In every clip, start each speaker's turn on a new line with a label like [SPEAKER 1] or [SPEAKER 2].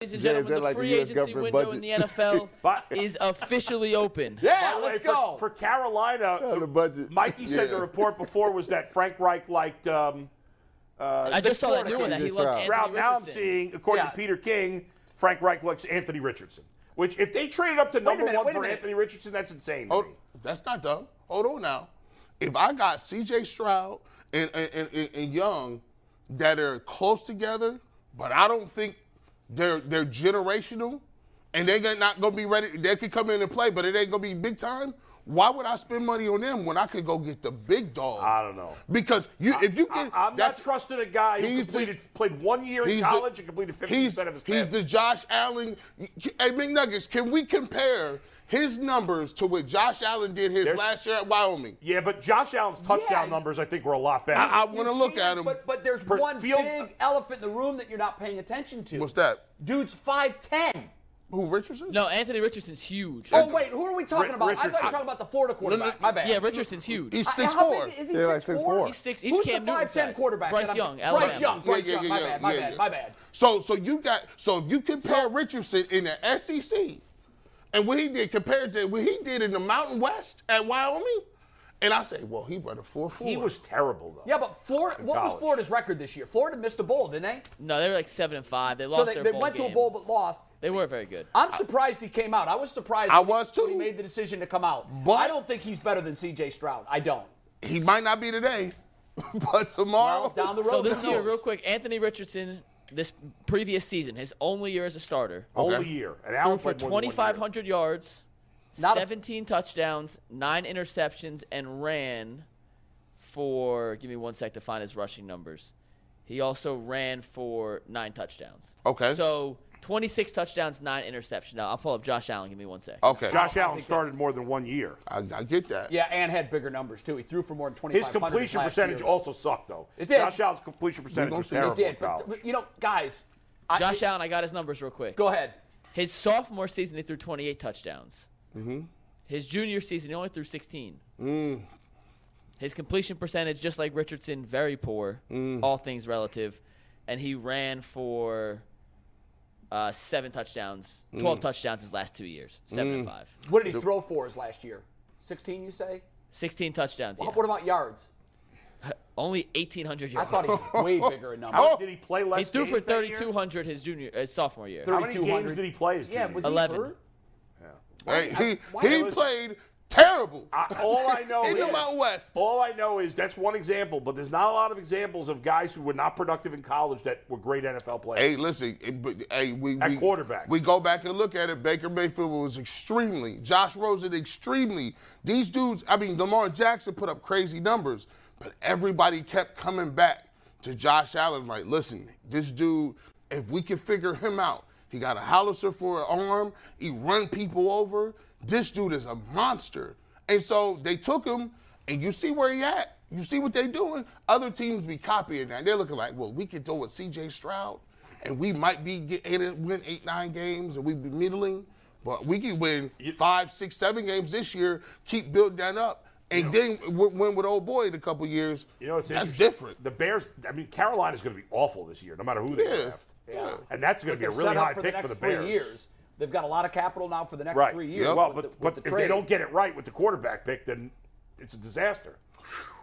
[SPEAKER 1] Ladies and
[SPEAKER 2] Jay, is
[SPEAKER 1] gentlemen,
[SPEAKER 2] that
[SPEAKER 1] the
[SPEAKER 2] like the
[SPEAKER 1] free
[SPEAKER 2] US
[SPEAKER 1] agency
[SPEAKER 2] government
[SPEAKER 1] window in
[SPEAKER 2] budget?
[SPEAKER 1] the NFL
[SPEAKER 3] By-
[SPEAKER 1] is officially open.
[SPEAKER 3] Yeah,
[SPEAKER 4] By the
[SPEAKER 3] let's
[SPEAKER 4] way, for,
[SPEAKER 3] go.
[SPEAKER 4] For Carolina,
[SPEAKER 2] Out of the budget.
[SPEAKER 4] Mikey said
[SPEAKER 2] Yeah.
[SPEAKER 4] the report before was that Frank Reich liked. Um, uh,
[SPEAKER 1] I just saw that new one that he
[SPEAKER 2] Just
[SPEAKER 1] loves. Anthony
[SPEAKER 2] proud.
[SPEAKER 4] Stroud. Now I'm
[SPEAKER 1] Richardson.
[SPEAKER 4] seeing, according
[SPEAKER 3] Yeah.
[SPEAKER 4] to Peter King, Frank Reich likes Anthony Richardson. Which, if they traded up to number
[SPEAKER 3] minute,
[SPEAKER 4] one
[SPEAKER 3] wait a
[SPEAKER 4] for
[SPEAKER 3] minute.
[SPEAKER 4] Anthony Richardson, that's insane. to
[SPEAKER 2] Hold,
[SPEAKER 4] me.
[SPEAKER 2] that's not dumb. Hold on now. If I got C.J. Stroud and and, and, and- and Young that are close together, but I don't think they're they're generational, and they're not gonna be ready. They could come in and play, but it ain't gonna be big time. Why would I spend money on them when I could go get the big dog?
[SPEAKER 4] I don't know.
[SPEAKER 2] Because you, if you
[SPEAKER 4] I,
[SPEAKER 2] can,
[SPEAKER 4] I'm not trusting a guy who
[SPEAKER 2] he's the-
[SPEAKER 4] completed, played one year in
[SPEAKER 2] He's
[SPEAKER 4] college
[SPEAKER 2] the,
[SPEAKER 4] and completed 50%
[SPEAKER 2] he's,
[SPEAKER 4] of his
[SPEAKER 2] He's
[SPEAKER 4] passes.
[SPEAKER 2] the Josh Allen. Hey, McNuggets, can we compare his numbers to what Josh Allen did his
[SPEAKER 4] There's-
[SPEAKER 2] last year at Wyoming?
[SPEAKER 4] yeah, but Josh Allen's touchdown
[SPEAKER 3] Yeah.
[SPEAKER 4] numbers, I think, were a lot better.
[SPEAKER 2] I, I want to look at him. uh,
[SPEAKER 3] But, but there's
[SPEAKER 4] Per-
[SPEAKER 3] one
[SPEAKER 4] field-
[SPEAKER 3] big elephant in the room that you're not paying attention to.
[SPEAKER 2] What's that?
[SPEAKER 3] Dude's 5'10.
[SPEAKER 2] Who, Richardson?
[SPEAKER 1] No, Anthony Richardson's huge.
[SPEAKER 3] Oh, wait, who are we talking
[SPEAKER 4] Ri-
[SPEAKER 3] about? I thought you
[SPEAKER 4] Richardson.
[SPEAKER 3] were talking about the Florida quarterback. My bad.
[SPEAKER 1] Yeah, Richardson's huge.
[SPEAKER 2] He's
[SPEAKER 3] I-
[SPEAKER 2] six
[SPEAKER 3] how
[SPEAKER 2] four.
[SPEAKER 3] big is he?
[SPEAKER 2] Yeah, like
[SPEAKER 3] 6'4"?
[SPEAKER 2] 6'4".
[SPEAKER 1] He's six- he's
[SPEAKER 3] Who's
[SPEAKER 1] Cam
[SPEAKER 3] the
[SPEAKER 1] Newton
[SPEAKER 3] 5'10
[SPEAKER 1] size.
[SPEAKER 3] quarterback?
[SPEAKER 1] Bryce
[SPEAKER 3] that I'm-
[SPEAKER 1] Young,
[SPEAKER 3] Bryce
[SPEAKER 1] Alabama.
[SPEAKER 3] Young. Bryce Young. My bad. My
[SPEAKER 2] yeah,
[SPEAKER 3] bad.
[SPEAKER 2] yeah.
[SPEAKER 3] My bad.
[SPEAKER 2] So, so you got, so if you compare Richardson in the SEC and what he did compared to what he did in the Mountain West at Wyoming, and I say, well, he run a four four.
[SPEAKER 4] he was terrible, though.
[SPEAKER 3] Yeah, but Florida.
[SPEAKER 4] In
[SPEAKER 3] What was
[SPEAKER 4] college.
[SPEAKER 3] Florida's record this year? Florida missed a bowl, didn't they?
[SPEAKER 1] No, they were like seven and five. They lost
[SPEAKER 3] So they,
[SPEAKER 1] their
[SPEAKER 3] they
[SPEAKER 1] bowl
[SPEAKER 3] went
[SPEAKER 1] game.
[SPEAKER 3] to a bowl but lost.
[SPEAKER 1] They were very good.
[SPEAKER 3] I'm surprised he came out. I was surprised.
[SPEAKER 2] I
[SPEAKER 3] when he-
[SPEAKER 2] was
[SPEAKER 3] when He
[SPEAKER 2] too.
[SPEAKER 3] made the decision to come out.
[SPEAKER 2] But-
[SPEAKER 3] I don't think he's better than C.J. Stroud. I don't.
[SPEAKER 2] he might not be today, but tomorrow.
[SPEAKER 3] Down the road.
[SPEAKER 1] So this
[SPEAKER 3] who
[SPEAKER 1] year,
[SPEAKER 3] knows?
[SPEAKER 1] real quick, Anthony Richardson, this previous season, his only year as a starter,
[SPEAKER 4] Only
[SPEAKER 2] Okay.
[SPEAKER 4] year. And Allen
[SPEAKER 1] for
[SPEAKER 4] played more than one year.
[SPEAKER 1] 2,500 yards,
[SPEAKER 3] Not a-
[SPEAKER 1] 17 touchdowns, nine interceptions, and ran for. Give me one sec to find his rushing numbers. He also ran for nine touchdowns.
[SPEAKER 2] Okay.
[SPEAKER 1] So 26 touchdowns, nine interceptions. Now I'll pull up Josh Allen. Give me one sec.
[SPEAKER 2] Okay.
[SPEAKER 4] Josh Allen started more than one year.
[SPEAKER 2] I, I get that.
[SPEAKER 3] Yeah, and had bigger numbers too. He threw for more than 25.
[SPEAKER 4] His completion percentage also sucked, though.
[SPEAKER 3] It did.
[SPEAKER 4] Josh Allen's completion percentage
[SPEAKER 2] don't
[SPEAKER 4] was
[SPEAKER 2] see it. It
[SPEAKER 4] terrible.
[SPEAKER 3] It did,
[SPEAKER 4] in
[SPEAKER 3] but,
[SPEAKER 4] college.
[SPEAKER 3] but, you know, guys. I-
[SPEAKER 1] Josh Allen, I got his numbers real quick.
[SPEAKER 3] Go ahead.
[SPEAKER 1] His sophomore season, he threw 28 touchdowns. Mm-hmm. His junior season, he only threw 16. His completion percentage, just like Richardson, very poor, all things relative. And he ran for uh, seven touchdowns, 12 touchdowns his last two years, seven and five.
[SPEAKER 3] What did he throw for his last year? 16, you say?
[SPEAKER 1] 16 touchdowns. Yeah.
[SPEAKER 3] What about yards?
[SPEAKER 1] Only 1,800
[SPEAKER 3] I
[SPEAKER 1] yards.
[SPEAKER 3] thought he was way bigger in numbers.
[SPEAKER 4] How much did he play less
[SPEAKER 1] he threw for
[SPEAKER 4] games that year?
[SPEAKER 1] 3,200 his junior, his sophomore year.
[SPEAKER 4] How many games
[SPEAKER 3] 3,200.
[SPEAKER 4] did he play as junior?
[SPEAKER 3] Yeah, was
[SPEAKER 4] year?
[SPEAKER 3] he
[SPEAKER 1] 11.
[SPEAKER 3] hurt?
[SPEAKER 2] Hey, he
[SPEAKER 3] why-
[SPEAKER 2] he
[SPEAKER 3] listen.
[SPEAKER 2] played terrible.
[SPEAKER 4] I- all I know
[SPEAKER 2] in
[SPEAKER 4] is
[SPEAKER 2] the Mountain West.
[SPEAKER 4] All I know is that's one example, but there's not a lot of examples of guys who were not productive in college that were great NFL players.
[SPEAKER 2] Hey, listen. It, but, hey, we,
[SPEAKER 4] At
[SPEAKER 2] we
[SPEAKER 4] quarterback.
[SPEAKER 2] We go back and look at it. Baker Mayfield was extremely. Josh Rosen extremely. These dudes. I mean, Lamar Jackson put up crazy numbers, but everybody kept coming back to Josh Allen. Like, listen, this dude. If we can figure him out, he got a howitzer for an arm. He run people over. This dude is a monster. And so they took him, and you see where he at. You see what they doing. Other teams be copying that. They're looking like, well, we could do it with C.J. Stroud and we might be get eight, win eight, nine games, and we be middling, but we can win five, six, seven games this year. Keep building that up, and then w- win with old boy in a couple years.
[SPEAKER 4] You know, it's
[SPEAKER 2] that's
[SPEAKER 4] interesting.
[SPEAKER 2] different.
[SPEAKER 4] The Bears, I mean, Carolina's going to be awful this year, no matter who they
[SPEAKER 2] Yeah.
[SPEAKER 4] draft. And that's going to be a
[SPEAKER 3] They're
[SPEAKER 4] really
[SPEAKER 3] set up
[SPEAKER 4] high
[SPEAKER 3] for
[SPEAKER 4] pick
[SPEAKER 3] the next
[SPEAKER 4] for the
[SPEAKER 3] three
[SPEAKER 4] Bears.
[SPEAKER 3] years. They've got a lot of capital now for the next
[SPEAKER 4] Right.
[SPEAKER 3] three years.
[SPEAKER 2] Yep.
[SPEAKER 4] Well, but,
[SPEAKER 3] with the,
[SPEAKER 4] but
[SPEAKER 3] with
[SPEAKER 4] if
[SPEAKER 3] the
[SPEAKER 4] they
[SPEAKER 3] trade.
[SPEAKER 4] don't get it right with the quarterback pick, then it's a disaster.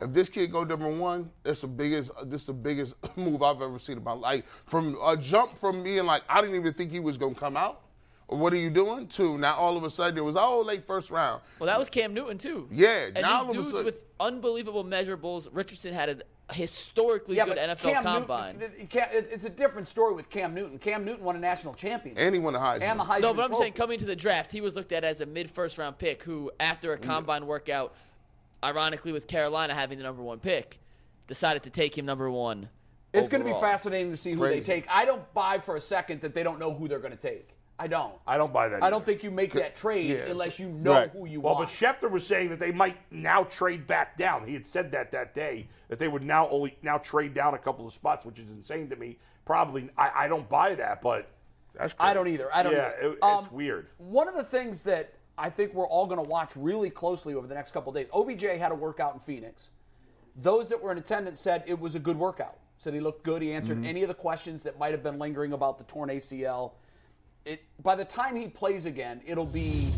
[SPEAKER 2] If this kid go number one, that's the biggest. uh, This the biggest move I've ever seen in my life. From a jump from being like I didn't even think he was gonna come out. or What are you doing? To now all of a sudden it was oh late first round.
[SPEAKER 1] Well, that was Cam Newton too.
[SPEAKER 2] Yeah,
[SPEAKER 1] and
[SPEAKER 2] now all of a
[SPEAKER 1] these dudes
[SPEAKER 2] sudden-
[SPEAKER 1] with unbelievable measurables. Richardson had a historically
[SPEAKER 3] yeah,
[SPEAKER 1] good
[SPEAKER 3] but
[SPEAKER 1] NFL
[SPEAKER 3] Cam
[SPEAKER 1] combine.
[SPEAKER 3] Newton, it- it- it- it's a different story with Cam Newton. Cam Newton won a national championship
[SPEAKER 2] And he won the Heisman.
[SPEAKER 3] and the Heisman
[SPEAKER 1] no, but I'm
[SPEAKER 3] Trophy.
[SPEAKER 1] saying coming to the draft, he was looked at as a mid first round pick who, after a combine workout, ironically with Carolina having the number one pick, decided to take him number one.
[SPEAKER 3] It's going to be
[SPEAKER 1] overall.
[SPEAKER 3] fascinating to see who they
[SPEAKER 2] Crazy.
[SPEAKER 3] take. I don't buy for a second that they don't know who they're going to take. I don't.
[SPEAKER 4] I don't buy that.
[SPEAKER 3] I don't
[SPEAKER 4] either.
[SPEAKER 3] think you make that trade
[SPEAKER 2] yeah,
[SPEAKER 3] unless you know
[SPEAKER 2] right.
[SPEAKER 3] who you
[SPEAKER 4] Well, but
[SPEAKER 3] want.
[SPEAKER 4] Schefter was saying that they might now trade back down. He had said that that day that they would now only now trade down a couple of spots, which is insane to me. Probably, I, I don't buy that, but
[SPEAKER 2] That's
[SPEAKER 3] I don't either. I don't.
[SPEAKER 4] yeah,
[SPEAKER 3] either.
[SPEAKER 4] it- it's
[SPEAKER 3] Um,
[SPEAKER 4] weird.
[SPEAKER 3] One of the things that I think we're all going to watch really closely over the next couple of days. OBJ had a workout in Phoenix. Those that were in attendance said it was a good workout. Said he looked good. He
[SPEAKER 2] Mm-hmm.
[SPEAKER 3] answered any of the questions that might have been lingering about the torn ACL. It by the time he plays again, it'll be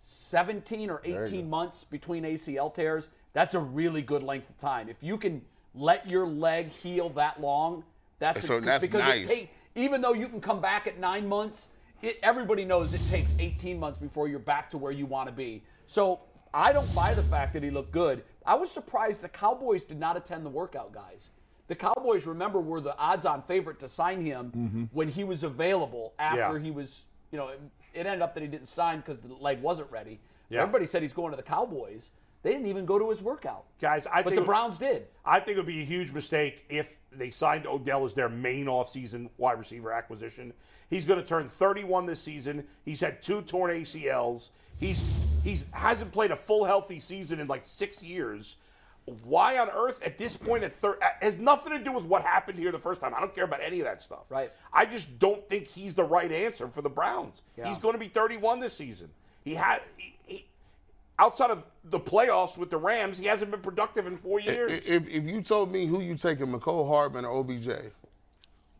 [SPEAKER 3] 17 or 18 months between ACL tears. That's a really good length of time. If you can let your leg heal that long, that's
[SPEAKER 2] So
[SPEAKER 3] a,
[SPEAKER 2] that's
[SPEAKER 3] because it
[SPEAKER 2] nice.
[SPEAKER 3] take- even though you can come back at nine months, it, everybody knows it takes 18 months before you're back to where you want to be. So I don't buy the fact that he looked good. I was surprised the Cowboys did not attend the workout, guys. The Cowboys, remember, were the odds-on favorite to sign him when he was available after
[SPEAKER 4] Mm-hmm. Yeah.
[SPEAKER 3] he was, you know, it, it ended up that he didn't sign because the leg wasn't ready.
[SPEAKER 4] Yeah.
[SPEAKER 3] Everybody said he's going to the Cowboys. They didn't even go to his workout.
[SPEAKER 4] Guys, I
[SPEAKER 3] but
[SPEAKER 4] think
[SPEAKER 3] the Browns did.
[SPEAKER 4] I think it would be a huge mistake if they signed Odell as their main offseason wide receiver acquisition. He's going to turn 31 this season. He's had two torn ACLs. He's he's hasn't played a full healthy season in like six years. Why on earth at this point at third has nothing to do with what happened here the first time. I don't care about any of that stuff.
[SPEAKER 3] Right.
[SPEAKER 4] I just don't think he's the right answer for the Browns.
[SPEAKER 3] Yeah.
[SPEAKER 4] He's going to be 31 this season. He had he, he, outside of the playoffs with the Rams, he hasn't been productive in four years.
[SPEAKER 2] If, if you told me who you taking, Nicole Hardman or OBJ?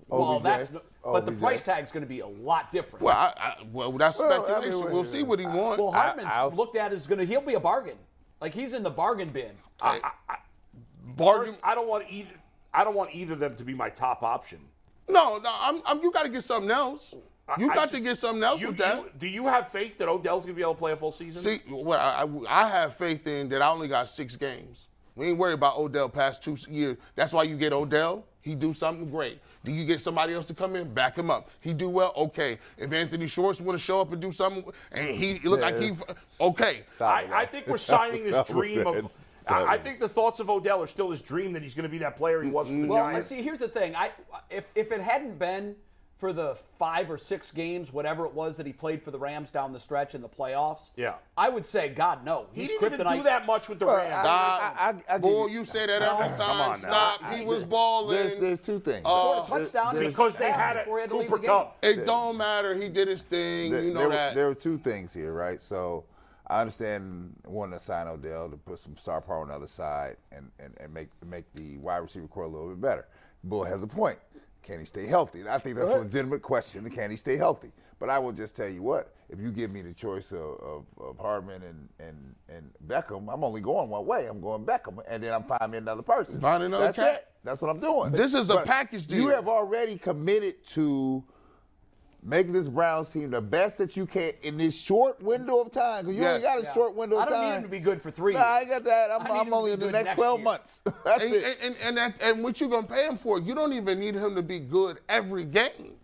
[SPEAKER 3] Well,
[SPEAKER 2] OBJ.
[SPEAKER 3] that's no- but the
[SPEAKER 2] OBJ.
[SPEAKER 3] price tag's going to be a lot different.
[SPEAKER 2] Well, I, I, well that's
[SPEAKER 5] Well, I mean,
[SPEAKER 2] speculation. we'll see what he wants.
[SPEAKER 3] Well, Hartman's
[SPEAKER 5] I'll-
[SPEAKER 3] looked at as going to he'll be a bargain. Like he's in the bargain bin.
[SPEAKER 2] Bargain-
[SPEAKER 4] First, I don't want either. I don't want either of them to be my top option.
[SPEAKER 2] no, no, I'm, I'm, you got to get something else. You
[SPEAKER 4] I
[SPEAKER 2] got
[SPEAKER 4] just-
[SPEAKER 2] to get something else
[SPEAKER 4] You,
[SPEAKER 2] with that.
[SPEAKER 4] you- do you have faith that Odell's going to be able to play a full season?
[SPEAKER 2] See, what I, I, I have faith in that I only got six games. We ain't worried about Odell past two years. That's why you get Odell. He do something great. Do you get somebody else to come in, back him up? He do well, okay. If Anthony Schwartz want to show up and do something, and he he look like he, okay.
[SPEAKER 4] I, I think we're signing this
[SPEAKER 5] Stop it,
[SPEAKER 4] dream
[SPEAKER 5] man.
[SPEAKER 4] of.
[SPEAKER 5] Stop
[SPEAKER 4] I, I
[SPEAKER 5] it.
[SPEAKER 4] think the thoughts of Odell are still his dream that he's going to be that player he was for the
[SPEAKER 3] Mm, Well, I
[SPEAKER 4] Giants.
[SPEAKER 3] see. Here's the thing. I if if it hadn't been for the five or six games, whatever it was that he played for the Rams down the stretch in the playoffs,
[SPEAKER 4] Yeah.
[SPEAKER 3] I would say, God, no,
[SPEAKER 4] he
[SPEAKER 3] he's
[SPEAKER 4] didn't even
[SPEAKER 3] kryptonite.
[SPEAKER 4] do that much with the Rams.
[SPEAKER 5] I- I- I- I give
[SPEAKER 2] Boy,
[SPEAKER 5] you-
[SPEAKER 2] you say that every
[SPEAKER 4] Come
[SPEAKER 2] time.
[SPEAKER 4] on now.
[SPEAKER 2] Stop. he was balling. Uh,
[SPEAKER 5] There's, there's two things.
[SPEAKER 3] Scored a touchdown
[SPEAKER 5] there's-
[SPEAKER 4] because they had a
[SPEAKER 3] before he had to leave
[SPEAKER 4] Cooper
[SPEAKER 3] the game.
[SPEAKER 4] Cup.
[SPEAKER 2] it don't matter. He did his thing.
[SPEAKER 5] There-
[SPEAKER 2] you know
[SPEAKER 5] there, were-
[SPEAKER 2] that.
[SPEAKER 5] There were two things here, right? So I understand wanting to sign Odell to put some star power on the other side and, and, and make make the wide receiver core a little bit better. Bull has a point. Can he stay healthy? And I think that's a legitimate question. Can he stay healthy? But I will just tell you what, if you give me the choice of, of, of Hardman and, and, and Beckham, I'm only going one way. I'm going Beckham, and then I'm finding another person.
[SPEAKER 2] Find another
[SPEAKER 5] That's
[SPEAKER 2] cat.
[SPEAKER 5] it. That's what I'm doing.
[SPEAKER 2] This is a
[SPEAKER 5] But
[SPEAKER 2] package deal.
[SPEAKER 5] You have already committed to making this Browns team the best that you can in this short window of time. Because you
[SPEAKER 2] Yes.
[SPEAKER 5] only got a
[SPEAKER 3] Yeah.
[SPEAKER 5] short window
[SPEAKER 3] I
[SPEAKER 5] of
[SPEAKER 3] don't
[SPEAKER 5] time.
[SPEAKER 3] need him to be good for three
[SPEAKER 5] Nah, I
[SPEAKER 3] years.
[SPEAKER 5] got that. I'm,
[SPEAKER 3] I need him
[SPEAKER 5] I'm
[SPEAKER 3] to
[SPEAKER 5] only
[SPEAKER 3] be
[SPEAKER 5] in the
[SPEAKER 3] good
[SPEAKER 5] next,
[SPEAKER 3] next
[SPEAKER 5] 12
[SPEAKER 3] year.
[SPEAKER 5] months. That's
[SPEAKER 2] and,
[SPEAKER 5] it.
[SPEAKER 2] and, and, and, that, and what you gonna pay him for? You don't even need him to be good every game.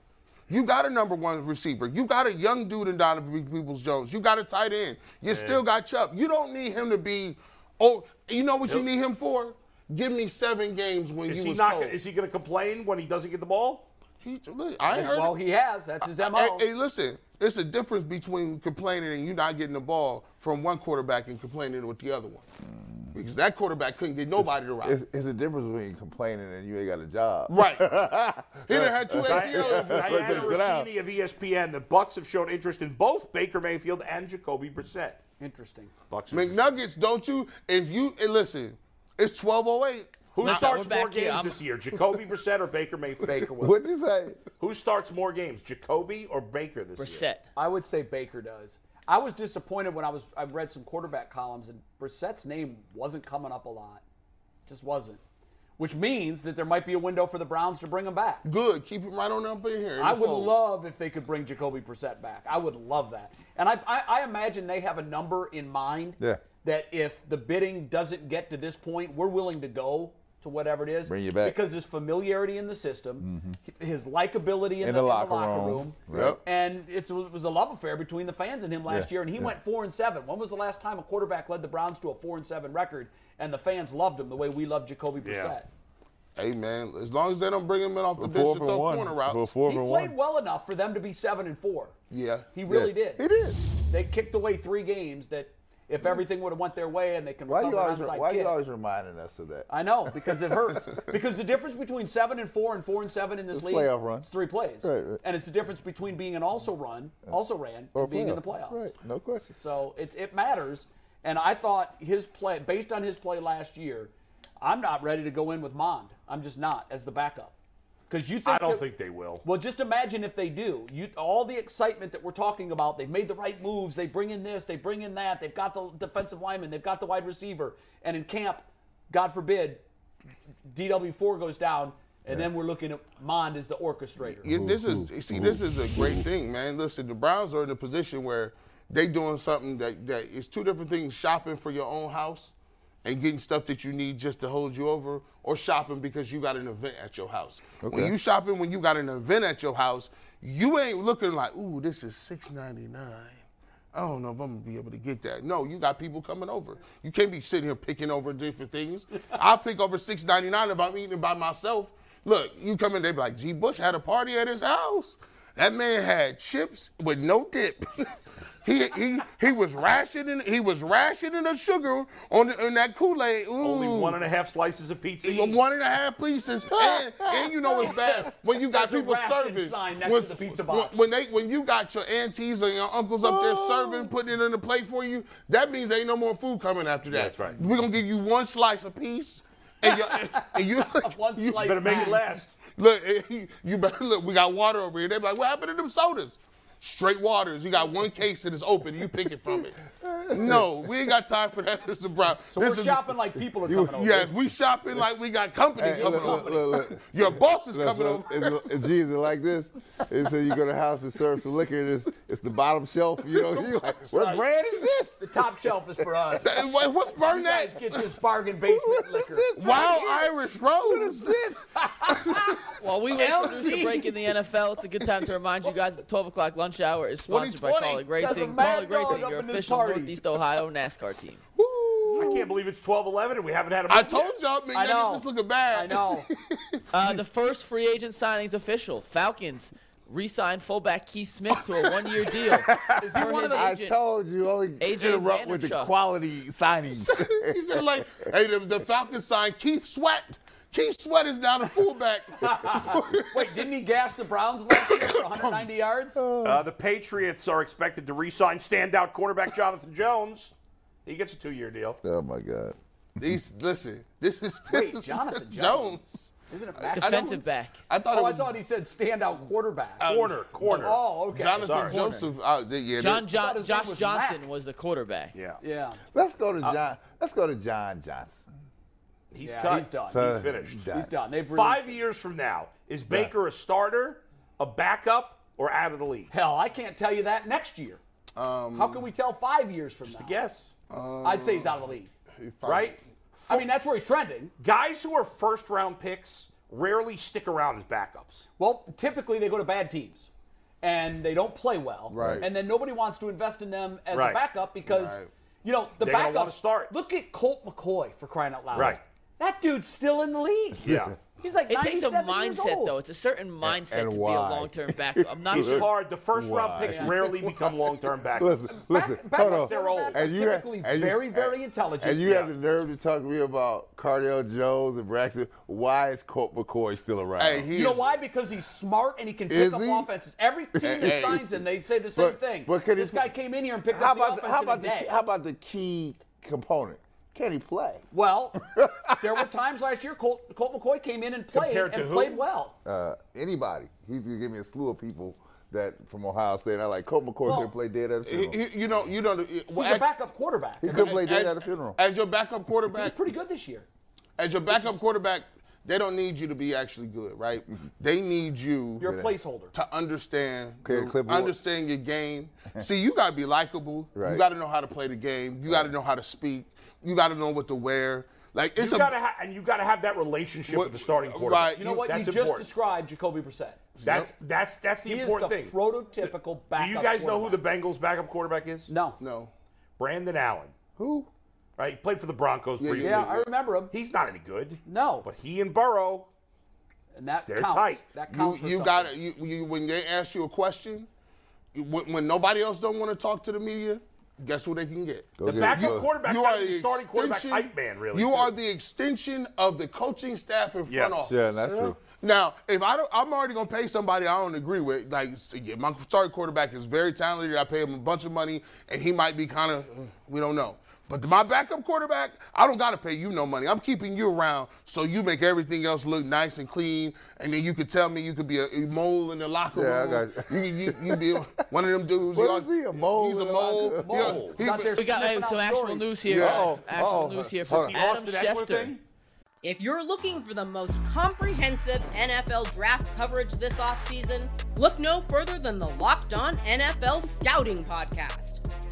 [SPEAKER 2] You got a number one receiver. You got a young dude in Donovan Peoples Jones. You got a tight end. You still got Chubb. You don't need him to be. Oh, you know what you need him for? Give me seven games when
[SPEAKER 4] Is
[SPEAKER 2] you
[SPEAKER 4] he
[SPEAKER 2] was
[SPEAKER 4] not?
[SPEAKER 2] cold.
[SPEAKER 4] Gonna, is he going to complain when he doesn't get the ball?
[SPEAKER 2] He- look, I ain't heard.
[SPEAKER 3] Well, he has. That's his mo.
[SPEAKER 2] Hey, hey, listen, it's a difference between complaining and you not getting the ball from one quarterback and complaining with the other one. Because that quarterback couldn't get nobody to ride.
[SPEAKER 5] It's, it's the difference between complaining and you ain't got a job.
[SPEAKER 2] Right. he
[SPEAKER 6] uh,
[SPEAKER 2] done had two ACLs.
[SPEAKER 4] Diana
[SPEAKER 5] Check this out.
[SPEAKER 4] Rossini of E ESPN. The Bucks have shown interest in both Baker Mayfield and Jacoby Brissett.
[SPEAKER 3] Interesting.
[SPEAKER 4] Bucks. are-
[SPEAKER 2] McNuggets, don't you? If you and listen, it's 1208.
[SPEAKER 4] Who starts
[SPEAKER 1] we're
[SPEAKER 4] more
[SPEAKER 1] back here.
[SPEAKER 4] games
[SPEAKER 1] I'm-
[SPEAKER 4] this year, Jacoby Brissett or Baker Mayfield? Baker
[SPEAKER 5] What'd you say?
[SPEAKER 4] Who starts more games, Jacoby or Baker this year?
[SPEAKER 1] Brissett.
[SPEAKER 3] I would say Baker does. I was disappointed when I was I read some quarterback columns and Brissett's name wasn't coming up a lot, just wasn't, which means that there might be a window for the Browns to bring him back.
[SPEAKER 2] Good. Keep him right on up in here. in
[SPEAKER 3] I
[SPEAKER 2] the
[SPEAKER 3] would
[SPEAKER 2] fold.
[SPEAKER 3] love if they could bring Jacoby Brissett back. I would love that, and I I, I imagine they have a number in mind
[SPEAKER 5] Yeah.
[SPEAKER 3] that if the bidding doesn't get to this point, we're willing to go to whatever it is.
[SPEAKER 5] Bring you back. Mm-hmm.
[SPEAKER 3] because his familiarity in the system, his likability in,
[SPEAKER 5] In
[SPEAKER 3] the,
[SPEAKER 5] the
[SPEAKER 3] in
[SPEAKER 5] locker
[SPEAKER 3] the locker room,
[SPEAKER 5] room. Yep.
[SPEAKER 3] and it's, it was a love affair between the fans and him last
[SPEAKER 5] Yeah,
[SPEAKER 3] year. And he
[SPEAKER 5] yeah.
[SPEAKER 3] went four and seven. When was the last time a quarterback led the Browns to a four and seven record and the fans loved him the way we love Jacoby Brissett?
[SPEAKER 2] Hey man, as long as they don't bring him in off the bench
[SPEAKER 6] Four
[SPEAKER 2] to
[SPEAKER 6] for
[SPEAKER 2] throw
[SPEAKER 6] one.
[SPEAKER 2] corner
[SPEAKER 6] For
[SPEAKER 2] routes.
[SPEAKER 6] four
[SPEAKER 3] He
[SPEAKER 6] for
[SPEAKER 3] played
[SPEAKER 6] one.
[SPEAKER 3] well enough for them to be seven and four.
[SPEAKER 2] Yeah,
[SPEAKER 3] He really did.
[SPEAKER 2] He did.
[SPEAKER 3] They kicked away three games that, if everything would have went their way and they can
[SPEAKER 5] Why
[SPEAKER 3] recover
[SPEAKER 5] you always
[SPEAKER 3] an onside
[SPEAKER 5] why
[SPEAKER 3] kick.
[SPEAKER 5] you always reminding us of that?
[SPEAKER 3] I know because it hurts. because the difference between seven and four and four and seven in this
[SPEAKER 5] It's
[SPEAKER 3] league,
[SPEAKER 5] playoff run.
[SPEAKER 3] it's three plays,
[SPEAKER 5] Right, right.
[SPEAKER 3] and it's the difference between being an also run, also ran,
[SPEAKER 5] Or
[SPEAKER 3] and being in the
[SPEAKER 5] playoff.
[SPEAKER 3] playoffs.
[SPEAKER 5] Right, no question.
[SPEAKER 3] So it's it matters. And I thought his play, based on his play last year, I'm not ready to go in with Mond. I'm just not as the backup. Because you think
[SPEAKER 4] I don't
[SPEAKER 3] that-
[SPEAKER 4] think they will.
[SPEAKER 3] Well, just imagine if they do. You all the excitement that we're talking about. They've made the right moves. They bring in this. They bring in that. They've got the defensive lineman. They've got the wide receiver. And in camp, God forbid, DW four goes down, and then we're looking at Mond as the orchestrator.
[SPEAKER 2] Yeah, this is see, this is a great thing, man. Listen, the Browns are in a position where they doing something that that is two different things: shopping for your own house and getting stuff that you need just to hold you over, or shopping because you got an event at your house. When
[SPEAKER 5] Okay.
[SPEAKER 2] you shopping when you got an event at your house, you ain't looking like, ooh, this is six ninety nine. I don't know if I'm gonna be able to get that. No, you got people coming over. You can't be sitting here picking over different things. I'll pick over six ninety nine if I'm eating by myself. Look, you come in, they be like, G Bush had a party at his house. That man had chips with no dip. he he he was rationing he was rationing the sugar on the, on that Kool-Aid. Mm. Ooh.
[SPEAKER 4] Only
[SPEAKER 3] Hmm.
[SPEAKER 4] one and a half slices of pizza.
[SPEAKER 2] Well,
[SPEAKER 4] each.
[SPEAKER 2] One and a half pieces, and, and you know it's bad when you got
[SPEAKER 3] There's a
[SPEAKER 2] people
[SPEAKER 3] ration
[SPEAKER 2] serving.
[SPEAKER 3] sign next
[SPEAKER 2] when,
[SPEAKER 3] to the pizza box.
[SPEAKER 2] when they, when you got your aunties and your uncles up there
[SPEAKER 3] Oh.
[SPEAKER 2] serving, putting it on the plate for you, that means ain't no more food coming after that.
[SPEAKER 4] That's right.
[SPEAKER 2] We're gonna give you one slice a piece, and, your, and you,
[SPEAKER 3] One
[SPEAKER 2] you
[SPEAKER 3] slice
[SPEAKER 4] Better make it
[SPEAKER 3] man.
[SPEAKER 4] last.
[SPEAKER 2] look, you better look. We got water over here. They be like, what happened to them sodas? Straight waters. You got one case and it's open. You pick it from it. No, we ain't got time for that. Mr. Brown.
[SPEAKER 3] So we're shopping like people are coming over.
[SPEAKER 2] Yes, we shopping like we got company
[SPEAKER 5] Hey,
[SPEAKER 2] coming
[SPEAKER 5] look, look,
[SPEAKER 2] over.
[SPEAKER 5] look, look.
[SPEAKER 2] Your boss is
[SPEAKER 5] Look,
[SPEAKER 2] coming
[SPEAKER 5] so
[SPEAKER 2] over.
[SPEAKER 5] it's- it's- geez, it's like this. It says you go to the house and serve some liquor. And it's, it's the bottom shelf. You know, you like, what brand is
[SPEAKER 3] The
[SPEAKER 5] this?
[SPEAKER 3] top shelf is for us.
[SPEAKER 2] And what- What's
[SPEAKER 3] You guys
[SPEAKER 2] Burnett's?
[SPEAKER 3] get this bargain basement
[SPEAKER 5] What
[SPEAKER 3] liquor.
[SPEAKER 5] is this?
[SPEAKER 2] Wild
[SPEAKER 5] right here?
[SPEAKER 2] Irish Road.
[SPEAKER 5] What is this?
[SPEAKER 1] While we wait for news to break in the NFL, it's a good time to remind you guys that the 12 o'clock lunch hour is sponsored by
[SPEAKER 2] 2020.
[SPEAKER 1] College
[SPEAKER 3] Got the
[SPEAKER 1] Racing.
[SPEAKER 3] mad
[SPEAKER 1] College
[SPEAKER 3] dog
[SPEAKER 1] Racing,
[SPEAKER 3] up
[SPEAKER 1] your
[SPEAKER 3] in this
[SPEAKER 1] official
[SPEAKER 3] party.
[SPEAKER 1] Northeast Ohio NASCAR team.
[SPEAKER 4] I can't believe it's 12-11 and we haven't had a
[SPEAKER 2] I told y'all, man,
[SPEAKER 3] I know.
[SPEAKER 2] y'all just looking bad.
[SPEAKER 3] I know.
[SPEAKER 1] Uh, the first free agent signing's official. Falcons re-signed fullback Keith Smith to a one-year deal.
[SPEAKER 3] Is he
[SPEAKER 1] For
[SPEAKER 3] one
[SPEAKER 1] his
[SPEAKER 3] of the
[SPEAKER 5] I
[SPEAKER 1] agent.
[SPEAKER 5] told you only
[SPEAKER 1] AJ
[SPEAKER 5] interrupt with the
[SPEAKER 1] Vanderchuck.
[SPEAKER 5] quality signings.
[SPEAKER 2] he said, like, hey, the, the Falcons signed Keith Sweat. Keith Sweat is down a fullback.
[SPEAKER 3] Wait, didn't he gas the Browns last year for 190 yards?
[SPEAKER 4] Uh, the Patriots are expected to re-sign standout quarterback Jonathan Jones. He gets a two-year deal.
[SPEAKER 5] oh my God.
[SPEAKER 2] These, listen, this is this
[SPEAKER 3] Wait,
[SPEAKER 2] is
[SPEAKER 3] Jonathan
[SPEAKER 2] Jones.
[SPEAKER 3] Isn't it back?
[SPEAKER 2] I know
[SPEAKER 1] Defensive
[SPEAKER 2] it's-
[SPEAKER 1] back.
[SPEAKER 2] I thought
[SPEAKER 3] Oh,
[SPEAKER 2] it
[SPEAKER 3] I
[SPEAKER 2] was
[SPEAKER 3] thought he said standout quarterback.
[SPEAKER 4] Corner, corner.
[SPEAKER 3] oh, okay.
[SPEAKER 2] Jonathan
[SPEAKER 4] Sorry.
[SPEAKER 2] Joseph. Uh, th- yeah,
[SPEAKER 1] John,
[SPEAKER 3] I thought
[SPEAKER 1] John
[SPEAKER 3] his
[SPEAKER 1] Josh
[SPEAKER 3] name was
[SPEAKER 1] Johnson
[SPEAKER 3] Mack.
[SPEAKER 1] was the quarterback.
[SPEAKER 4] Yeah.
[SPEAKER 3] Yeah.
[SPEAKER 5] Let's go to John. let's go to John Johnson.
[SPEAKER 4] He's
[SPEAKER 3] Yeah,
[SPEAKER 4] cut.
[SPEAKER 3] he's done.
[SPEAKER 5] So-
[SPEAKER 4] finished.
[SPEAKER 5] done.
[SPEAKER 3] He's done. They've really,
[SPEAKER 4] Five years from now, is Baker a starter, a backup, or out of the league?
[SPEAKER 3] Hell, I can't tell you that next year.
[SPEAKER 4] Um,
[SPEAKER 3] How can we tell five years from now?
[SPEAKER 4] Yes.
[SPEAKER 3] I'd say he's out of the league.
[SPEAKER 4] Right?
[SPEAKER 3] I mean, that's where he's trending.
[SPEAKER 4] Guys who are first round picks rarely stick around as backups.
[SPEAKER 3] Well, typically they go to bad teams and they don't play well.
[SPEAKER 2] Right.
[SPEAKER 3] And then nobody wants to invest in them as a
[SPEAKER 4] Right.
[SPEAKER 3] backup because,
[SPEAKER 2] Right.
[SPEAKER 3] you know, the
[SPEAKER 4] They're gonna
[SPEAKER 3] backup.
[SPEAKER 4] wanna start.
[SPEAKER 3] Look at Colt McCoy for crying out loud.
[SPEAKER 4] Right.
[SPEAKER 3] That dude's still in the league.
[SPEAKER 4] Yeah.
[SPEAKER 3] He's like
[SPEAKER 1] It takes a
[SPEAKER 3] 97 years
[SPEAKER 1] mindset,
[SPEAKER 3] old.
[SPEAKER 1] though. It's a certain mindset
[SPEAKER 5] and
[SPEAKER 1] to be a
[SPEAKER 5] why?
[SPEAKER 1] long-term backup. I'm not
[SPEAKER 4] It's
[SPEAKER 1] sure.
[SPEAKER 4] hard. The first round picks
[SPEAKER 5] Why?
[SPEAKER 4] rarely become long term
[SPEAKER 5] Listen,
[SPEAKER 4] backups.
[SPEAKER 5] listen.
[SPEAKER 3] Back-
[SPEAKER 5] hold
[SPEAKER 3] backups
[SPEAKER 5] on.
[SPEAKER 3] They're old.
[SPEAKER 5] And you
[SPEAKER 3] Typically very, very intelligent.
[SPEAKER 5] And you have
[SPEAKER 4] Yeah.
[SPEAKER 5] the nerve to talk to me about Cardell Jones and Braxton. Why is Colt McCoy still around?
[SPEAKER 2] Hey, he
[SPEAKER 3] You know
[SPEAKER 2] is-
[SPEAKER 3] why? Because he's smart and he can pick
[SPEAKER 5] Is
[SPEAKER 3] up
[SPEAKER 5] he?
[SPEAKER 3] offenses. Every team
[SPEAKER 5] Hey.
[SPEAKER 3] that signs him, they say the same
[SPEAKER 5] But-
[SPEAKER 3] thing.
[SPEAKER 5] but can he
[SPEAKER 3] this
[SPEAKER 5] pl-
[SPEAKER 3] guy came in here and picked
[SPEAKER 5] how
[SPEAKER 3] up the
[SPEAKER 5] about the,
[SPEAKER 3] offense
[SPEAKER 5] how
[SPEAKER 3] in a
[SPEAKER 5] about the
[SPEAKER 3] day.
[SPEAKER 5] key, how about the key component? Can he play?
[SPEAKER 3] well, there were times last year Colt, Colt McCoy came in and played
[SPEAKER 4] Compared to
[SPEAKER 3] and
[SPEAKER 4] who?
[SPEAKER 3] played well.
[SPEAKER 5] Uh, anybody? He could give me a slew of people that from Ohio State. I like Colt McCoy
[SPEAKER 3] Well-
[SPEAKER 5] couldn't play dead at a
[SPEAKER 2] He-
[SPEAKER 5] funeral. He,
[SPEAKER 2] he- you know, you know. the- well,
[SPEAKER 3] He's a
[SPEAKER 2] act-
[SPEAKER 3] backup quarterback. He's
[SPEAKER 5] couldn't play dead
[SPEAKER 2] as-
[SPEAKER 5] at a funeral.
[SPEAKER 2] As your backup quarterback,
[SPEAKER 3] pretty good this year.
[SPEAKER 2] as your backup quarterback, they don't need you to be actually good, right? They need you.
[SPEAKER 3] You're a placeholder.
[SPEAKER 2] to understand
[SPEAKER 5] Clear
[SPEAKER 2] your-
[SPEAKER 5] clipboard.
[SPEAKER 2] understand your game. See, you gotta be likable. You
[SPEAKER 5] Right.
[SPEAKER 2] gotta know how to play the game. You gotta know how to speak. You gotta know what to wear. Like it's
[SPEAKER 4] You
[SPEAKER 2] a
[SPEAKER 4] gotta ha- and you got to have that relationship
[SPEAKER 2] What-
[SPEAKER 4] with the starting
[SPEAKER 2] right,
[SPEAKER 4] quarterback.
[SPEAKER 3] You know what?
[SPEAKER 4] That's
[SPEAKER 3] you just
[SPEAKER 4] important.
[SPEAKER 3] described Jacoby Brissett.
[SPEAKER 4] That's that's that's the
[SPEAKER 3] He is the
[SPEAKER 4] important thing.
[SPEAKER 3] prototypical
[SPEAKER 4] Do
[SPEAKER 3] backup
[SPEAKER 4] you guys know who the
[SPEAKER 3] quarterback.
[SPEAKER 4] Bengals backup quarterback is?
[SPEAKER 3] No.
[SPEAKER 2] no.
[SPEAKER 4] Brandon Allen.
[SPEAKER 5] Who?
[SPEAKER 4] right? He played for the Broncos briefly.
[SPEAKER 3] Yeah, I remember him.
[SPEAKER 4] He's not any good.
[SPEAKER 3] No.
[SPEAKER 4] But he and Burrow,
[SPEAKER 3] And that
[SPEAKER 4] They're
[SPEAKER 3] counts.
[SPEAKER 4] tight.
[SPEAKER 3] That
[SPEAKER 2] You,
[SPEAKER 3] counts. for
[SPEAKER 2] you
[SPEAKER 3] something.
[SPEAKER 2] got to you, you when they ask you a question, you, when, when nobody else don't want to talk to the media, guess who they can get.
[SPEAKER 5] Go
[SPEAKER 4] the
[SPEAKER 5] get-
[SPEAKER 4] backup
[SPEAKER 5] you a-
[SPEAKER 4] quarterback,
[SPEAKER 2] You
[SPEAKER 4] gotta
[SPEAKER 2] are
[SPEAKER 4] be
[SPEAKER 2] the
[SPEAKER 4] the starting quarterback
[SPEAKER 2] extension-
[SPEAKER 4] hype man, really.
[SPEAKER 2] You
[SPEAKER 4] too.
[SPEAKER 2] are the extension of the coaching staff in
[SPEAKER 4] Yes.
[SPEAKER 2] front office.
[SPEAKER 5] Yeah, that's true.
[SPEAKER 2] Now, if I don't, I'm already gonna pay somebody I don't agree with. Like, s- yeah, my starting quarterback is very talented. I pay him a bunch of money, and he might be kind of, we don't know. But my backup quarterback, I don't gotta pay you no money. I'm keeping you around so you make everything else look nice and clean, and then you could tell me you could be a, a mole in the locker
[SPEAKER 5] Yeah, I
[SPEAKER 2] room.
[SPEAKER 5] got
[SPEAKER 2] you.
[SPEAKER 5] you.
[SPEAKER 2] You, you, be one of them dudes.
[SPEAKER 5] What
[SPEAKER 2] y'all-
[SPEAKER 5] is he, a mole
[SPEAKER 2] He's
[SPEAKER 5] in
[SPEAKER 2] a
[SPEAKER 5] the
[SPEAKER 2] mole.
[SPEAKER 5] locker
[SPEAKER 2] Yeah,
[SPEAKER 3] Mole.
[SPEAKER 2] he-
[SPEAKER 3] Not their
[SPEAKER 2] he-
[SPEAKER 1] We got hey,
[SPEAKER 3] Sniffing
[SPEAKER 1] some
[SPEAKER 3] out
[SPEAKER 1] actual
[SPEAKER 3] stories.
[SPEAKER 1] news here.
[SPEAKER 5] Yeah. Uh-oh.
[SPEAKER 1] Actual
[SPEAKER 5] Uh-oh.
[SPEAKER 1] news here
[SPEAKER 5] Hold
[SPEAKER 1] from
[SPEAKER 5] on.
[SPEAKER 4] the
[SPEAKER 1] Adam
[SPEAKER 4] Austin Eckler
[SPEAKER 1] Schefter.
[SPEAKER 4] thing.
[SPEAKER 6] If you're looking for the most comprehensive NFL draft coverage this offseason, look no further than the Locked On NFL Scouting Podcast.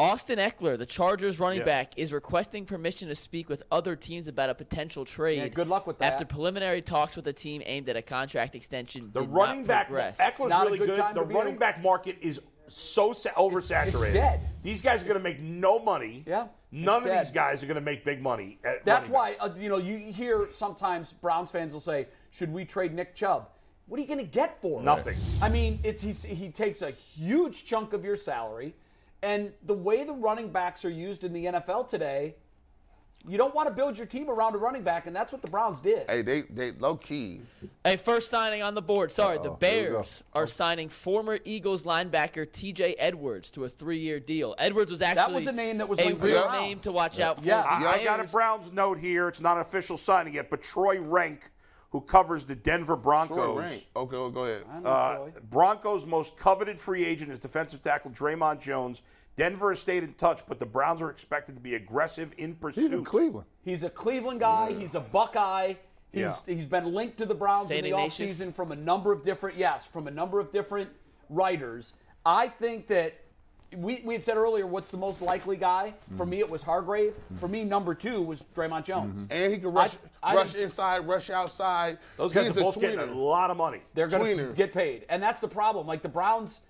[SPEAKER 1] Austin Eckler, the Chargers running
[SPEAKER 4] Yeah.
[SPEAKER 1] back, is requesting permission to speak with other teams about a potential trade.
[SPEAKER 3] Yeah, good luck with that.
[SPEAKER 1] After preliminary talks with a team aimed at a contract extension,
[SPEAKER 4] The
[SPEAKER 1] did
[SPEAKER 4] running
[SPEAKER 1] not
[SPEAKER 4] back,
[SPEAKER 1] progress.
[SPEAKER 4] Eckler's
[SPEAKER 3] Not a
[SPEAKER 4] really
[SPEAKER 3] good
[SPEAKER 4] good.
[SPEAKER 3] time
[SPEAKER 4] The
[SPEAKER 3] to be
[SPEAKER 4] running
[SPEAKER 3] a-
[SPEAKER 4] back market is so sa- oversaturated.
[SPEAKER 3] dead.
[SPEAKER 4] These guys are going to make no money.
[SPEAKER 3] Yeah, it's
[SPEAKER 4] None of
[SPEAKER 3] dead.
[SPEAKER 4] these guys are going to make big money. at
[SPEAKER 3] That's
[SPEAKER 4] running back.
[SPEAKER 3] why uh, you know you hear sometimes Browns fans will say, "Should we trade Nick Chubb?" What are you going to get for him?
[SPEAKER 4] Nothing.
[SPEAKER 3] I mean, it's he's, he takes a huge chunk of your salary, and the way the running backs are used in the NFL today, you don't want to build your team around a running back, and that's what the Browns did.
[SPEAKER 2] Hey, they they low key.
[SPEAKER 1] Hey, first signing on the board. Sorry, the
[SPEAKER 5] here we go.
[SPEAKER 1] Bears are signing former Eagles linebacker T.J. Edwards to a three-year deal. Edwards was actually
[SPEAKER 3] was a name that was
[SPEAKER 1] a
[SPEAKER 3] linked to
[SPEAKER 1] real
[SPEAKER 3] the Browns.
[SPEAKER 1] name to watch out for.
[SPEAKER 3] Yeah.
[SPEAKER 1] The
[SPEAKER 4] I, I got a
[SPEAKER 1] Bears-
[SPEAKER 4] Browns note here. It's not an official signing yet, but Troy Rank, who covers the Denver
[SPEAKER 2] Troy
[SPEAKER 4] Broncos,
[SPEAKER 2] Rank. Okay, well, go ahead.
[SPEAKER 3] Uh,
[SPEAKER 4] Broncos' most coveted free agent is defensive tackle Draymond Jones. Denver has stayed in touch, but the Browns are expected to be aggressive in
[SPEAKER 5] He's in
[SPEAKER 4] pursuit.
[SPEAKER 5] Cleveland.
[SPEAKER 3] He's a Cleveland guy. He's a Buckeye. He's,
[SPEAKER 4] Yeah.
[SPEAKER 3] he's been linked to the Browns
[SPEAKER 1] Saint
[SPEAKER 3] in the
[SPEAKER 1] Ignatius?
[SPEAKER 3] offseason from a number of different yes, from a number of different writers. I think that we we had said earlier what's the most likely guy. For
[SPEAKER 2] Mm-hmm.
[SPEAKER 3] me, it was Hargrave. For me, number two was Draymond Jones.
[SPEAKER 2] Mm-hmm. And he can rush,
[SPEAKER 3] I
[SPEAKER 2] rush
[SPEAKER 3] think-
[SPEAKER 2] inside, rush outside.
[SPEAKER 4] Those
[SPEAKER 2] He
[SPEAKER 4] guys
[SPEAKER 2] is
[SPEAKER 4] are
[SPEAKER 2] a
[SPEAKER 4] both getting a
[SPEAKER 2] tweener.
[SPEAKER 4] lot of money.
[SPEAKER 3] They're going to
[SPEAKER 2] Tweener.
[SPEAKER 3] get paid, and that's the problem. Like the Browns,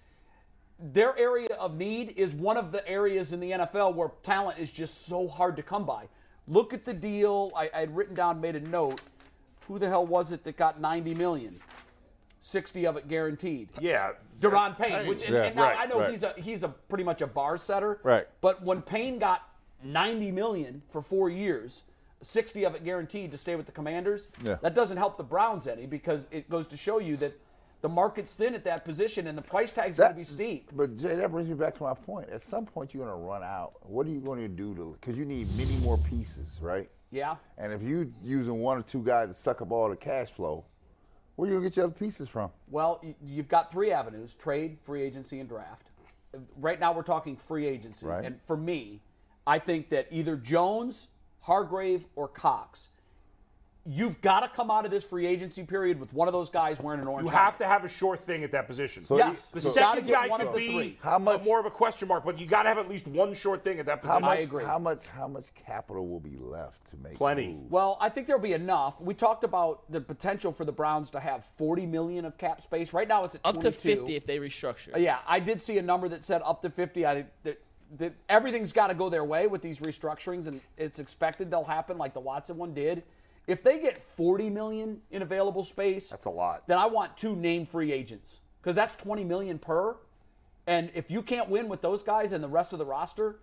[SPEAKER 3] their area of need is one of the areas in the NFL where talent is just so hard to come by. Look at the deal. I, I had written down, made a note. Who the hell was it that got 90 million? 60 of it guaranteed.
[SPEAKER 4] Yeah.
[SPEAKER 3] Deron Payne, which and,
[SPEAKER 5] Yeah,
[SPEAKER 3] and now
[SPEAKER 4] right,
[SPEAKER 3] I know
[SPEAKER 5] right.
[SPEAKER 3] he's a he's a pretty much a bar setter.
[SPEAKER 5] Right.
[SPEAKER 3] But when Payne got 90 million for four years, 60 of it guaranteed to stay with the Commanders,
[SPEAKER 5] Yeah.
[SPEAKER 3] that doesn't help the Browns any because it goes to show you that the market's thin at that position and the price tag's going to be steep.
[SPEAKER 5] But Jay, that brings me back to my point. At some point, you're going to run out. What are you going to do to? Because you need many more pieces, right?
[SPEAKER 3] Yeah.
[SPEAKER 5] And if you using one or two guys to suck up all the cash flow, where you going to get your other pieces from?
[SPEAKER 3] Well, y- you've got three avenues: trade, free agency, and draft. Right now, we're talking free agency,
[SPEAKER 5] Right.
[SPEAKER 3] and for me, I think that either Jones, Hargrave, or Cox. You've got to come out of this free agency period with one of those guys wearing an orange.
[SPEAKER 4] You have
[SPEAKER 3] helmet.
[SPEAKER 4] to have a sure thing at that position.
[SPEAKER 5] So
[SPEAKER 3] Yes.
[SPEAKER 4] The
[SPEAKER 3] So- Gotta
[SPEAKER 4] second
[SPEAKER 3] get
[SPEAKER 4] guy
[SPEAKER 3] one of
[SPEAKER 4] could
[SPEAKER 3] the
[SPEAKER 4] be
[SPEAKER 3] three.
[SPEAKER 5] How much-
[SPEAKER 4] a- more of a question mark, but you got to have at least one short thing at that
[SPEAKER 5] How
[SPEAKER 4] position.
[SPEAKER 5] much?
[SPEAKER 3] agree.
[SPEAKER 5] How much? How much capital will be left to make?
[SPEAKER 4] Plenty.
[SPEAKER 5] moves?
[SPEAKER 3] Well, I think there'll be enough. We talked about the potential for the Browns to have 40 million of cap space. Right now, it's at
[SPEAKER 1] Up to
[SPEAKER 3] 22.
[SPEAKER 1] 50 if they restructure.
[SPEAKER 3] Uh, Yeah, I did see a number that said up to 50. I that, that everything's got to go their way with these restructurings, and it's expected they'll happen, like the Watson one did. If they get 40 million in available space,
[SPEAKER 4] That's a lot.
[SPEAKER 3] Then I want two name free agents because that's 20 million per. And if you can't win with those guys and the rest of the roster,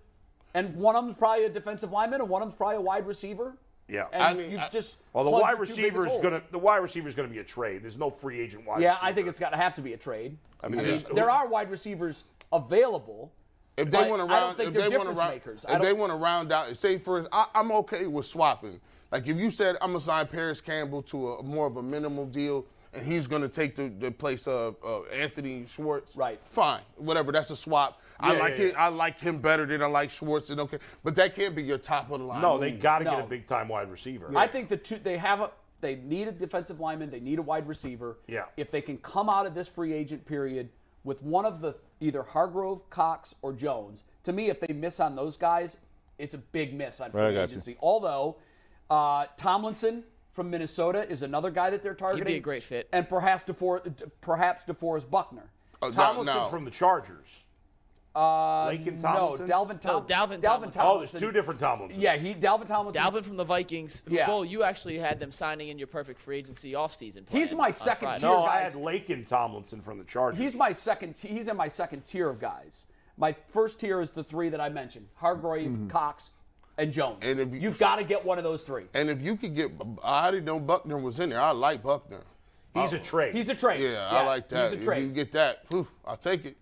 [SPEAKER 3] and one of them's probably a defensive lineman, and one of them's probably a wide receiver.
[SPEAKER 4] Yeah.
[SPEAKER 3] and
[SPEAKER 2] I mean,
[SPEAKER 3] you've
[SPEAKER 2] I-
[SPEAKER 3] just
[SPEAKER 4] Well, the
[SPEAKER 3] plugged
[SPEAKER 4] wide
[SPEAKER 3] your two biggest
[SPEAKER 4] receiver is
[SPEAKER 3] holes.
[SPEAKER 4] going to the wide receiver is going to be a trade. There's no free agent wide.
[SPEAKER 3] Yeah,
[SPEAKER 4] receiver.
[SPEAKER 3] I think it's got to have to be a trade. I mean,
[SPEAKER 2] mean, yeah.
[SPEAKER 3] there are wide receivers available.
[SPEAKER 2] If they
[SPEAKER 3] but
[SPEAKER 2] want to
[SPEAKER 3] I don't
[SPEAKER 2] round,
[SPEAKER 3] think
[SPEAKER 2] if
[SPEAKER 3] they're
[SPEAKER 2] they want to
[SPEAKER 3] difference
[SPEAKER 2] round,
[SPEAKER 3] makers. I
[SPEAKER 2] if they
[SPEAKER 3] don't-
[SPEAKER 2] want to round out, say for, I, I'm okay with swapping. Like if you said I'm gonna sign Paris Campbell to a more of a minimal deal and he's going to take the, the place of uh, Anthony Schwartz.
[SPEAKER 3] Right.
[SPEAKER 2] Fine, whatever. That's a swap. I
[SPEAKER 4] Yeah,
[SPEAKER 2] like
[SPEAKER 4] yeah,
[SPEAKER 2] him. I like him better than I like Schwartz. And okay, but that can't be your top of the line.
[SPEAKER 4] No, they
[SPEAKER 2] move.
[SPEAKER 4] got to get
[SPEAKER 3] No.
[SPEAKER 4] a big time wide receiver.
[SPEAKER 3] I think the two they have a they need a defensive lineman, they need a wide receiver.
[SPEAKER 4] Yeah.
[SPEAKER 3] If they can come out of this free agent period with one of the either Hargrove, Cox, or Jones, to me, if they miss on those guys, it's a big miss on free
[SPEAKER 7] I got you.
[SPEAKER 3] agency. Although uh, Tomlinson from Minnesota is another guy that they're targeting.
[SPEAKER 1] great fit.
[SPEAKER 3] And perhaps DeFor- perhaps DeForest Buckner.
[SPEAKER 4] Oh,
[SPEAKER 2] Uh, no,
[SPEAKER 4] Tomlinson's
[SPEAKER 2] no.
[SPEAKER 4] from the Chargers. Uh, Lincoln Tomlinson.
[SPEAKER 3] No, Dalvin
[SPEAKER 1] No,
[SPEAKER 3] Tomlinson.
[SPEAKER 1] Dalvin
[SPEAKER 3] Dalvin
[SPEAKER 1] Tomlinson.
[SPEAKER 4] oh, there's
[SPEAKER 3] Tomlinson.
[SPEAKER 4] two different Tomlinsons.
[SPEAKER 3] Yeah, he Dalvin Tomlinson.
[SPEAKER 1] Dalvin from the Vikings. who,
[SPEAKER 3] Yeah.
[SPEAKER 1] Bull, you actually had them signing in your perfect free agency offseason.
[SPEAKER 3] He's
[SPEAKER 1] plan
[SPEAKER 3] my
[SPEAKER 1] on
[SPEAKER 3] second
[SPEAKER 1] Friday.
[SPEAKER 3] tier
[SPEAKER 4] No, Oh, I
[SPEAKER 3] guys.
[SPEAKER 4] had Lakin Tomlinson from the Chargers.
[SPEAKER 3] He's my second. T- he's in my second tier of guys. My first tier is the three that I mentioned: Hargrave, Cox, and Jones.
[SPEAKER 2] Mm-hmm. And if you-
[SPEAKER 3] you, have got to get one of those three.
[SPEAKER 2] And if you could get, I didn't know Buckner was in there. I like Buckner.
[SPEAKER 4] He's a trade.
[SPEAKER 3] Oh. He's a trade.
[SPEAKER 2] Yeah, I like that.
[SPEAKER 3] He's a
[SPEAKER 2] If
[SPEAKER 3] trade.
[SPEAKER 2] you get that, phew, I'll take it.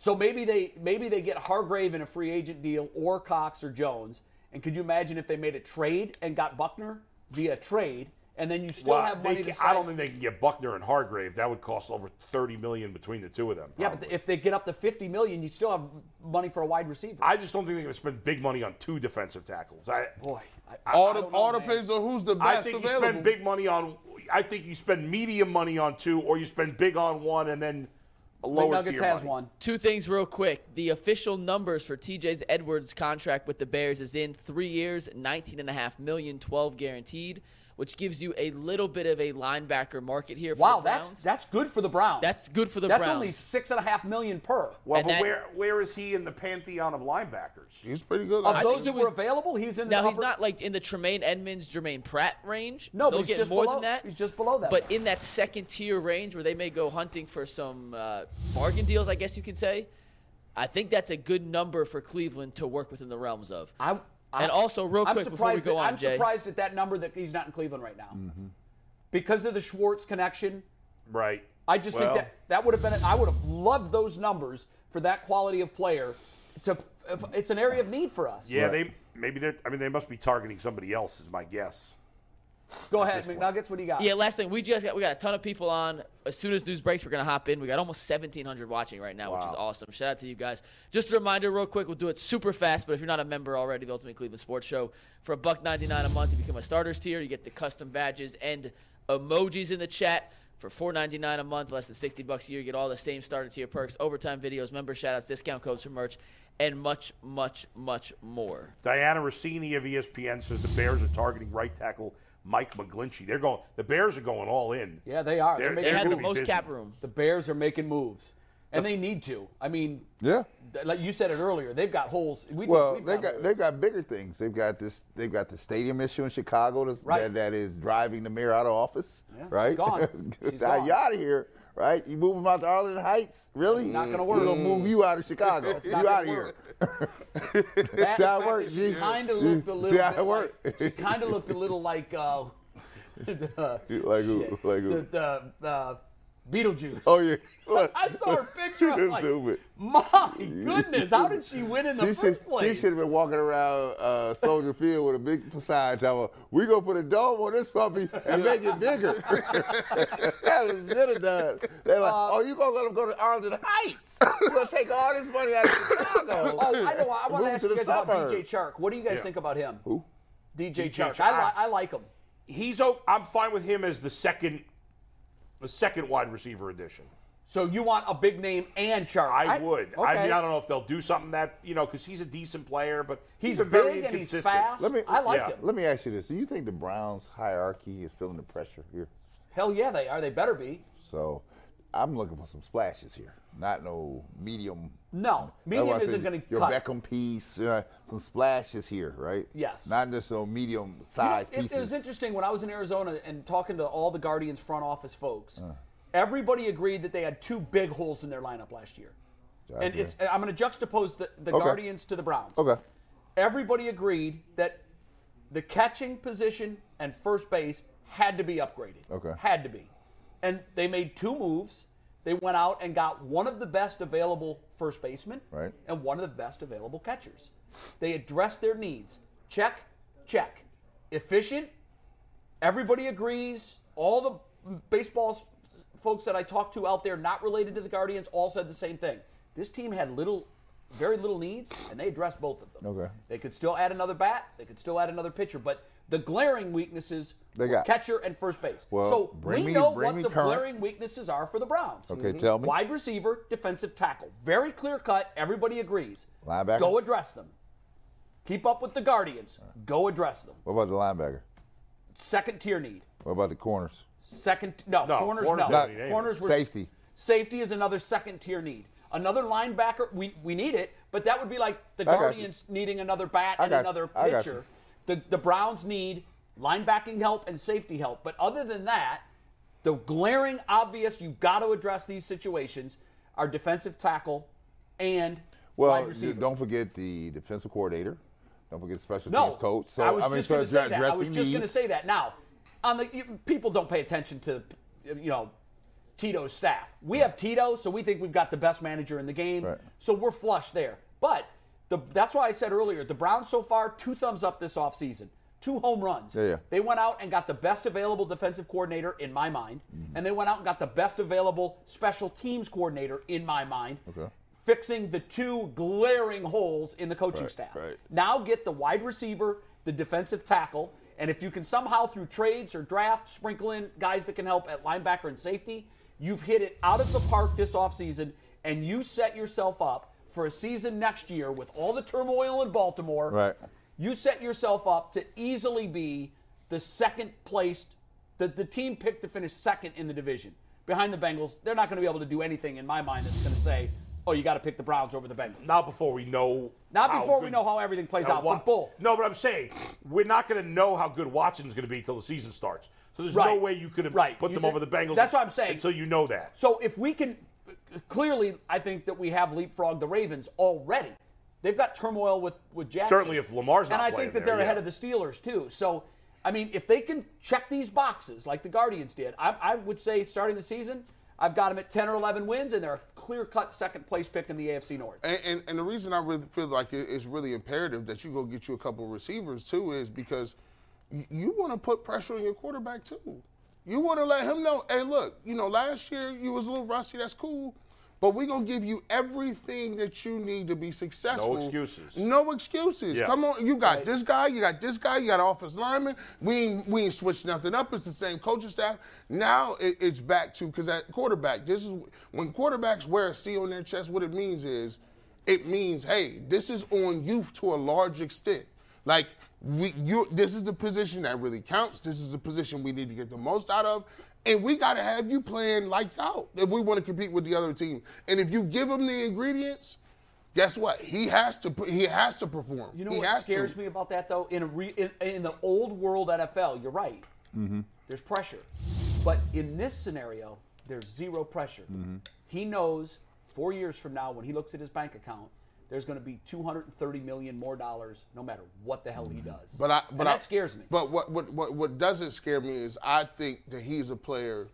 [SPEAKER 3] so maybe they maybe they get Hargrave in a free agent deal or Cox or Jones. And could you imagine if they made a trade and got Buckner via trade, and then you still
[SPEAKER 4] Well,
[SPEAKER 3] have
[SPEAKER 4] they
[SPEAKER 3] money
[SPEAKER 4] ca-
[SPEAKER 3] to sign?
[SPEAKER 4] I don't think they can get Buckner and Hargrave. That would cost over 30 million between the two of them.
[SPEAKER 3] yeah, but
[SPEAKER 4] probably.
[SPEAKER 3] if they get up to 50 million, you still have money for a wide receiver.
[SPEAKER 4] I just don't think they're going to spend big money on two defensive tackles. I,
[SPEAKER 3] Boy, I,
[SPEAKER 2] All
[SPEAKER 3] I
[SPEAKER 2] the,
[SPEAKER 3] don't know,
[SPEAKER 2] all
[SPEAKER 3] man.
[SPEAKER 2] depends on who's the best
[SPEAKER 4] I think you
[SPEAKER 2] available.
[SPEAKER 4] spend big money on. I think you spend medium money on two, or you spend big on one and then a lower
[SPEAKER 3] McNuggets
[SPEAKER 4] tier
[SPEAKER 3] has
[SPEAKER 4] money.
[SPEAKER 3] one.
[SPEAKER 1] Two things real quick. The official numbers for TJ's Edwards contract with the Bears is in three years, 19 and a half million, 12 guaranteed, which gives you a little bit of a linebacker market here. For
[SPEAKER 3] Wow,
[SPEAKER 1] the Browns.
[SPEAKER 3] that's that's good for the Browns.
[SPEAKER 1] That's good for the
[SPEAKER 3] that's
[SPEAKER 1] Browns.
[SPEAKER 3] only six and a half million per.
[SPEAKER 4] Well,
[SPEAKER 1] And
[SPEAKER 4] but
[SPEAKER 1] that-
[SPEAKER 4] where where is he in the pantheon of linebackers?
[SPEAKER 2] He's pretty good.
[SPEAKER 3] Of
[SPEAKER 2] I
[SPEAKER 3] those
[SPEAKER 2] think-
[SPEAKER 3] that
[SPEAKER 1] Uh, he was-
[SPEAKER 3] were available, he's in the
[SPEAKER 1] now he's
[SPEAKER 3] upper-
[SPEAKER 1] not like in the Tremaine Edmonds, Jermaine Pratt range.
[SPEAKER 3] No,
[SPEAKER 1] They'll
[SPEAKER 3] but he's
[SPEAKER 1] get
[SPEAKER 3] just
[SPEAKER 1] more
[SPEAKER 3] below
[SPEAKER 1] than that.
[SPEAKER 3] He's just below that.
[SPEAKER 1] But in that second tier range where they may go hunting for some uh, bargain deals, I guess you could say, I think that's a good number for Cleveland to work within the realms of.
[SPEAKER 3] I'm,
[SPEAKER 1] and also, real
[SPEAKER 3] I'm
[SPEAKER 1] quick before we
[SPEAKER 3] surprised
[SPEAKER 1] go
[SPEAKER 3] that-
[SPEAKER 1] on,
[SPEAKER 3] I'm
[SPEAKER 1] Jay. Mm-hmm.
[SPEAKER 3] surprised at that number that he's not in Cleveland right now, because of the Schwartz connection.
[SPEAKER 4] Right.
[SPEAKER 3] I just
[SPEAKER 4] Well-
[SPEAKER 3] think that that would have been. I would have loved those numbers for that quality of player. To if, it's an area of need for us.
[SPEAKER 4] Yeah, they maybe they. are I mean, they must be targeting somebody else. Is my guess.
[SPEAKER 3] Go ahead, McNuggets. What do you got?
[SPEAKER 1] Yeah, last thing we just got we got a ton of people on. As soon as news breaks, we're gonna hop in. We got almost 1,700 watching right now, which is awesome. Shout out to you guys. Just a reminder, real quick, we'll do it super fast. But if you're not a member already, of the Ultimate Cleveland Sports Show for a buck 99 a month, you become a starters tier. You get the custom badges and emojis in the chat. For 4.99 a month, less than 60 bucks a year, you get all the same starter tier perks, overtime videos, member shoutouts, discount codes for merch, and much, much, much more.
[SPEAKER 4] Diana Rossini of E ESPN says the Bears are targeting right tackle Mike McGlinchey. They're going. The Bears are going all in.
[SPEAKER 3] Yeah, they are. They're
[SPEAKER 4] They're-
[SPEAKER 3] making
[SPEAKER 1] They
[SPEAKER 4] they're
[SPEAKER 1] had
[SPEAKER 3] moves.
[SPEAKER 1] the
[SPEAKER 4] gonna be
[SPEAKER 1] most
[SPEAKER 4] busy.
[SPEAKER 1] cap room.
[SPEAKER 3] The Bears are making moves, and they need to. I mean,
[SPEAKER 5] Yeah.
[SPEAKER 3] th- like you said it earlier, they've got holes. We think
[SPEAKER 5] Well,
[SPEAKER 3] we've
[SPEAKER 5] they
[SPEAKER 3] holes.
[SPEAKER 5] got they got bigger things. They've got this. They've got the stadium issue in Chicago that's,
[SPEAKER 3] Right.
[SPEAKER 5] that, that is driving the mayor out of office.
[SPEAKER 3] Yeah, she's
[SPEAKER 5] right?
[SPEAKER 3] gone. She's gone.
[SPEAKER 5] You out of here, right? You move him out to Arlington Heights? Really?
[SPEAKER 3] not gonna
[SPEAKER 5] We're
[SPEAKER 3] work.
[SPEAKER 5] gonna move you out of Chicago.
[SPEAKER 3] That's
[SPEAKER 5] you
[SPEAKER 3] not
[SPEAKER 5] out of
[SPEAKER 3] gonna
[SPEAKER 5] here.
[SPEAKER 3] That,
[SPEAKER 5] See how it
[SPEAKER 3] fact
[SPEAKER 5] works,
[SPEAKER 3] that She
[SPEAKER 5] G?
[SPEAKER 3] kind of looked a
[SPEAKER 5] See
[SPEAKER 3] little.
[SPEAKER 5] how
[SPEAKER 3] bit
[SPEAKER 5] it worked?
[SPEAKER 3] Like, she kind of looked a little like. Uh, the,
[SPEAKER 5] Like who?
[SPEAKER 3] shit,
[SPEAKER 5] Like who?
[SPEAKER 3] The, the uh, Beetlejuice.
[SPEAKER 5] Oh yeah. What?
[SPEAKER 3] I saw her picture. I'm
[SPEAKER 5] You're
[SPEAKER 3] like,
[SPEAKER 5] stupid.
[SPEAKER 3] my goodness, how did she win in the
[SPEAKER 5] She
[SPEAKER 3] first
[SPEAKER 5] should, she
[SPEAKER 3] place?
[SPEAKER 5] should have been walking around uh, Soldier Field with a big sign talking about, we going to put a dome on this puppy and make it bigger. that was should have done. They're like,
[SPEAKER 3] Uh,
[SPEAKER 5] oh, you going to let him go to Arlington Heights? You're going to take all this money out of
[SPEAKER 3] oh,
[SPEAKER 5] Chicago.
[SPEAKER 3] I know. I
[SPEAKER 5] and
[SPEAKER 3] want
[SPEAKER 5] move
[SPEAKER 3] to ask
[SPEAKER 5] to
[SPEAKER 3] you
[SPEAKER 5] the
[SPEAKER 3] guys about
[SPEAKER 5] suburbs."
[SPEAKER 3] DJ Chark. What do you guys think about him? Who? DJ,
[SPEAKER 4] DJ
[SPEAKER 3] Chark. I, li-
[SPEAKER 4] Chark.
[SPEAKER 3] I like him.
[SPEAKER 4] He's. o- I'm fine with him as the second, the second wide receiver addition.
[SPEAKER 3] So you want a big name and Chark?
[SPEAKER 4] I would. I mean,
[SPEAKER 3] okay.
[SPEAKER 4] I don't know if they'll do something that you know because he's a decent player, but he's,
[SPEAKER 3] He's
[SPEAKER 4] been very
[SPEAKER 3] big and he's
[SPEAKER 4] inconsistent.
[SPEAKER 3] fast.
[SPEAKER 5] Let me,
[SPEAKER 3] I like
[SPEAKER 4] yeah.
[SPEAKER 3] him.
[SPEAKER 5] Let me ask you this. Do you think the Browns hierarchy is feeling the pressure here?
[SPEAKER 3] Hell yeah, they are. They better be.
[SPEAKER 5] So I'm looking for some splashes here, not no medium
[SPEAKER 3] No,
[SPEAKER 5] That's why
[SPEAKER 3] medium
[SPEAKER 5] I
[SPEAKER 3] isn't
[SPEAKER 5] said
[SPEAKER 3] going to
[SPEAKER 5] your
[SPEAKER 3] cut.
[SPEAKER 5] Beckham piece, uh, some splashes here, right?
[SPEAKER 3] Yes.
[SPEAKER 5] Not just some medium
[SPEAKER 3] You know,
[SPEAKER 5] sized
[SPEAKER 3] it-
[SPEAKER 5] pieces.
[SPEAKER 3] It was interesting when I was in Arizona and talking to all the Guardians front office folks.
[SPEAKER 5] Uh.
[SPEAKER 3] Everybody agreed that they had two big holes in their lineup last year. And
[SPEAKER 5] agree.
[SPEAKER 3] it's, I'm going to juxtapose the, the
[SPEAKER 5] Okay.
[SPEAKER 3] Guardians to the Browns.
[SPEAKER 5] Okay.
[SPEAKER 3] Everybody agreed that the catching position and first base had to be upgraded.
[SPEAKER 5] Okay.
[SPEAKER 3] Had to be. And they made two moves. They went out and got one of the best available first basemen
[SPEAKER 5] Right.
[SPEAKER 3] and one of the best available catchers. They addressed their needs. Check, check. Efficient. Everybody agrees. All the baseball folks that I talked to out there not related to the Guardians all said the same thing. This team had little, very little needs, and they addressed both of them.
[SPEAKER 5] Okay.
[SPEAKER 3] They could still add another bat. They could still add another pitcher, but the glaring weaknesses
[SPEAKER 5] They
[SPEAKER 3] were
[SPEAKER 5] got-
[SPEAKER 3] catcher and first base.
[SPEAKER 5] Well,
[SPEAKER 3] so
[SPEAKER 5] bring
[SPEAKER 3] we
[SPEAKER 5] me-
[SPEAKER 3] know
[SPEAKER 5] bring
[SPEAKER 3] what
[SPEAKER 5] me
[SPEAKER 3] the
[SPEAKER 5] current.
[SPEAKER 3] glaring weaknesses are for the Browns. Mhm.
[SPEAKER 5] Okay, tell me.
[SPEAKER 3] Wide receiver, defensive tackle. Very clear cut. Everybody agrees.
[SPEAKER 5] Linebacker?
[SPEAKER 3] Go address them. Keep up with the Guardians. Go address them.
[SPEAKER 5] What about the linebacker?
[SPEAKER 3] Second tier need.
[SPEAKER 5] What about the corners?
[SPEAKER 3] Second, no,
[SPEAKER 4] No,
[SPEAKER 3] corners,
[SPEAKER 4] corners
[SPEAKER 3] no.
[SPEAKER 4] don't need anything.
[SPEAKER 3] corners were
[SPEAKER 5] Safety.
[SPEAKER 3] Safety is another second tier need. Another linebacker, we, we need it, but that would be like the
[SPEAKER 5] got you.
[SPEAKER 3] Guardians needing another bat
[SPEAKER 5] I
[SPEAKER 3] and
[SPEAKER 5] got you.
[SPEAKER 3] another
[SPEAKER 5] I got
[SPEAKER 3] pitcher. The, the Browns need linebacking help and safety help. But other than that, the glaring obvious you've got to address these situations are defensive tackle and
[SPEAKER 5] Well,
[SPEAKER 3] wide receiver.
[SPEAKER 5] d- don't forget the defensive coordinator. Don't forget special
[SPEAKER 3] No,
[SPEAKER 5] teams coach. So
[SPEAKER 3] I was
[SPEAKER 5] mean,
[SPEAKER 3] just
[SPEAKER 5] so
[SPEAKER 3] going to say that. I was
[SPEAKER 5] addressing
[SPEAKER 3] just going to
[SPEAKER 5] needs.
[SPEAKER 3] say that. Now, on the you, people don't pay attention to, you know, Tito's staff. We have Tito, so we think we've got the best manager in the game.
[SPEAKER 5] Right.
[SPEAKER 3] So we're flush there. But the, that's why I said earlier, the Browns so far two thumbs up this offseason. Two home runs.
[SPEAKER 5] Yeah, yeah.
[SPEAKER 3] They went out and got the best available defensive coordinator in my mind,
[SPEAKER 5] Mm-hmm.
[SPEAKER 3] and they went out and got the best available special teams coordinator in my mind.
[SPEAKER 5] Okay.
[SPEAKER 3] Fixing the two glaring holes in the coaching staff.
[SPEAKER 5] right.
[SPEAKER 3] Now get the wide receiver, the defensive tackle, and if you can somehow through trades or draft sprinkle in guys that can help at linebacker and safety, you've hit it out of the park this offseason, and you set yourself up for a season next year with all the turmoil in Baltimore.
[SPEAKER 5] Right.
[SPEAKER 3] You set yourself up to easily be the second placed, the, the team picked to finish second in the division. Behind the Bengals, they're not going to be able to do anything in my mind that's going to say, oh, you got to pick the Browns over the Bengals.
[SPEAKER 4] Not before we know.
[SPEAKER 3] Not
[SPEAKER 4] how
[SPEAKER 3] before we
[SPEAKER 4] good-
[SPEAKER 3] know how everything plays
[SPEAKER 4] how
[SPEAKER 3] out,
[SPEAKER 4] Wa-
[SPEAKER 3] but Bull.
[SPEAKER 4] No, but I'm saying we're not going to know how good Watson's going to be till the season starts. So there's no
[SPEAKER 3] Right.
[SPEAKER 4] way you could
[SPEAKER 3] Right.
[SPEAKER 4] put
[SPEAKER 3] You
[SPEAKER 4] them
[SPEAKER 3] did-
[SPEAKER 4] over the Bengals.
[SPEAKER 3] that's what I'm saying.
[SPEAKER 4] Until you know that.
[SPEAKER 3] So if we can, clearly, I think that we have leapfrogged the Ravens already. They've got turmoil with with Jackson.
[SPEAKER 4] Certainly if Lamar's not
[SPEAKER 3] and I
[SPEAKER 4] playing
[SPEAKER 3] think that
[SPEAKER 4] there,
[SPEAKER 3] they're ahead
[SPEAKER 4] yeah.
[SPEAKER 3] of the Steelers too. So, I mean, if they can check these boxes like the Guardians did, I, I would say starting the season, I've got them at ten or eleven wins, and they're a clear cut second place pick in the AFC North.
[SPEAKER 2] And, and, and the reason I really feel like it- it's really imperative that you go get you a couple of receivers too is because y- you want to put pressure on your quarterback too. You want to let him know, hey, look, you know, last year you was a little rusty. That's cool, but we gonna give you everything that you need to be successful.
[SPEAKER 4] excuses.
[SPEAKER 2] No excuses.
[SPEAKER 4] Yeah.
[SPEAKER 2] Come on, you got this guy, you got this guy, you got offense lineman. We ain't, we ain't switched nothing up. It's the same coaching staff. Now it, it's back to because that quarterback. This is when quarterbacks wear a C on their chest. What it means is, it means hey, this is on you to a large extent. Like we, you, this is the position that really counts. This is the position we need to get the most out of, and we got to have you playing lights out if we want to compete with the other team. And if you give them the ingredients, guess what? He has to. He has to perform.
[SPEAKER 3] You know
[SPEAKER 2] he
[SPEAKER 3] what
[SPEAKER 2] has
[SPEAKER 3] scares
[SPEAKER 2] to.
[SPEAKER 3] me about that though? In a re, in, in the old world NFL, you're right.
[SPEAKER 2] Mm-hmm.
[SPEAKER 3] There's pressure, but in this scenario, there's zero pressure.
[SPEAKER 2] Mm-hmm.
[SPEAKER 3] He knows four years from now, when he looks at his bank account, there's going to be 230 million more dollars, no matter what the hell he does.
[SPEAKER 2] Mm-hmm. But I. But
[SPEAKER 3] And
[SPEAKER 2] I-
[SPEAKER 3] that scares me.
[SPEAKER 2] But what, what what what doesn't scare me is I think that he's a player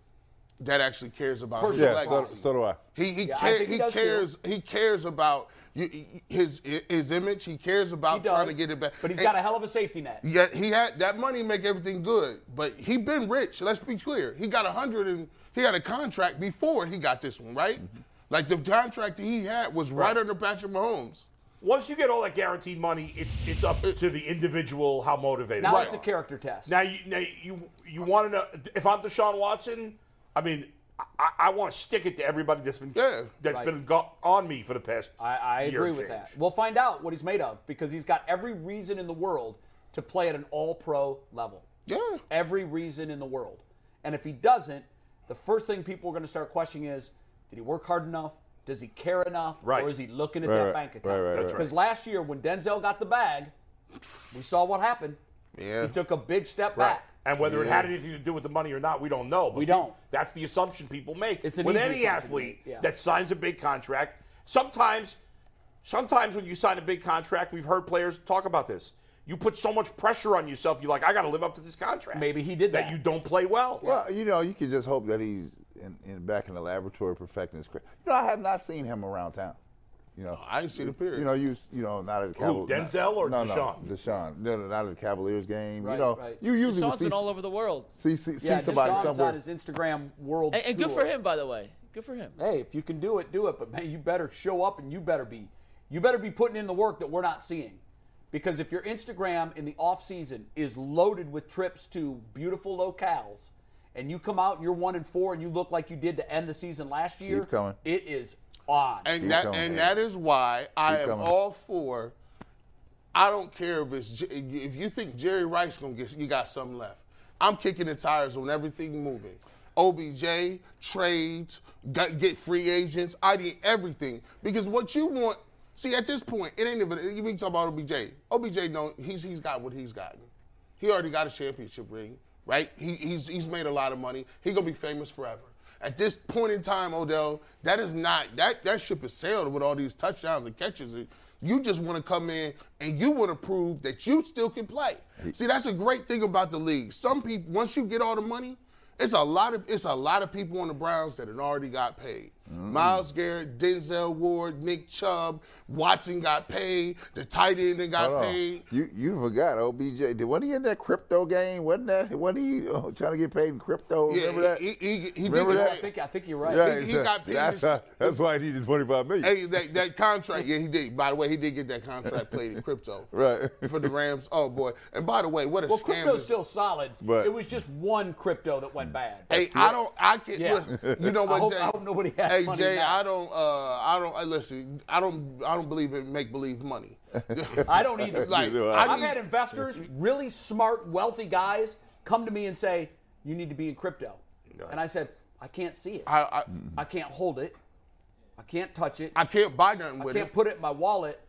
[SPEAKER 2] that actually cares about his
[SPEAKER 3] Personal
[SPEAKER 5] Yeah,
[SPEAKER 2] legacy.
[SPEAKER 5] so, so do I.
[SPEAKER 2] He he,
[SPEAKER 3] Yeah, I
[SPEAKER 2] care,
[SPEAKER 3] think he
[SPEAKER 2] he,
[SPEAKER 3] does too.
[SPEAKER 2] cares he cares about y- y- his his image. He cares about
[SPEAKER 3] he does,
[SPEAKER 2] trying to get it back.
[SPEAKER 3] But he's
[SPEAKER 2] And-
[SPEAKER 3] got a hell of a safety net.
[SPEAKER 2] Yeah, he had that money make everything good, but he been rich. Let's be clear. He got a hundred and he had a contract before he got this one, right?
[SPEAKER 3] Mm-hmm.
[SPEAKER 2] Like the contract that he had was right, under Patrick Mahomes.
[SPEAKER 4] Once you get all that guaranteed money, it's it's up to the individual how motivated.
[SPEAKER 3] Now
[SPEAKER 4] they
[SPEAKER 3] it's a
[SPEAKER 4] are.
[SPEAKER 3] character test.
[SPEAKER 4] Now you now you you want to know if I'm Deshaun Watson, I mean I, I want to stick it to everybody that's been
[SPEAKER 2] Yeah.
[SPEAKER 4] that's
[SPEAKER 3] Right.
[SPEAKER 4] been go- on me for the past.
[SPEAKER 3] I, I
[SPEAKER 4] year
[SPEAKER 3] agree
[SPEAKER 4] and
[SPEAKER 3] with that.
[SPEAKER 4] change.
[SPEAKER 3] We'll find out what he's made of because he's got every reason in the world to play at an all pro level.
[SPEAKER 2] Yeah.
[SPEAKER 3] Every reason in the world. And if he doesn't, the first thing people are going to start questioning is did he work hard enough? Does he care enough?
[SPEAKER 4] Right.
[SPEAKER 3] Or is he looking at
[SPEAKER 5] Right,
[SPEAKER 3] that
[SPEAKER 5] right,
[SPEAKER 3] bank
[SPEAKER 5] right, right,
[SPEAKER 3] account?
[SPEAKER 5] That's
[SPEAKER 3] Because last year, when Denzel got the bag, we saw what happened.
[SPEAKER 2] Yeah.
[SPEAKER 3] He took a big step
[SPEAKER 4] Right.
[SPEAKER 3] back.
[SPEAKER 4] And whether it had anything to do with the money or not, we don't know. But
[SPEAKER 3] We don't.
[SPEAKER 4] That's the assumption people make
[SPEAKER 3] It's an
[SPEAKER 4] with
[SPEAKER 3] easy
[SPEAKER 4] any
[SPEAKER 3] assumption to
[SPEAKER 4] athlete
[SPEAKER 3] make, yeah.
[SPEAKER 4] that signs a big contract. Sometimes, sometimes when you sign a big contract, we've heard players talk about this. You put so much pressure on yourself. You're like, I got to live up to this contract.
[SPEAKER 3] Maybe he did that.
[SPEAKER 4] you don't play well.
[SPEAKER 5] Well, you know, you can just hope that he's in, in back in the laboratory perfecting his craft. You know, I have not seen him around town. You know,
[SPEAKER 2] I ain't seen a period.
[SPEAKER 5] You know, you you know, not at the
[SPEAKER 4] Who,
[SPEAKER 5] Cavaliers.
[SPEAKER 4] Denzel or
[SPEAKER 5] no,
[SPEAKER 4] Deshaun?
[SPEAKER 5] No, Deshaun. No, no, not at the Cavaliers game.
[SPEAKER 3] Right,
[SPEAKER 5] you know,
[SPEAKER 3] right.
[SPEAKER 5] you usually will
[SPEAKER 1] Sean's
[SPEAKER 5] see,
[SPEAKER 1] been all over the world.
[SPEAKER 5] see see, see
[SPEAKER 3] Yeah,
[SPEAKER 5] somebody
[SPEAKER 3] Deshaun's
[SPEAKER 5] somewhere.
[SPEAKER 3] on his Instagram world.
[SPEAKER 1] And, and good
[SPEAKER 3] tour.
[SPEAKER 1] for him, by the way. Good for him.
[SPEAKER 3] Hey, if you can do it, do it. But man, you better show up and you better be you better be putting in the work that we're not seeing. Because if your Instagram in the off season is loaded with trips to beautiful locales and you come out and you're one and four and you look like you did to end the season last year,
[SPEAKER 5] coming.
[SPEAKER 3] it is on.
[SPEAKER 2] And that
[SPEAKER 5] coming,
[SPEAKER 2] and
[SPEAKER 5] Eric.
[SPEAKER 2] that is why I
[SPEAKER 5] Keep
[SPEAKER 2] am
[SPEAKER 5] coming.
[SPEAKER 2] all for. I don't care if it's J- if you think Jerry Rice gonna get you got something left. I'm kicking the tires on everything moving. OBJ trades, got, get free agents. I need everything because what you want. See, at this point, it ain't even. You can talk about OBJ. OBJ, no, he's he's got what he's gotten. He already got a championship ring, right? He, he's he's made a lot of money. He gonna be famous forever. At this point in time, Odell, that is not that that ship has sailed with all these touchdowns and catches. And You just want to come in and you want to prove that you still can play. See, that's a great thing about the league. Some people, once you get all the money, it's a lot of it's a lot of people on the Browns that had already got paid.
[SPEAKER 5] Mm.
[SPEAKER 2] Miles Garrett, Denzel Ward, Nick Chubb, Watson got paid. The tight end that got
[SPEAKER 5] Hold on.
[SPEAKER 2] paid.
[SPEAKER 5] You you forgot OBJ. Did wasn't he in that crypto game? Wasn't that wasn't he uh, trying to get paid in crypto? Remember that?
[SPEAKER 2] He, he, he did
[SPEAKER 5] Remember
[SPEAKER 2] get
[SPEAKER 5] that?
[SPEAKER 3] I
[SPEAKER 2] paid.
[SPEAKER 3] think I think you're right.
[SPEAKER 5] Right,
[SPEAKER 2] he got paid
[SPEAKER 5] That's,
[SPEAKER 2] his-
[SPEAKER 5] that's why he needed twenty five million.
[SPEAKER 2] Hey, that, that contract, yeah, he did. By the way, he did get that contract played in crypto.
[SPEAKER 5] Right.
[SPEAKER 2] For the Rams. Oh, boy. And by the way, what a
[SPEAKER 3] Well,
[SPEAKER 2] scam.
[SPEAKER 3] crypto's
[SPEAKER 2] is-
[SPEAKER 3] still solid.
[SPEAKER 5] But-
[SPEAKER 3] it was just one crypto that went bad.
[SPEAKER 2] Hey, I don't. I can't.
[SPEAKER 3] Yeah.
[SPEAKER 2] Listen, you know
[SPEAKER 3] I
[SPEAKER 2] what,
[SPEAKER 3] hope-
[SPEAKER 2] Jay?
[SPEAKER 3] I hope nobody has
[SPEAKER 2] Hey,
[SPEAKER 3] money
[SPEAKER 2] Jay,
[SPEAKER 3] now.
[SPEAKER 2] I don't. Uh, I don't. I listen, I don't. I don't believe in make believe money.
[SPEAKER 3] I don't either.
[SPEAKER 2] Like,
[SPEAKER 5] Neither do I.
[SPEAKER 2] I
[SPEAKER 3] I've
[SPEAKER 2] need,
[SPEAKER 3] had investors, really smart, wealthy guys, come to me and say, "You need to be in crypto," and I said, "I can't see it. I,
[SPEAKER 2] I, I,
[SPEAKER 3] can't hold it. I can't touch it.
[SPEAKER 2] I
[SPEAKER 3] I,
[SPEAKER 2] can't buy nothing with
[SPEAKER 3] can't
[SPEAKER 2] it.
[SPEAKER 3] put it in my wallet.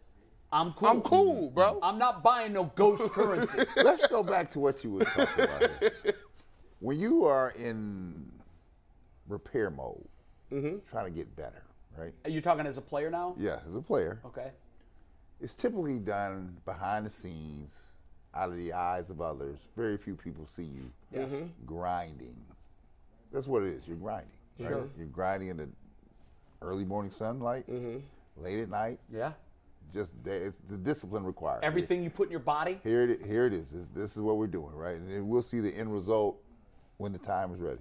[SPEAKER 3] I'm cool.
[SPEAKER 2] I'm cool, bro.
[SPEAKER 3] I'm not buying no ghost currency."
[SPEAKER 5] Let's go back to what you were talking about. here. When you are in repair mode,
[SPEAKER 2] Mm-hmm.
[SPEAKER 5] trying to get better, right?
[SPEAKER 3] Are you talking as a player now?
[SPEAKER 5] Yeah, as a player,
[SPEAKER 3] Okay.
[SPEAKER 5] it's typically done behind the scenes, out of the eyes of others. Very few people see you grinding. That's what it is. You're grinding. Right? You're grinding in the early morning sunlight, late at night.
[SPEAKER 3] Yeah.
[SPEAKER 5] Just the- it's the discipline required.
[SPEAKER 3] Everything you put in your body.
[SPEAKER 5] Here it, here it is. This, this is what we're doing, right? And then we'll see the end result when the time is ready.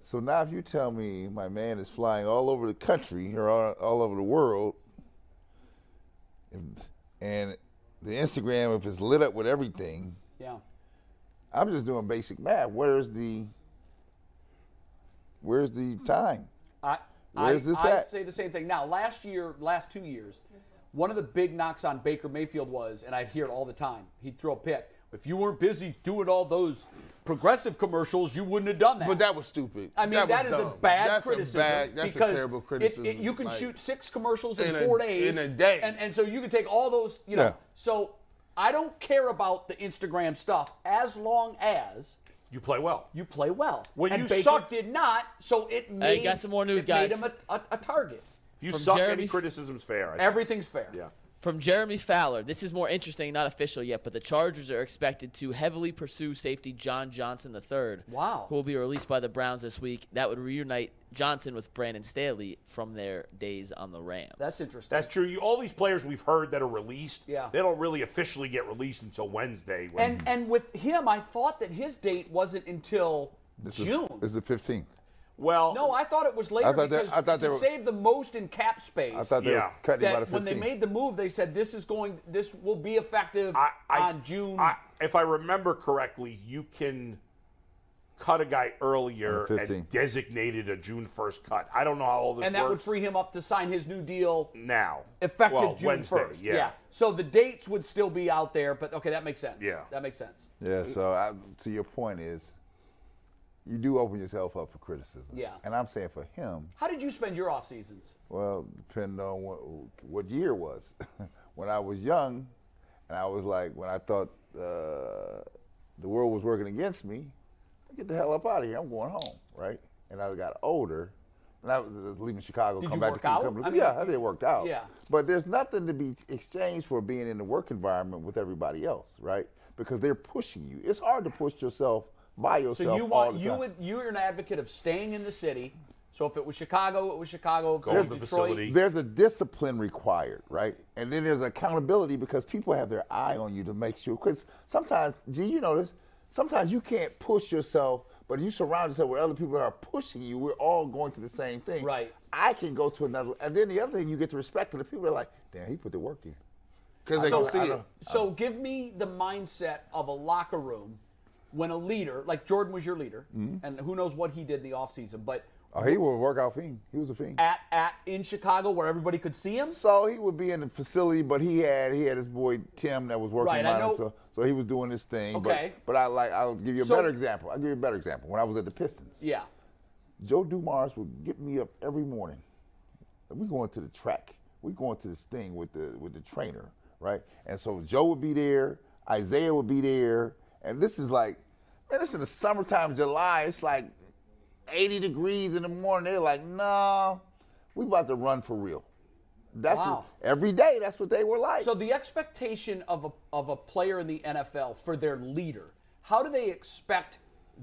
[SPEAKER 5] So now, if you tell me my man is flying all over the country or all, all over the world, if- and the Instagram, if it's lit up with everything,
[SPEAKER 3] Yeah.
[SPEAKER 5] I'm just doing basic math. Where's the where's the time?
[SPEAKER 3] I,
[SPEAKER 5] Where's
[SPEAKER 3] I,
[SPEAKER 5] this
[SPEAKER 3] I
[SPEAKER 5] at?
[SPEAKER 3] say the same thing. Now, last year, last two years, one of the big knocks on Baker Mayfield was, and I'd hear it all the time, he'd throw a pick. If you weren't busy doing all those progressive commercials, you wouldn't have done that.
[SPEAKER 2] But that was stupid.
[SPEAKER 3] I mean, that
[SPEAKER 2] was
[SPEAKER 3] is a
[SPEAKER 2] dumb.
[SPEAKER 3] bad
[SPEAKER 2] that's
[SPEAKER 3] criticism.
[SPEAKER 2] A bad, that's a
[SPEAKER 3] because
[SPEAKER 2] terrible
[SPEAKER 3] it- it-
[SPEAKER 2] criticism.
[SPEAKER 3] you can
[SPEAKER 2] Like,
[SPEAKER 3] shoot six commercials in,
[SPEAKER 2] in a-
[SPEAKER 3] four days.
[SPEAKER 2] in a day.
[SPEAKER 3] And, and so you can take all those, you know.
[SPEAKER 5] Yeah.
[SPEAKER 3] So I don't care about the Instagram stuff as long as
[SPEAKER 4] You play well.
[SPEAKER 3] you play well.
[SPEAKER 4] When
[SPEAKER 3] and
[SPEAKER 4] you
[SPEAKER 3] Baker
[SPEAKER 4] suck-
[SPEAKER 3] did not, so it made,
[SPEAKER 1] got some more news,
[SPEAKER 3] it
[SPEAKER 1] guys.
[SPEAKER 3] made him a, a, a target.
[SPEAKER 4] If you
[SPEAKER 1] From
[SPEAKER 4] suck, any
[SPEAKER 1] Jeremy-
[SPEAKER 4] criticism's fair. I think.
[SPEAKER 3] Everything's fair.
[SPEAKER 4] Yeah.
[SPEAKER 1] From Jeremy Fowler. This is more interesting, not official yet, but the Chargers are expected to heavily pursue safety John Johnson III.
[SPEAKER 3] Wow.
[SPEAKER 1] Who will be released by the Browns this week. That would reunite Johnson with Brandon Staley from their days on the Rams.
[SPEAKER 3] That's interesting.
[SPEAKER 4] That's true. You, all these players we've heard that are released,
[SPEAKER 3] Yeah.
[SPEAKER 4] they don't really officially get released until Wednesday. When,
[SPEAKER 3] and and with him, I thought that his date wasn't until
[SPEAKER 5] This is-
[SPEAKER 3] June.
[SPEAKER 5] This is the 15th.
[SPEAKER 4] well,
[SPEAKER 3] no, I thought it was later
[SPEAKER 5] I thought they-
[SPEAKER 3] because
[SPEAKER 5] I thought they
[SPEAKER 3] to
[SPEAKER 5] were-
[SPEAKER 3] save the most in cap space.
[SPEAKER 5] I thought they
[SPEAKER 4] Yeah.
[SPEAKER 5] were cutting him by the
[SPEAKER 3] that
[SPEAKER 5] 15th.
[SPEAKER 3] when they made the move, they said this is going, this will be effective
[SPEAKER 4] I, I,
[SPEAKER 3] on June.
[SPEAKER 4] I, if I remember correctly, you can cut a guy earlier
[SPEAKER 5] On the
[SPEAKER 4] and
[SPEAKER 5] 15th.
[SPEAKER 4] designated a June first cut. I don't know how all this
[SPEAKER 3] and that would
[SPEAKER 4] works
[SPEAKER 3] free him up to sign his new deal
[SPEAKER 4] now.
[SPEAKER 3] effective
[SPEAKER 4] well,
[SPEAKER 3] June
[SPEAKER 4] Wednesday,
[SPEAKER 3] 1st.
[SPEAKER 4] Yeah.
[SPEAKER 3] So the dates would still be out there, but okay, that makes sense.
[SPEAKER 4] Yeah.
[SPEAKER 3] That makes sense.
[SPEAKER 5] Yeah, so I, to your point is, you do open yourself up for criticism.
[SPEAKER 3] Yeah.
[SPEAKER 5] And I'm saying for him,
[SPEAKER 3] How did you spend your off seasons?
[SPEAKER 5] well, depending on what, what year it was. when I was young, and I was like, when I thought uh, the world was working against me, I get the hell up out of here. I'm going home, right? And I got older, and I was just leaving Chicago,
[SPEAKER 3] Did
[SPEAKER 5] come
[SPEAKER 3] you
[SPEAKER 5] back
[SPEAKER 3] work
[SPEAKER 5] to
[SPEAKER 3] out?
[SPEAKER 5] Come,
[SPEAKER 3] I mean,
[SPEAKER 5] yeah, I did worked out.
[SPEAKER 3] Yeah.
[SPEAKER 5] But there's nothing to be exchanged for being in the work environment with everybody else, right? Because they're pushing you. It's hard to push yourself by yourself.
[SPEAKER 3] So you
[SPEAKER 5] all
[SPEAKER 3] want
[SPEAKER 5] the
[SPEAKER 3] you
[SPEAKER 5] time.
[SPEAKER 3] would you're an advocate of staying in the city, So if it was Chicago, it was Chicago. If it
[SPEAKER 4] Go
[SPEAKER 3] was
[SPEAKER 4] to the
[SPEAKER 3] Detroit,
[SPEAKER 4] facility.
[SPEAKER 5] There's a discipline required, right? And then there's accountability because people have their eye on you to make sure. Because sometimes, G, you know this, sometimes you can't push yourself, but you surround yourself with other people that are pushing you. We're all going to the same thing.
[SPEAKER 3] Right.
[SPEAKER 5] I can go to another. And then the other thing, you get the respect of the people that are like, damn, he put the work in.
[SPEAKER 2] because they
[SPEAKER 3] So-
[SPEAKER 2] can see it.
[SPEAKER 3] So give me the mindset of a locker room when a leader, like Jordan was your leader,
[SPEAKER 5] Mm-hmm.
[SPEAKER 3] and who knows what he did in the offseason, but
[SPEAKER 5] Oh, he was a workout fiend. He was a fiend.
[SPEAKER 3] at at in Chicago where everybody could see him.
[SPEAKER 5] So he would be in the facility, but he had he had his boy Tim that was working
[SPEAKER 3] Right, I
[SPEAKER 5] on
[SPEAKER 3] know-
[SPEAKER 5] him, so, so he was doing his thing.
[SPEAKER 3] Okay.
[SPEAKER 5] But, but I like I'll give you a
[SPEAKER 3] So-
[SPEAKER 5] better example. I'll give you a better example. When I was at the Pistons,
[SPEAKER 3] Yeah.
[SPEAKER 5] Joe Dumars would get me up every morning. We going to the track. We going to this thing with the with the trainer, right? And so Joe would be there, Isaiah would be there, and this is like, man, this is the summertime, July. It's like 80 degrees in the morning. They're like, no, we about to run for real. That's
[SPEAKER 3] Wow.
[SPEAKER 5] what, every day. That's what they were like.
[SPEAKER 3] So the expectation of a of a player in the NFL for their leader, how do they expect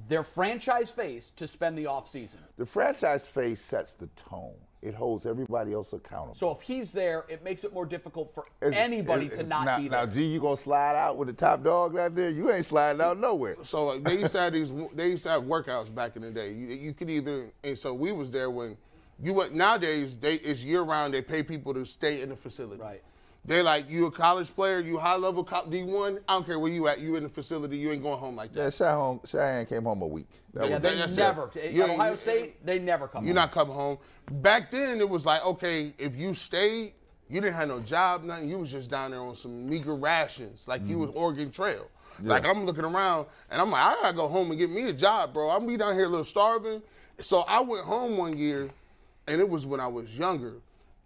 [SPEAKER 3] their franchise face to spend the offseason?
[SPEAKER 5] the franchise face sets the tone. It holds everybody else accountable.
[SPEAKER 3] So if he's there, it makes it more difficult for
[SPEAKER 5] It's-
[SPEAKER 3] anybody
[SPEAKER 5] it's-
[SPEAKER 3] to
[SPEAKER 5] it's-
[SPEAKER 3] not
[SPEAKER 5] now,
[SPEAKER 3] be
[SPEAKER 5] Now,
[SPEAKER 3] there.
[SPEAKER 5] G, you gonna slide out with the top dog out there? You ain't sliding out nowhere.
[SPEAKER 2] So like, they used to have these. They used to have workouts back in the day. You, you could either. And so we was there when you went. Nowadays, they it's year round. They pay people to stay in the facility.
[SPEAKER 3] Right.
[SPEAKER 2] They like you a college player. You high level co- D one. I don't care where you at. You in the facility. You ain't going home like
[SPEAKER 5] Yeah,
[SPEAKER 2] that.
[SPEAKER 5] Cheyenne, Cheyenne came home a week. That
[SPEAKER 3] yeah,
[SPEAKER 5] was
[SPEAKER 3] they
[SPEAKER 5] it.
[SPEAKER 2] that's-
[SPEAKER 3] never.
[SPEAKER 2] that's-
[SPEAKER 3] At
[SPEAKER 2] you-
[SPEAKER 3] Ohio
[SPEAKER 2] you-
[SPEAKER 3] State, they never come.
[SPEAKER 2] You're
[SPEAKER 3] home.
[SPEAKER 2] not coming home. Back then, it was like okay, if you stayed, you didn't have no job, nothing. You was just down there on some meager rations, like you was
[SPEAKER 5] Mm-hmm.
[SPEAKER 2] Oregon Trail. Like I'm looking around and I'm like, I gotta go home and get me a job, bro. I'm be down here a little starving. So I went home one year, and it was when I was younger.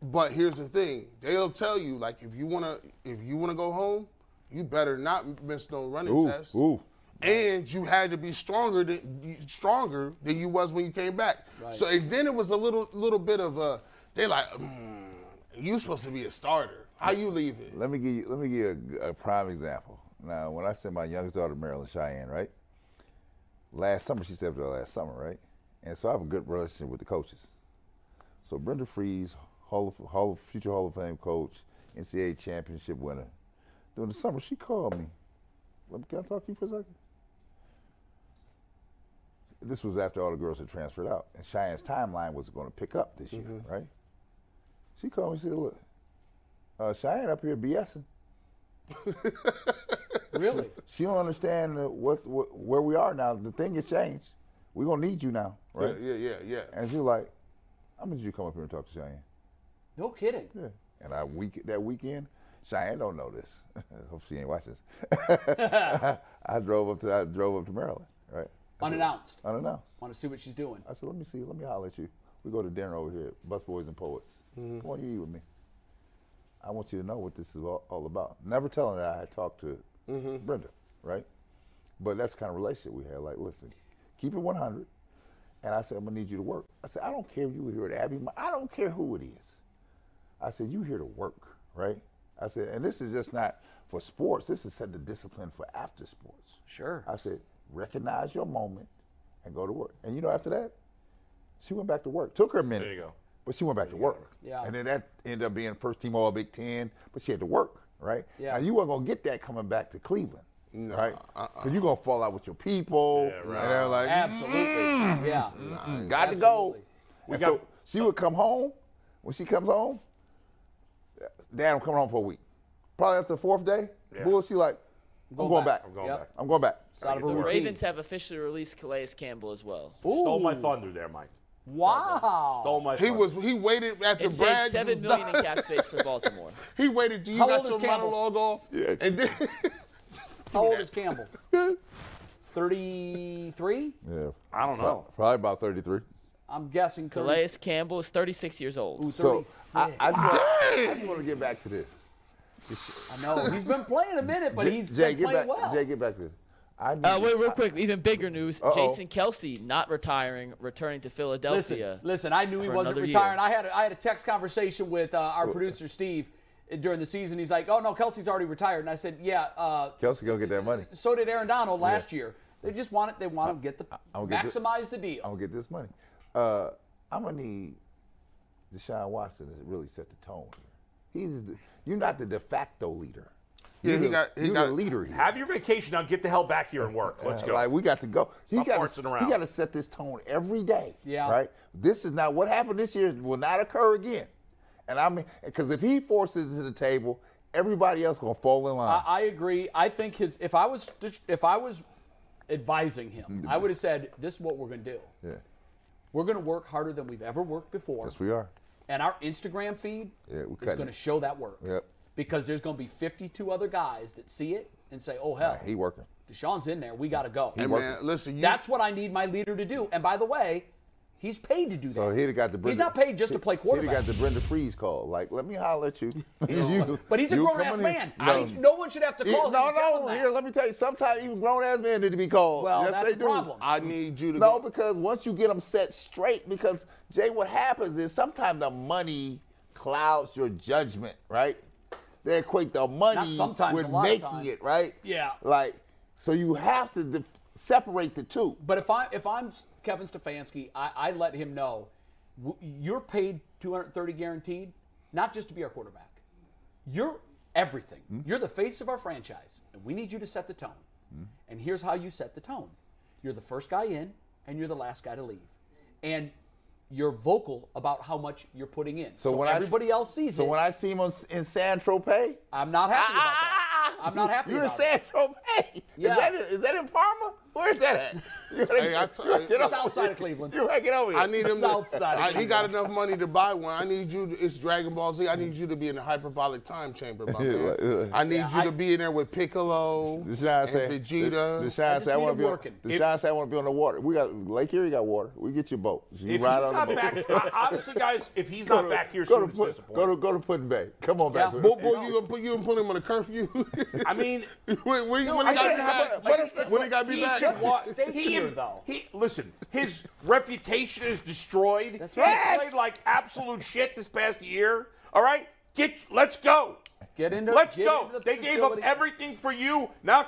[SPEAKER 2] But here's the thing: they'll tell you like if you wanna if you wanna go home, you better not miss no running
[SPEAKER 5] Ooh,
[SPEAKER 2] test.
[SPEAKER 5] ooh.
[SPEAKER 2] And you had to be stronger than stronger than you was when you came back. So and then it was a little little bit of a they like mm, you supposed to be a starter. How you leaving?
[SPEAKER 5] Let me give you. Let me give you a, a prime example. Now, when I sent my youngest daughter to Maryland, Cheyenne, right? Last summer, she stepped out last summer, right? And so I have a good relationship with the coaches. So Brenda Fries, Hall of, Hall of, future Hall of Fame coach, NCAA championship winner. During the summer, she called me. Let me- Can I talk to you for a second? This was after all the girls had transferred out, and Cheyenne's timeline was going to pick up this year, right? She called me and said, "Look, uh, Cheyenne up here BSing.
[SPEAKER 3] really.
[SPEAKER 5] She don't understand uh, what's wh- where we are now. The thing has changed. We're gonna need you now, right?"
[SPEAKER 2] Yeah, yeah, yeah. yeah.
[SPEAKER 5] And she was like, "I'm gonna you to come up here and talk to Cheyenne."
[SPEAKER 3] No kidding.
[SPEAKER 5] Yeah. And I week that weekend, Cheyenne don't know this. Hope she ain't watching this. I drove up to I drove up to Maryland, right? I said-
[SPEAKER 3] Unannounced.
[SPEAKER 5] Unannounced.
[SPEAKER 3] Want to see what she's doing.
[SPEAKER 5] I said, let me see, let me holler at you. We go to dinner over here, Bus Boys and Poets.
[SPEAKER 2] Mm-hmm.
[SPEAKER 5] Come on, you eat with me. I want you to know what this is all, all about. Never telling her that I had talked to
[SPEAKER 3] Mm-hmm.
[SPEAKER 5] Brenda, right? But that's the kind of relationship we had. Like, listen, keep it 100. And I said, I'm going to need you to work. I said, I don't care if you were here at Abbey. Mo- I don't care who it is. I said, you here to work, right? I said, and this is just not for sports. This is set the discipline for after sports.
[SPEAKER 3] Sure.
[SPEAKER 5] I said, recognize your moment and go to work. And you know, after that, she went back to work. Took her a minute.
[SPEAKER 4] There you go.
[SPEAKER 5] But she went back to work.
[SPEAKER 3] Yeah.
[SPEAKER 5] And then that ended up being first team All Big Ten, but she had to work, right?
[SPEAKER 3] Yeah.
[SPEAKER 5] Now, you weren't going to get that coming back to Cleveland, right?
[SPEAKER 4] uh-uh.
[SPEAKER 5] Because you're going to fall out with your people. And they're like,
[SPEAKER 3] Absolutely. Yeah.
[SPEAKER 5] got to go.
[SPEAKER 3] Absolutely.
[SPEAKER 5] And so she would come home. When she comes home, Dad, I'm coming home for a week. Probably after the fourth day, bull, she like, I'm going, back.
[SPEAKER 4] I'm going
[SPEAKER 3] Yep.
[SPEAKER 4] back.
[SPEAKER 5] I'm going back.
[SPEAKER 3] It's out of a
[SPEAKER 1] The
[SPEAKER 3] routine.
[SPEAKER 1] Ravens have officially released Calais Campbell as well.
[SPEAKER 4] Stole my thunder there, Mike.
[SPEAKER 3] Wow.
[SPEAKER 4] Stole my.
[SPEAKER 2] He
[SPEAKER 4] thunder.
[SPEAKER 2] was he waited after
[SPEAKER 1] It
[SPEAKER 2] Brad
[SPEAKER 1] saves seven
[SPEAKER 2] was
[SPEAKER 1] million
[SPEAKER 2] done.
[SPEAKER 1] in cap space for Baltimore.
[SPEAKER 2] He waited till you
[SPEAKER 3] How
[SPEAKER 2] got
[SPEAKER 3] old is
[SPEAKER 2] your
[SPEAKER 3] Campbell?
[SPEAKER 2] monologue off. Yeah. And then
[SPEAKER 3] How old is Campbell? 33?
[SPEAKER 5] Yeah.
[SPEAKER 4] I don't know.
[SPEAKER 5] Probably about 33.
[SPEAKER 3] I'm guessing 30.
[SPEAKER 1] Calais Campbell is 36 years old.
[SPEAKER 5] So I,
[SPEAKER 3] 36.
[SPEAKER 5] I, just, wanna- I just want to get back to this.
[SPEAKER 3] I know. He's been playing a minute, but
[SPEAKER 5] Jay-
[SPEAKER 3] he's
[SPEAKER 5] Jay,
[SPEAKER 3] been
[SPEAKER 5] get
[SPEAKER 3] playing
[SPEAKER 5] back.
[SPEAKER 3] well.
[SPEAKER 5] Jay, get back to this. I need,
[SPEAKER 1] Uh, wait, real quick. Even bigger news:
[SPEAKER 5] Uh-oh.
[SPEAKER 1] Jason Kelsey not retiring, returning to
[SPEAKER 5] uh,
[SPEAKER 1] Philadelphia.
[SPEAKER 3] listen, listen, I knew he
[SPEAKER 1] for
[SPEAKER 3] wasn't
[SPEAKER 1] another
[SPEAKER 3] retiring.
[SPEAKER 1] year.
[SPEAKER 3] I had a, I had a text conversation with uh, our producer, Steve, during the season. He's like, oh, no, Kelsey's already retired. And I said, yeah, uh,
[SPEAKER 5] Kelsey, go get that money.
[SPEAKER 3] so did Aaron Donald last year. They just want it. They want to get the
[SPEAKER 5] I'll get the-
[SPEAKER 3] maximize the deal.
[SPEAKER 5] I'm gonna get this money. Uh, I'm gonna need Deshaun Watson to really set the tone here. He's the, you're not the de facto leader.
[SPEAKER 2] Yeah,
[SPEAKER 5] You're
[SPEAKER 2] he
[SPEAKER 5] the-
[SPEAKER 2] got- he
[SPEAKER 5] you're
[SPEAKER 2] got-
[SPEAKER 5] the leader here.
[SPEAKER 4] Have your vacation now. Get the hell back here and work. Let's
[SPEAKER 5] Uh,
[SPEAKER 4] go.
[SPEAKER 5] Like we got to go. He
[SPEAKER 4] Stop
[SPEAKER 5] got
[SPEAKER 4] farting
[SPEAKER 5] to,
[SPEAKER 4] around.
[SPEAKER 5] he got to set this tone every day.
[SPEAKER 3] Yeah.
[SPEAKER 5] Right. This is not what happened this year. Will not occur again. And I mean, because if he forces it to the table, everybody else gonna fall in line.
[SPEAKER 3] I, I agree. I think his. If I was if I was advising him,
[SPEAKER 5] Mm-hmm.
[SPEAKER 3] I would have said, "This is what we're going to do.
[SPEAKER 5] yeah.
[SPEAKER 3] We're going to work harder than we've ever worked before,
[SPEAKER 5] Yes, we are.
[SPEAKER 3] and our Instagram feed
[SPEAKER 5] Yeah, we're
[SPEAKER 3] is
[SPEAKER 5] cutting
[SPEAKER 3] going to
[SPEAKER 5] it.
[SPEAKER 3] show that work.
[SPEAKER 5] Yep.
[SPEAKER 3] Because there's going to be 52 other guys that see it and say, "Oh hell,
[SPEAKER 5] He working.
[SPEAKER 3] Deshaun's in there. We got to go."
[SPEAKER 2] Hey,
[SPEAKER 5] working.
[SPEAKER 2] man, listen, you,
[SPEAKER 3] That's what I need my leader to do. And by the way, he's paid to do
[SPEAKER 5] So
[SPEAKER 3] that.
[SPEAKER 5] he'd have got the
[SPEAKER 3] He's
[SPEAKER 5] Brenda,
[SPEAKER 3] not paid just to play
[SPEAKER 5] he'd have
[SPEAKER 3] quarterback.
[SPEAKER 5] got the Brenda Freeze call. Like, let me holler at you. You-
[SPEAKER 3] but he's a
[SPEAKER 5] you
[SPEAKER 3] grown ass
[SPEAKER 5] coming in-
[SPEAKER 3] man. I- no one should have to
[SPEAKER 5] He-
[SPEAKER 3] call him.
[SPEAKER 5] no,
[SPEAKER 3] and tell him
[SPEAKER 5] no.
[SPEAKER 3] that.
[SPEAKER 5] Here, let me tell you. Sometimes even grown ass men need to be called.
[SPEAKER 3] Well,
[SPEAKER 5] yes,
[SPEAKER 3] that's
[SPEAKER 5] they
[SPEAKER 3] the
[SPEAKER 5] do.
[SPEAKER 3] problem.
[SPEAKER 2] I need you to
[SPEAKER 5] No,
[SPEAKER 2] go.
[SPEAKER 5] because once you get them set straight, because Jay, what happens is sometimes the money clouds your judgment, right? They equate the money
[SPEAKER 3] sometimes,
[SPEAKER 5] with
[SPEAKER 3] a lot of
[SPEAKER 5] making
[SPEAKER 3] times.
[SPEAKER 5] it, right?
[SPEAKER 3] Yeah.
[SPEAKER 5] Like, so you have to dif- separate the two.
[SPEAKER 3] But if I if I'm Kevin Stefanski, I, I let him know w- you're paid 230 guaranteed, not just to be our quarterback. You're everything. You're the face of our franchise, and we need you to set the tone. And here's how you set the tone: you're the first guy in, and you're the last guy to leave, and you're vocal about how much you're putting in. So,
[SPEAKER 5] when I s-
[SPEAKER 3] everybody else sees
[SPEAKER 5] So
[SPEAKER 3] it,
[SPEAKER 5] when I see him on, in San Tropez,
[SPEAKER 3] I'm not happy about
[SPEAKER 5] Ah,
[SPEAKER 3] that. I'm not happy.
[SPEAKER 5] You're in
[SPEAKER 3] about it.
[SPEAKER 5] San Tropez.
[SPEAKER 3] Yeah.
[SPEAKER 5] Is, that, is that in Parma? Where's that at? You gotta
[SPEAKER 2] Hey, I
[SPEAKER 5] get-
[SPEAKER 2] t-
[SPEAKER 5] you gotta get
[SPEAKER 2] It's
[SPEAKER 5] over
[SPEAKER 3] outside
[SPEAKER 5] here.
[SPEAKER 3] of Cleveland.
[SPEAKER 5] You gotta get over here.
[SPEAKER 2] I need him.
[SPEAKER 3] South
[SPEAKER 2] To,
[SPEAKER 3] side of
[SPEAKER 2] I, he got
[SPEAKER 3] Cleveland.
[SPEAKER 2] enough money to buy one. I need you. To, it's Dragon Ball Z. I need you to be in the hyperbolic time chamber, my
[SPEAKER 5] uh,
[SPEAKER 2] man. I need you
[SPEAKER 3] I-
[SPEAKER 2] to be in there with Piccolo and
[SPEAKER 5] Deshaun said,
[SPEAKER 2] Vegeta.
[SPEAKER 5] Deshaun
[SPEAKER 3] I just
[SPEAKER 5] said, I
[SPEAKER 3] need
[SPEAKER 5] want
[SPEAKER 3] him
[SPEAKER 5] to be on,
[SPEAKER 3] working.
[SPEAKER 5] Deshaun said, I want to be on the water. We got Lake Erie got water. We get you a boat. You
[SPEAKER 4] if he's
[SPEAKER 5] ride on the
[SPEAKER 4] not
[SPEAKER 5] boat.
[SPEAKER 4] back, I- honestly, guys, if he's not back here
[SPEAKER 5] go
[SPEAKER 4] soon,
[SPEAKER 5] to,
[SPEAKER 4] it's
[SPEAKER 5] put, go to
[SPEAKER 4] disappointing.
[SPEAKER 5] go to Puddin Bay. Come on back.
[SPEAKER 3] Yeah.
[SPEAKER 2] Boy, boy, you gonna put you gonna put him on a curfew?
[SPEAKER 4] I mean,
[SPEAKER 2] when, when, when
[SPEAKER 4] I
[SPEAKER 2] he got
[SPEAKER 4] said-
[SPEAKER 2] be back?
[SPEAKER 4] but- but-
[SPEAKER 2] when he got be
[SPEAKER 4] he
[SPEAKER 2] back?
[SPEAKER 4] should wa-
[SPEAKER 3] Stay
[SPEAKER 4] he-
[SPEAKER 3] here, though.
[SPEAKER 4] he- listen, his reputation is destroyed. That's
[SPEAKER 3] right.
[SPEAKER 4] He played like absolute shit this past year. All right, get let's go.
[SPEAKER 3] Get into-
[SPEAKER 4] Let's
[SPEAKER 3] get
[SPEAKER 4] go.
[SPEAKER 3] into the
[SPEAKER 4] they gave up
[SPEAKER 3] facility.
[SPEAKER 4] everything for you. Now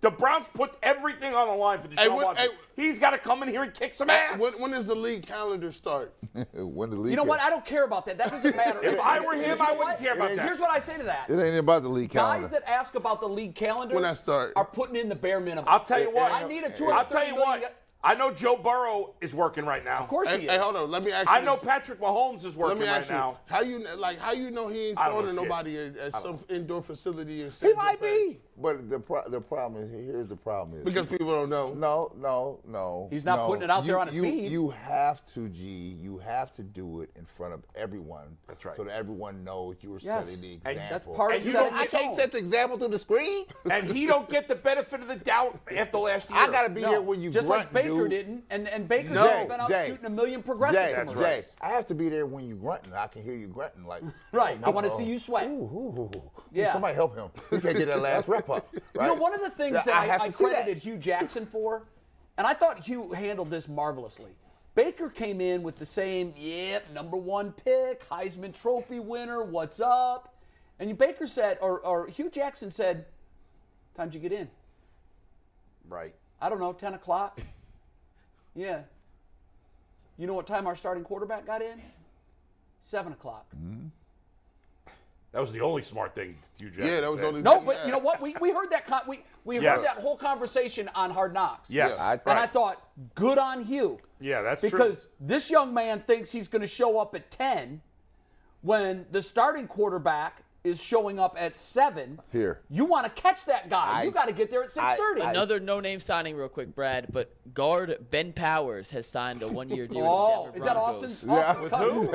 [SPEAKER 4] the Browns put everything on the line for Deshaun
[SPEAKER 2] Hey, when-
[SPEAKER 4] Watson.
[SPEAKER 2] hey-
[SPEAKER 4] He's got to come in here and kick some ass.
[SPEAKER 2] When, when does the league calendar start?
[SPEAKER 5] when the league
[SPEAKER 3] You know what? I don't care about that. That doesn't matter.
[SPEAKER 4] If I were him,
[SPEAKER 3] You know
[SPEAKER 4] I wouldn't
[SPEAKER 3] what?
[SPEAKER 4] care about that.
[SPEAKER 3] Here's what I say to that.
[SPEAKER 5] it ain't about the league calendar.
[SPEAKER 3] Guys that ask about the league calendar
[SPEAKER 2] When I start.
[SPEAKER 3] are putting in the bare minimum.
[SPEAKER 4] I'll tell you what.
[SPEAKER 3] I need a two.
[SPEAKER 4] I'll tell you what. I know Joe Burrow is working right now.
[SPEAKER 3] Of course
[SPEAKER 2] Hey,
[SPEAKER 3] he is.
[SPEAKER 2] hey, hold on. Let me ask you.
[SPEAKER 4] I know
[SPEAKER 2] this.
[SPEAKER 4] Patrick Mahomes is working
[SPEAKER 2] Let me
[SPEAKER 4] right
[SPEAKER 2] ask you.
[SPEAKER 4] now.
[SPEAKER 2] How you like? How you know he ain't
[SPEAKER 4] I don't
[SPEAKER 2] throwing to
[SPEAKER 4] know shit.
[SPEAKER 2] nobody at, at some indoor facility? In
[SPEAKER 5] he might be. But the pro- the problem is here's the problem is
[SPEAKER 2] because people don't know.
[SPEAKER 5] No, no, no.
[SPEAKER 3] He's not
[SPEAKER 5] no.
[SPEAKER 3] putting it out there
[SPEAKER 5] You-
[SPEAKER 3] on his
[SPEAKER 5] you,
[SPEAKER 3] feed.
[SPEAKER 5] You have to, G. You have to do it in front of everyone. That's right. So that everyone knows you are
[SPEAKER 3] Yes.
[SPEAKER 5] setting the
[SPEAKER 4] And
[SPEAKER 5] example.
[SPEAKER 4] that's
[SPEAKER 3] part
[SPEAKER 4] of
[SPEAKER 5] you
[SPEAKER 4] setting
[SPEAKER 5] don't- I
[SPEAKER 4] the
[SPEAKER 5] can't
[SPEAKER 4] tone.
[SPEAKER 5] set the example through the screen.
[SPEAKER 4] and he don't get the benefit of the doubt after last year.
[SPEAKER 5] I gotta be here when you
[SPEAKER 3] just
[SPEAKER 5] grunt,
[SPEAKER 3] like Baker
[SPEAKER 5] dude.
[SPEAKER 3] didn't, and and Baker's
[SPEAKER 5] No.
[SPEAKER 3] already been out
[SPEAKER 5] Jay,
[SPEAKER 3] shooting a million progressive
[SPEAKER 5] Jay,
[SPEAKER 3] commercials.
[SPEAKER 5] Jay, I have to be there when you grunting. I can hear you grunting, like
[SPEAKER 3] Right. I wanna
[SPEAKER 5] oh,
[SPEAKER 3] see you sweat.
[SPEAKER 5] Ooh, ooh, ooh, ooh.
[SPEAKER 3] Yeah.
[SPEAKER 5] Somebody help him. He can't get that last rep up. Right?
[SPEAKER 3] You know, one of the things that
[SPEAKER 5] have
[SPEAKER 3] I, I
[SPEAKER 5] to see that.
[SPEAKER 3] credited Hugh Jackson for, and I thought Hugh handled this marvelously. Baker came in with the same, yep, number one pick, Heisman Trophy winner, what's up? And Baker said, or, or Hugh Jackson said, time would you get in?
[SPEAKER 4] Right.
[SPEAKER 3] I don't know, 10 o'clock? yeah. You know what time our starting quarterback got in? 7 o'clock.
[SPEAKER 5] Mm,
[SPEAKER 4] That was the only smart thing Hugh Jackson
[SPEAKER 2] Yeah, that was
[SPEAKER 4] said.
[SPEAKER 2] only.
[SPEAKER 3] No, but
[SPEAKER 2] yeah.
[SPEAKER 3] you know what? We, we heard that con- we, we heard
[SPEAKER 4] Yes.
[SPEAKER 3] that whole conversation on Hard Knocks.
[SPEAKER 4] Yes.
[SPEAKER 5] Yeah, I-
[SPEAKER 3] And I
[SPEAKER 4] right.
[SPEAKER 3] thought, good on Hugh.
[SPEAKER 4] Yeah, that's true.
[SPEAKER 3] because this young man thinks he's going to show up at 10 when the starting quarterback is showing up at 7.
[SPEAKER 5] Here.
[SPEAKER 3] You want to catch that guy.
[SPEAKER 5] I-
[SPEAKER 3] you got to get there at 6:30.
[SPEAKER 5] I-
[SPEAKER 3] Another
[SPEAKER 1] Another no-name signing, real quick, Brad. But guard Ben Powers has signed a one-year deal.
[SPEAKER 3] Oh,
[SPEAKER 1] with the Denver
[SPEAKER 3] is that
[SPEAKER 1] Broncos.
[SPEAKER 3] Austin's,
[SPEAKER 5] Yeah.
[SPEAKER 3] Austin's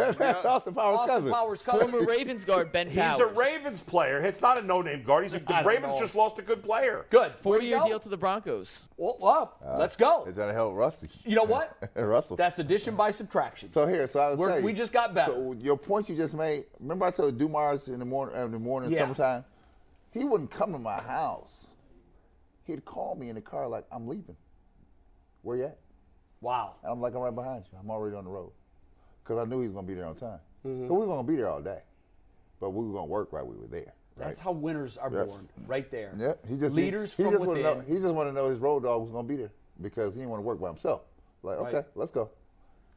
[SPEAKER 3] cousin?
[SPEAKER 5] That's Austin Powers'
[SPEAKER 3] Austin
[SPEAKER 5] cousin.
[SPEAKER 3] Powers' cousin.
[SPEAKER 1] Former Ravens guard Ben
[SPEAKER 4] he's
[SPEAKER 1] Powers.
[SPEAKER 4] a Ravens player. It's not a no-name guard. He's a, the
[SPEAKER 3] don't
[SPEAKER 4] Ravens
[SPEAKER 3] know.
[SPEAKER 4] just lost a good player.
[SPEAKER 3] Good.
[SPEAKER 1] Four-year deal to the Broncos.
[SPEAKER 3] Well, well, let's go.
[SPEAKER 5] Uh, Is that help, Rusty?
[SPEAKER 3] You know what?
[SPEAKER 5] Russell.
[SPEAKER 3] That's addition by subtraction.
[SPEAKER 5] So here, so I would
[SPEAKER 3] We're-
[SPEAKER 5] tell you,
[SPEAKER 3] we just got better.
[SPEAKER 5] So your point you just made. Remember, I told Dumars in the morning, uh, in the morning,
[SPEAKER 3] Yeah.
[SPEAKER 5] summertime, he wouldn't come to my house. He'd call me in the car like, "I'm leaving. Where you at?"
[SPEAKER 3] wow.
[SPEAKER 5] And I'm like, "I'm right behind you. I'm already on the road," because I knew he was gonna be there on time.
[SPEAKER 3] Mm-hmm.
[SPEAKER 5] But we were gonna be there all day, but we were gonna work while we were there.
[SPEAKER 3] That's
[SPEAKER 5] right?
[SPEAKER 3] how winners are born, right there.
[SPEAKER 5] Yep. He just
[SPEAKER 3] leaders
[SPEAKER 5] he, he
[SPEAKER 3] from
[SPEAKER 5] just
[SPEAKER 3] within.
[SPEAKER 5] Wanted to know, he just wanted to know his road dog was gonna be there because he didn't want to work by himself. Like,
[SPEAKER 3] Right.
[SPEAKER 5] okay, let's go.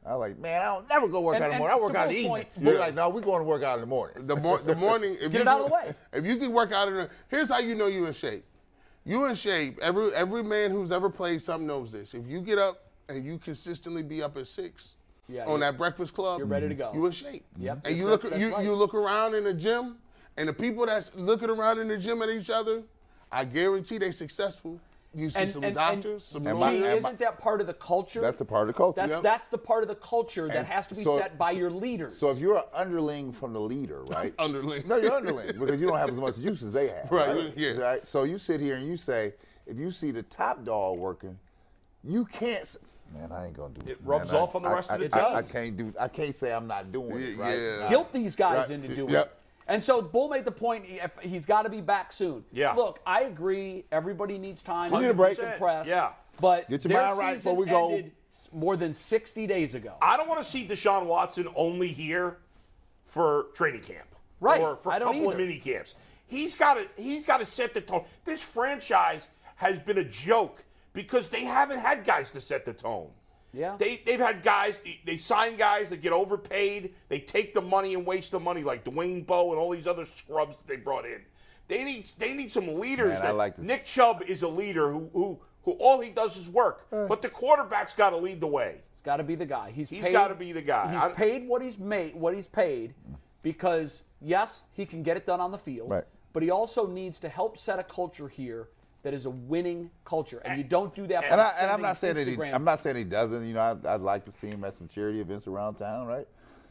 [SPEAKER 5] I like, man, I don't never go work
[SPEAKER 3] And-
[SPEAKER 5] out in the
[SPEAKER 3] and
[SPEAKER 5] morning. I
[SPEAKER 3] to
[SPEAKER 5] work out in
[SPEAKER 3] Bill's
[SPEAKER 5] the evening.
[SPEAKER 3] point-
[SPEAKER 5] They're like, no, we're going to work out in the morning.
[SPEAKER 2] The, mor- the morning. If
[SPEAKER 3] Get
[SPEAKER 2] you
[SPEAKER 3] it out of the way.
[SPEAKER 2] If you can work out in the, here's how you know you're in shape. You in shape. Every every man who's ever played something knows this. If you get up and you consistently be up at six
[SPEAKER 3] Yeah,
[SPEAKER 2] on
[SPEAKER 3] you-
[SPEAKER 2] that breakfast club,
[SPEAKER 3] you're ready to go.
[SPEAKER 2] You in shape.
[SPEAKER 3] Yep,
[SPEAKER 2] And you
[SPEAKER 3] that's-
[SPEAKER 2] look
[SPEAKER 3] that's
[SPEAKER 2] you,
[SPEAKER 3] right.
[SPEAKER 2] you look around in the gym, and the people that's looking around in the gym at each other, I guarantee they successful. You see
[SPEAKER 3] And-
[SPEAKER 2] some
[SPEAKER 3] and- and-
[SPEAKER 2] doctors, some
[SPEAKER 5] And my-
[SPEAKER 3] Gee,
[SPEAKER 2] lawyers.
[SPEAKER 5] and my-
[SPEAKER 3] isn't that part of the culture?
[SPEAKER 5] That's the part of the culture.
[SPEAKER 3] That's,
[SPEAKER 5] Yep.
[SPEAKER 3] that's the part of the culture that
[SPEAKER 5] And
[SPEAKER 3] has to be
[SPEAKER 5] so-
[SPEAKER 3] set by your leaders.
[SPEAKER 5] So if you're an underling from the leader, right?
[SPEAKER 2] Underling.
[SPEAKER 5] No, you're underling because you don't have as much juice as they have.
[SPEAKER 2] Right, yeah.
[SPEAKER 5] Right? So you sit here and you say, if you see the top dog working, you can't. s- Man, I ain't gonna do it.
[SPEAKER 4] It rubs
[SPEAKER 5] Man, I-
[SPEAKER 4] off on the
[SPEAKER 5] I-
[SPEAKER 4] rest of
[SPEAKER 5] I-
[SPEAKER 4] it,
[SPEAKER 5] I, I,
[SPEAKER 4] does.
[SPEAKER 5] can't do. I can't say I'm not doing it.
[SPEAKER 2] Yeah,
[SPEAKER 5] Right?
[SPEAKER 2] yeah.
[SPEAKER 3] guilt these guys
[SPEAKER 5] Right.
[SPEAKER 3] into doing
[SPEAKER 5] Yep.
[SPEAKER 3] it. And so Bull made the point if he's got to be back soon.
[SPEAKER 4] Yeah.
[SPEAKER 3] Look, I agree. Everybody needs time.
[SPEAKER 5] We need a break.
[SPEAKER 3] Decompress.
[SPEAKER 4] Yeah.
[SPEAKER 3] But
[SPEAKER 5] Get your
[SPEAKER 3] their
[SPEAKER 5] mind right
[SPEAKER 3] season
[SPEAKER 5] before we go.
[SPEAKER 3] ended s- more than 60 days ago.
[SPEAKER 4] I don't want to see Deshaun Watson only here for training camp,
[SPEAKER 3] Right.
[SPEAKER 4] Or for
[SPEAKER 3] I
[SPEAKER 4] a
[SPEAKER 3] don't
[SPEAKER 4] couple of
[SPEAKER 3] either.
[SPEAKER 4] mini camps. He's got to he's got to set the tone. This franchise has been a joke because they haven't had guys to set the tone.
[SPEAKER 3] Yeah.
[SPEAKER 4] They they've had guys they sign guys that get overpaid. They take the money and waste the money like Dwayne Bowe and all these other scrubs that they brought in. They need they need some leaders.
[SPEAKER 5] Man, I
[SPEAKER 4] that
[SPEAKER 5] like this.
[SPEAKER 4] Nick Chubb is a leader who who who all he does is work. But the quarterback's got to lead the way.
[SPEAKER 3] He's got to be the guy. He's
[SPEAKER 4] He's
[SPEAKER 3] paid-
[SPEAKER 4] gotta be the guy.
[SPEAKER 3] He's
[SPEAKER 4] I'm-
[SPEAKER 3] paid what he's made, what he's paid, because yes, he can get it done on the field,
[SPEAKER 5] Right.
[SPEAKER 3] but he also needs to help set a culture here that is a winning culture, and you don't do that. by
[SPEAKER 5] And, I, and
[SPEAKER 3] sending
[SPEAKER 5] I'm not saying that he,
[SPEAKER 3] Instagram
[SPEAKER 5] I'm not saying he doesn't. You know, I'd, I'd like to see him at some charity events around town, right?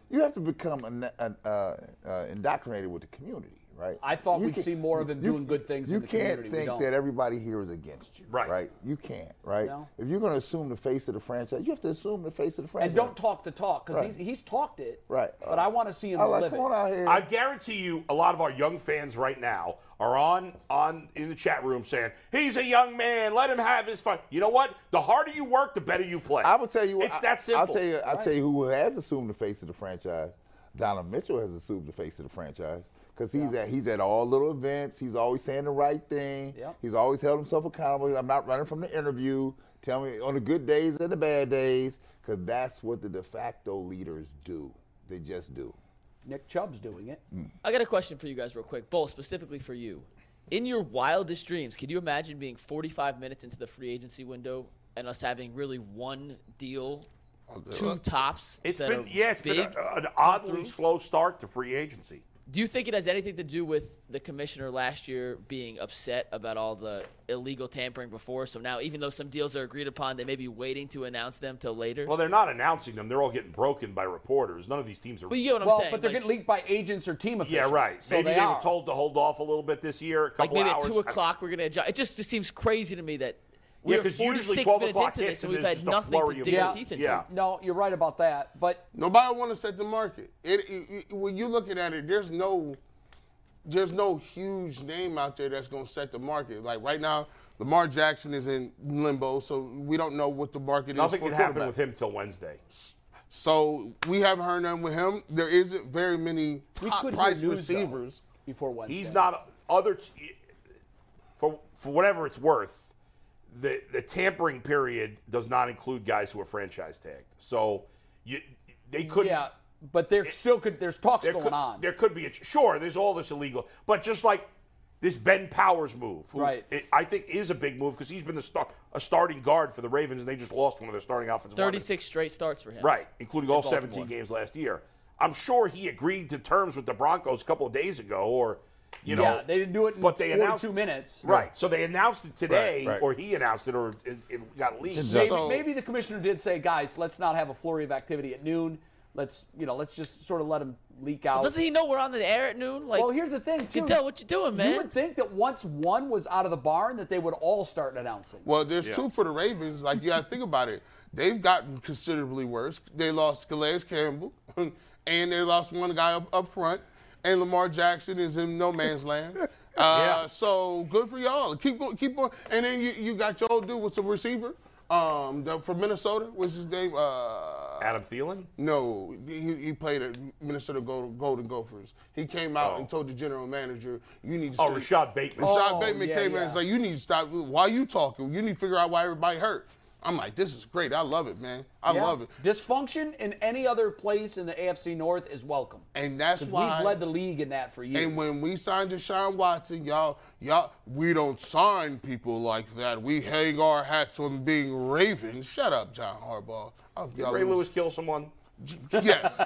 [SPEAKER 5] You have to become an, an, uh, uh, indoctrinated with the community, right?
[SPEAKER 3] I thought
[SPEAKER 5] You
[SPEAKER 3] we'd
[SPEAKER 5] can't-
[SPEAKER 3] see more of him doing good things
[SPEAKER 5] You
[SPEAKER 3] in the
[SPEAKER 5] can't
[SPEAKER 3] community. We
[SPEAKER 5] think
[SPEAKER 3] don't.
[SPEAKER 5] that everybody here is against you,
[SPEAKER 4] Right.
[SPEAKER 5] Right? You can't, right?
[SPEAKER 3] No.
[SPEAKER 5] If you're going to assume the face of the franchise, you have to assume the face of the franchise.
[SPEAKER 3] and don't talk the talk because
[SPEAKER 5] Right.
[SPEAKER 3] he's, he's talked it.
[SPEAKER 5] Right.
[SPEAKER 3] But I want to see him
[SPEAKER 5] I like,
[SPEAKER 3] live
[SPEAKER 5] come
[SPEAKER 3] it.
[SPEAKER 5] on out here.
[SPEAKER 4] I guarantee you, a lot of our young fans right now are on on in the chat room saying, "He's a young man. Let him have his fun." You know what? The harder you work, the better you play.
[SPEAKER 5] I will tell you.
[SPEAKER 4] It's
[SPEAKER 5] I-
[SPEAKER 4] that simple.
[SPEAKER 5] I'll tell you. I'll tell you who has assumed the face of the franchise. Donald Mitchell has assumed the face of the franchise because he's at he's at all little events. He's always saying the right thing.
[SPEAKER 3] Yep.
[SPEAKER 5] He's always held himself accountable. I'm not running from the interview. Tell me on the good days and the bad days because that's what the de facto leaders do. They just do.
[SPEAKER 3] Nick Chubb's doing it.
[SPEAKER 1] I got a question for you guys, real quick. Bull, specifically for you. In your wildest dreams, could you imagine being 45 minutes into the free agency window and us having really one deal, two tops?
[SPEAKER 4] It's
[SPEAKER 1] that
[SPEAKER 4] been
[SPEAKER 1] are
[SPEAKER 4] yeah, it's
[SPEAKER 1] big?
[SPEAKER 4] been a- an oddly slow start to free agency.
[SPEAKER 1] Do you think it has anything to do with the commissioner last year being upset about all the illegal tampering before? So now, even though some deals are agreed upon, they may be waiting to announce them till later.
[SPEAKER 4] Well, they're not announcing them. They're all getting broken by reporters. None of these teams are.
[SPEAKER 1] but you get what
[SPEAKER 3] well,
[SPEAKER 1] I'm saying.
[SPEAKER 3] but they're
[SPEAKER 1] like-
[SPEAKER 3] getting leaked by agents or team
[SPEAKER 4] yeah,
[SPEAKER 3] officials.
[SPEAKER 4] right.
[SPEAKER 3] So
[SPEAKER 4] maybe
[SPEAKER 3] they,
[SPEAKER 4] they,
[SPEAKER 3] are.
[SPEAKER 4] were told to hold off a little bit this year. A
[SPEAKER 1] like
[SPEAKER 4] couple
[SPEAKER 1] maybe
[SPEAKER 4] hours.
[SPEAKER 1] at two o'clock we're gonna adjust. It just it seems crazy to me that
[SPEAKER 4] Yeah,
[SPEAKER 1] we're
[SPEAKER 4] 'cause usually
[SPEAKER 1] 46
[SPEAKER 4] 12
[SPEAKER 1] minutes
[SPEAKER 4] o'clock
[SPEAKER 1] into this
[SPEAKER 4] hits
[SPEAKER 1] and
[SPEAKER 4] and
[SPEAKER 1] we've
[SPEAKER 4] there's
[SPEAKER 1] had
[SPEAKER 4] just a
[SPEAKER 1] nothing
[SPEAKER 4] flurry
[SPEAKER 1] to
[SPEAKER 4] of
[SPEAKER 1] dig our
[SPEAKER 4] deals.
[SPEAKER 1] teeth into.
[SPEAKER 4] Yeah.
[SPEAKER 3] No, you're right about that. But
[SPEAKER 2] Nobody want to set the market. It, it- it- when you're looking at it, there's no, there's no huge name out there that's gonna set the market. Like right now, Lamar Jackson is in limbo, so we don't know what the market
[SPEAKER 4] Nothing
[SPEAKER 2] is. for
[SPEAKER 4] can happen
[SPEAKER 2] quarterback.
[SPEAKER 4] with him till Wednesday.
[SPEAKER 2] So we haven't heard nothing with him. There isn't very many
[SPEAKER 3] we
[SPEAKER 2] top
[SPEAKER 3] could
[SPEAKER 2] price
[SPEAKER 3] hear news, though,
[SPEAKER 2] receivers.
[SPEAKER 3] before Wednesday.
[SPEAKER 4] He's not other t- for for whatever it's worth. The the tampering period does not include guys who are franchise tagged. So you they couldn't.
[SPEAKER 3] Yeah, but there still could. There's talks
[SPEAKER 4] there
[SPEAKER 3] going
[SPEAKER 4] could,
[SPEAKER 3] on.
[SPEAKER 4] There could be a ch- sure. There's all this illegal, but just like this Ben Powers move, who
[SPEAKER 3] Right.
[SPEAKER 4] it, I think is a big move because he's been the star, a starting guard for the Ravens, and they just lost one of their starting offensive linemen.
[SPEAKER 1] 36 straight starts for him.
[SPEAKER 4] Right, including all
[SPEAKER 1] Baltimore.
[SPEAKER 4] 17 games last year. I'm sure he agreed to terms with the Broncos a couple of days ago, or you know,
[SPEAKER 3] yeah, they didn't do it in
[SPEAKER 4] but they
[SPEAKER 3] 42
[SPEAKER 4] announced
[SPEAKER 3] minutes.
[SPEAKER 4] Right. So they announced it today,
[SPEAKER 5] Right, right.
[SPEAKER 4] or he announced it, or it, it got leaked.
[SPEAKER 3] Maybe,
[SPEAKER 2] So-
[SPEAKER 3] maybe the commissioner did say, guys, let's not have a flurry of activity at noon. Let's you know, let's just sort of let him leak out.
[SPEAKER 1] Doesn't he know we're on the air at noon? Like,
[SPEAKER 3] well, here's the thing, too.
[SPEAKER 1] You can tell what you're doing, man.
[SPEAKER 3] You would think that once one was out of the barn, that they would all start announcing.
[SPEAKER 2] Well, there's two for the Ravens. Like you got to think about it. They've gotten considerably worse. They lost Calais Campbell, and they lost one guy up, up front. And Lamar Jackson is in no man's land. Uh,
[SPEAKER 4] Yeah.
[SPEAKER 2] So good for y'all. Keep going, keep on. And then you, you got your old dude with some receiver um, the, from Minnesota. What's his name? Uh,
[SPEAKER 4] Adam Thielen.
[SPEAKER 2] No, he, he played at Minnesota Golden, Golden Gophers. He came out
[SPEAKER 4] Oh.
[SPEAKER 2] and told the general manager, "You need to."
[SPEAKER 4] Oh,
[SPEAKER 2] stay-
[SPEAKER 4] Rashad Bateman.
[SPEAKER 2] Rashad
[SPEAKER 3] Oh,
[SPEAKER 2] Bateman
[SPEAKER 3] yeah,
[SPEAKER 2] came in
[SPEAKER 3] yeah.
[SPEAKER 2] and said, "You need to stop. Why you talking? You need to figure out why everybody hurt." I'm like, this is great. I love it, man. I
[SPEAKER 3] Yeah.
[SPEAKER 2] love it.
[SPEAKER 3] Dysfunction in any other place in the AFC North is welcome.
[SPEAKER 2] And that's
[SPEAKER 3] 'Cause
[SPEAKER 2] why
[SPEAKER 3] we've led the league in that for years.
[SPEAKER 2] And when we signed Deshaun Watson, y'all, y'all, we don't sign people like that. We hang our hats on being Ravens. Shut up, John Harbaugh. Oh, y'all
[SPEAKER 4] Ray
[SPEAKER 2] it was-
[SPEAKER 4] Lewis kill someone?
[SPEAKER 2] Yes,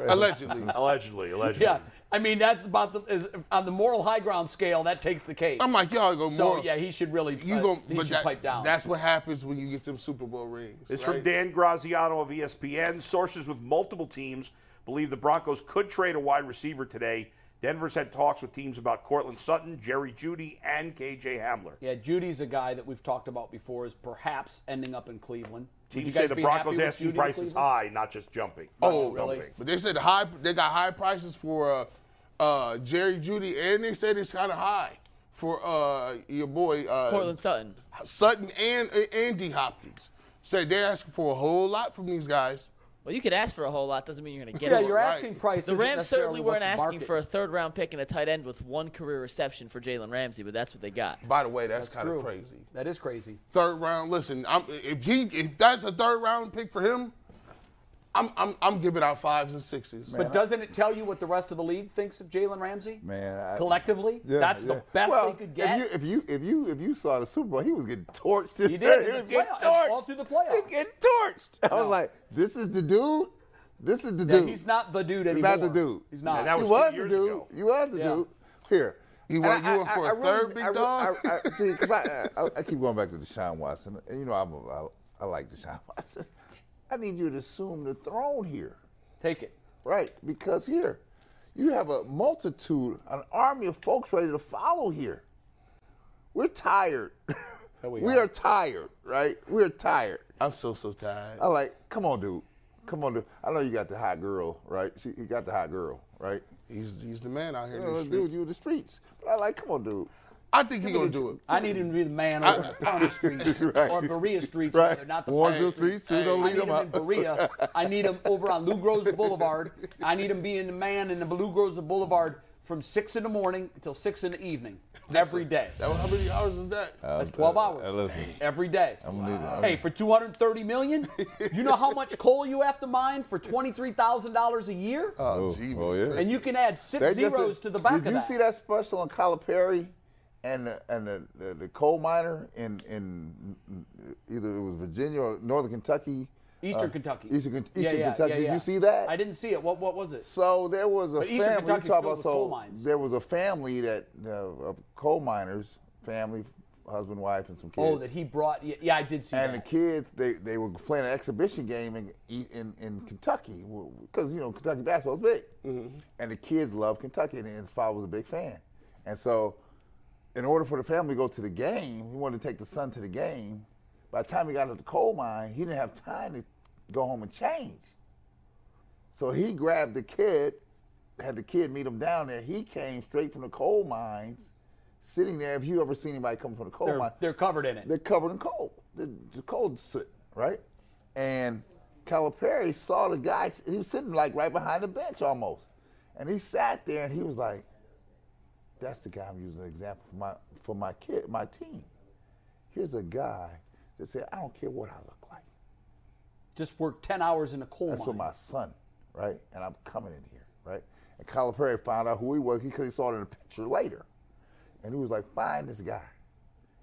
[SPEAKER 2] allegedly.
[SPEAKER 4] Allegedly, allegedly.
[SPEAKER 3] yeah, I mean that's about the is, on the moral high ground scale that takes the cake.
[SPEAKER 2] I'm like, y'all go
[SPEAKER 3] so
[SPEAKER 2] more.
[SPEAKER 3] yeah, he should really
[SPEAKER 2] you
[SPEAKER 3] uh,
[SPEAKER 2] gon-
[SPEAKER 3] he
[SPEAKER 2] but
[SPEAKER 3] should
[SPEAKER 2] that-
[SPEAKER 3] pipe down.
[SPEAKER 2] That's what happens when you get them Super Bowl rings.
[SPEAKER 4] It's
[SPEAKER 2] right?
[SPEAKER 4] from Dan Graziano of E ESPN. Sources with multiple teams believe the Broncos could trade a wide receiver today. Denver's had talks with teams about Cortland Sutton, Jerry Judy, and KJ Hamler.
[SPEAKER 3] yeah, Judy's a guy that we've talked about before is perhaps ending up in Cleveland. Would you
[SPEAKER 4] Teams
[SPEAKER 3] guys
[SPEAKER 4] say the
[SPEAKER 3] be happy
[SPEAKER 4] Broncos
[SPEAKER 3] with
[SPEAKER 4] asking
[SPEAKER 3] Judy in
[SPEAKER 4] prices
[SPEAKER 3] Cleveland?
[SPEAKER 4] high, not just jumping.
[SPEAKER 2] Oh,
[SPEAKER 3] really?
[SPEAKER 2] But they said high. They got high prices for uh, uh, Jerry Judy, and they said it's kind of high for uh, your boy uh,
[SPEAKER 1] Cortland Sutton.
[SPEAKER 2] Sutton and and D Hopkins. Said they're asking for a whole lot from these guys.
[SPEAKER 1] Well, you could ask for a whole lot. Doesn't mean you're going to get
[SPEAKER 3] Yeah,
[SPEAKER 1] it.
[SPEAKER 3] you're
[SPEAKER 2] Right.
[SPEAKER 3] asking prices.
[SPEAKER 1] The Rams certainly weren't asking for a third round pick and a tight end with one career reception for Jalen Ramsey, but that's what they got.
[SPEAKER 2] By the way, that's,
[SPEAKER 3] That's
[SPEAKER 2] kind
[SPEAKER 3] true.
[SPEAKER 2] of crazy.
[SPEAKER 3] That is crazy.
[SPEAKER 2] Third round. Listen, I'm, if he if that's a third round pick for him, I'm I'm, I'm giving out fives and sixes.
[SPEAKER 3] But doesn't it tell you what the rest of the league thinks of Jalen Ramsey?
[SPEAKER 5] Man, I-
[SPEAKER 3] collectively,
[SPEAKER 5] Yeah,
[SPEAKER 3] that's
[SPEAKER 5] yeah.
[SPEAKER 3] the best
[SPEAKER 5] Well,
[SPEAKER 3] they could get.
[SPEAKER 5] If you, if you if you if you saw the Super Bowl, he was getting torched. He
[SPEAKER 3] did in
[SPEAKER 5] He
[SPEAKER 3] the
[SPEAKER 5] was getting
[SPEAKER 3] playoff-
[SPEAKER 5] torched
[SPEAKER 3] all through the playoffs.
[SPEAKER 5] He was getting torched. I was
[SPEAKER 3] No.
[SPEAKER 5] like, this is the dude. This is the
[SPEAKER 3] Yeah,
[SPEAKER 5] dude.
[SPEAKER 3] he's not the dude
[SPEAKER 5] He's
[SPEAKER 3] anymore.
[SPEAKER 5] not the dude.
[SPEAKER 3] He's not.
[SPEAKER 4] And that
[SPEAKER 5] You
[SPEAKER 4] was two
[SPEAKER 5] was, the
[SPEAKER 4] years
[SPEAKER 5] dude.
[SPEAKER 4] ago.
[SPEAKER 5] You was the
[SPEAKER 3] Yeah.
[SPEAKER 5] dude. Here.
[SPEAKER 2] You want- you want for a third, big
[SPEAKER 5] I,
[SPEAKER 2] dog?
[SPEAKER 5] I, I, see, because I, I, I keep going back to Deshaun Watson, and you know I'm a, I, I like Deshaun Watson. I need you to assume the throne here.
[SPEAKER 3] Take it.
[SPEAKER 5] Right, because here, you have a multitude, an army of folks ready to follow here. We're tired.
[SPEAKER 3] we
[SPEAKER 5] we
[SPEAKER 3] are.
[SPEAKER 5] are tired, right? We're tired.
[SPEAKER 2] I'm so so tired.
[SPEAKER 3] Oh.
[SPEAKER 5] I'm like, come on, dude. Come on, dude. I know you got the hot girl, right? She, you got the hot girl, right?
[SPEAKER 2] He's he's the man out here.
[SPEAKER 5] You
[SPEAKER 2] in
[SPEAKER 5] know,
[SPEAKER 2] the
[SPEAKER 5] dude,
[SPEAKER 2] streets.
[SPEAKER 5] you in the streets. But I like, come on, dude.
[SPEAKER 2] I think he's
[SPEAKER 5] Give me
[SPEAKER 2] gonna
[SPEAKER 5] the-
[SPEAKER 2] do it.
[SPEAKER 3] I need him to be the man over on County Street
[SPEAKER 5] Right.
[SPEAKER 3] or Berea Street, rather,
[SPEAKER 5] Right.
[SPEAKER 3] not the
[SPEAKER 5] Warrenville
[SPEAKER 3] Warrenville
[SPEAKER 5] Street, so don't
[SPEAKER 3] I
[SPEAKER 5] lead
[SPEAKER 3] need
[SPEAKER 5] them
[SPEAKER 3] him in
[SPEAKER 5] up.
[SPEAKER 3] Berea. I need him over on Lou Groza Boulevard. I need him being the man in the Lou Groza Boulevard from six in the morning until six in the evening every day.
[SPEAKER 2] That was, how many hours is that?
[SPEAKER 3] That's 12 hours
[SPEAKER 5] listen.
[SPEAKER 3] every day.
[SPEAKER 5] gonna do that.
[SPEAKER 3] Hey, for 230 million, you know how much coal you have to mine for $23,000 a year?
[SPEAKER 2] oh, gee,
[SPEAKER 5] oh, yeah.
[SPEAKER 3] and you can add six
[SPEAKER 5] They just-
[SPEAKER 3] zeros to the back of
[SPEAKER 5] Did you
[SPEAKER 3] that.
[SPEAKER 5] see that special on Calipari and the, and the, the, the coal miner in in either it was Virginia or Northern Kentucky?
[SPEAKER 3] Eastern Kentucky.
[SPEAKER 5] Uh, Eastern, Ken- Eastern
[SPEAKER 3] Yeah, yeah,
[SPEAKER 5] Kentucky.
[SPEAKER 3] yeah,
[SPEAKER 5] Did
[SPEAKER 3] yeah.
[SPEAKER 5] you see that?
[SPEAKER 3] I didn't see it. What what was it?
[SPEAKER 5] So there was a
[SPEAKER 3] But Eastern
[SPEAKER 5] family.
[SPEAKER 3] Kentucky's
[SPEAKER 5] you talk
[SPEAKER 3] filled
[SPEAKER 5] about
[SPEAKER 3] with
[SPEAKER 5] so
[SPEAKER 3] coal mines.
[SPEAKER 5] there was a family that uh, of coal miners, family, husband, wife, and some kids.
[SPEAKER 3] Oh, that he brought. Yeah, yeah, I did see
[SPEAKER 5] and the
[SPEAKER 3] that.
[SPEAKER 5] kids, they, they were playing an exhibition game in in, in Kentucky because you know Kentucky basketball's big,
[SPEAKER 3] Mm-hmm.
[SPEAKER 5] and the kids love Kentucky, and his father was a big fan, and so in order for the family to go to the game, he wanted to take the son to the game. By the time he got to the coal mine, he didn't have time to go home and change. So he grabbed the kid, had the kid meet him down there. He came straight from the coal mines, sitting there. If you ever seen anybody coming from the coal mine,
[SPEAKER 3] they're, they're covered in it.
[SPEAKER 5] they're covered in coal, the, the coal soot, right? And Calipari saw the guy, he was sitting like right behind the bench almost. And he sat there and he was like, that's the guy I'm using an example for my, for my kid, my team. Here's a guy that said, I don't care what I look like.
[SPEAKER 3] Just worked 10 hours in a coal
[SPEAKER 5] That's for
[SPEAKER 3] mine.
[SPEAKER 5] my son, right? And I'm coming in here, right? And Calipari found out who he was because he saw it in a picture later. And he was like, find this guy.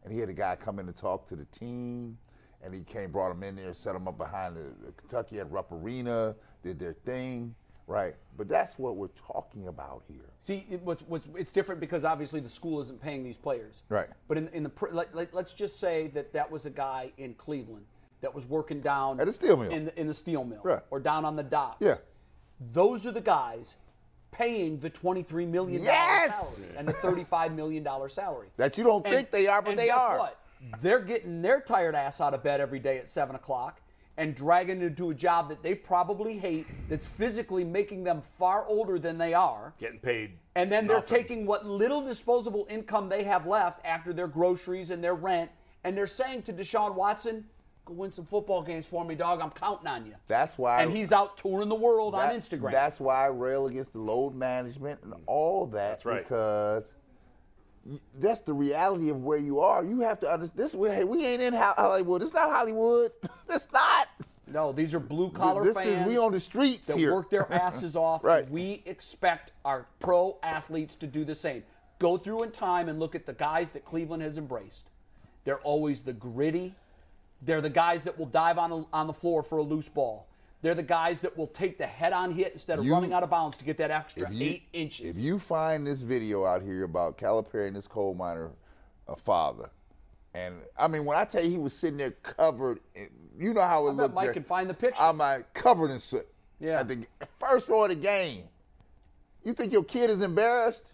[SPEAKER 5] And he had a guy come in to talk to the team. And he came, brought him in there, set him up behind the, the Kentucky at Rupp Arena, did their thing, right? But that's what we're talking about here.
[SPEAKER 3] See, it, what's, what's, it's different because obviously the school isn't paying these players.
[SPEAKER 5] Right.
[SPEAKER 3] But in, in the pr- let, let, us just say that that was a guy in Cleveland that was working down
[SPEAKER 5] At a steel mill.
[SPEAKER 3] in the, in the steel mill
[SPEAKER 5] Right.
[SPEAKER 3] or down on the dock.
[SPEAKER 5] Yeah.
[SPEAKER 3] Those are the guys paying the 23 million
[SPEAKER 5] Yes!
[SPEAKER 3] salary and the 35 million dollar salary.
[SPEAKER 5] That you don't think they are, but
[SPEAKER 3] and
[SPEAKER 5] they
[SPEAKER 3] guess
[SPEAKER 5] are.
[SPEAKER 3] What? They're getting their tired ass out of bed every day at seven o'clock and dragging to do a job that they probably hate. That's physically making them far older than they are.
[SPEAKER 4] Getting paid.
[SPEAKER 3] And then they're
[SPEAKER 4] nothing.
[SPEAKER 3] taking what little disposable income they have left after their groceries and their rent, and they're saying to Deshaun Watson, "Go win some football games for me, dog. I'm counting on you."
[SPEAKER 5] That's why.
[SPEAKER 3] and he's out touring the world on
[SPEAKER 5] That-
[SPEAKER 3] Instagram.
[SPEAKER 5] That's why I rail against the load management and all that.
[SPEAKER 4] right.
[SPEAKER 5] Because that's the reality of where you are. You have to understand this. We, hey, we ain't in Ho- Hollywood. It's not Hollywood. It's not.
[SPEAKER 3] No, these are blue collar
[SPEAKER 5] this
[SPEAKER 3] fans.
[SPEAKER 5] is we on the streets
[SPEAKER 3] that
[SPEAKER 5] here.
[SPEAKER 3] work their asses off.
[SPEAKER 5] Right.
[SPEAKER 3] We expect our pro athletes to do the same. Go through in time and look at the guys that Cleveland has embraced. They're always the gritty. They're the guys that will dive on, the- on the floor for a loose ball. They're the guys that will take the head on hit instead of
[SPEAKER 5] You-
[SPEAKER 3] running out of bounds to get that extra
[SPEAKER 5] If you-
[SPEAKER 3] eight inches.
[SPEAKER 5] If you find this video out here about Calipari and this coal miner uh, father, and I mean, when I tell you he was sitting there covered, in, you know how it
[SPEAKER 3] bet
[SPEAKER 5] looked.
[SPEAKER 3] Mike
[SPEAKER 5] there.
[SPEAKER 3] can find the picture.
[SPEAKER 5] I'm like covered in soot.
[SPEAKER 3] Yeah.
[SPEAKER 5] At the g- first row of the game, you think your kid is embarrassed?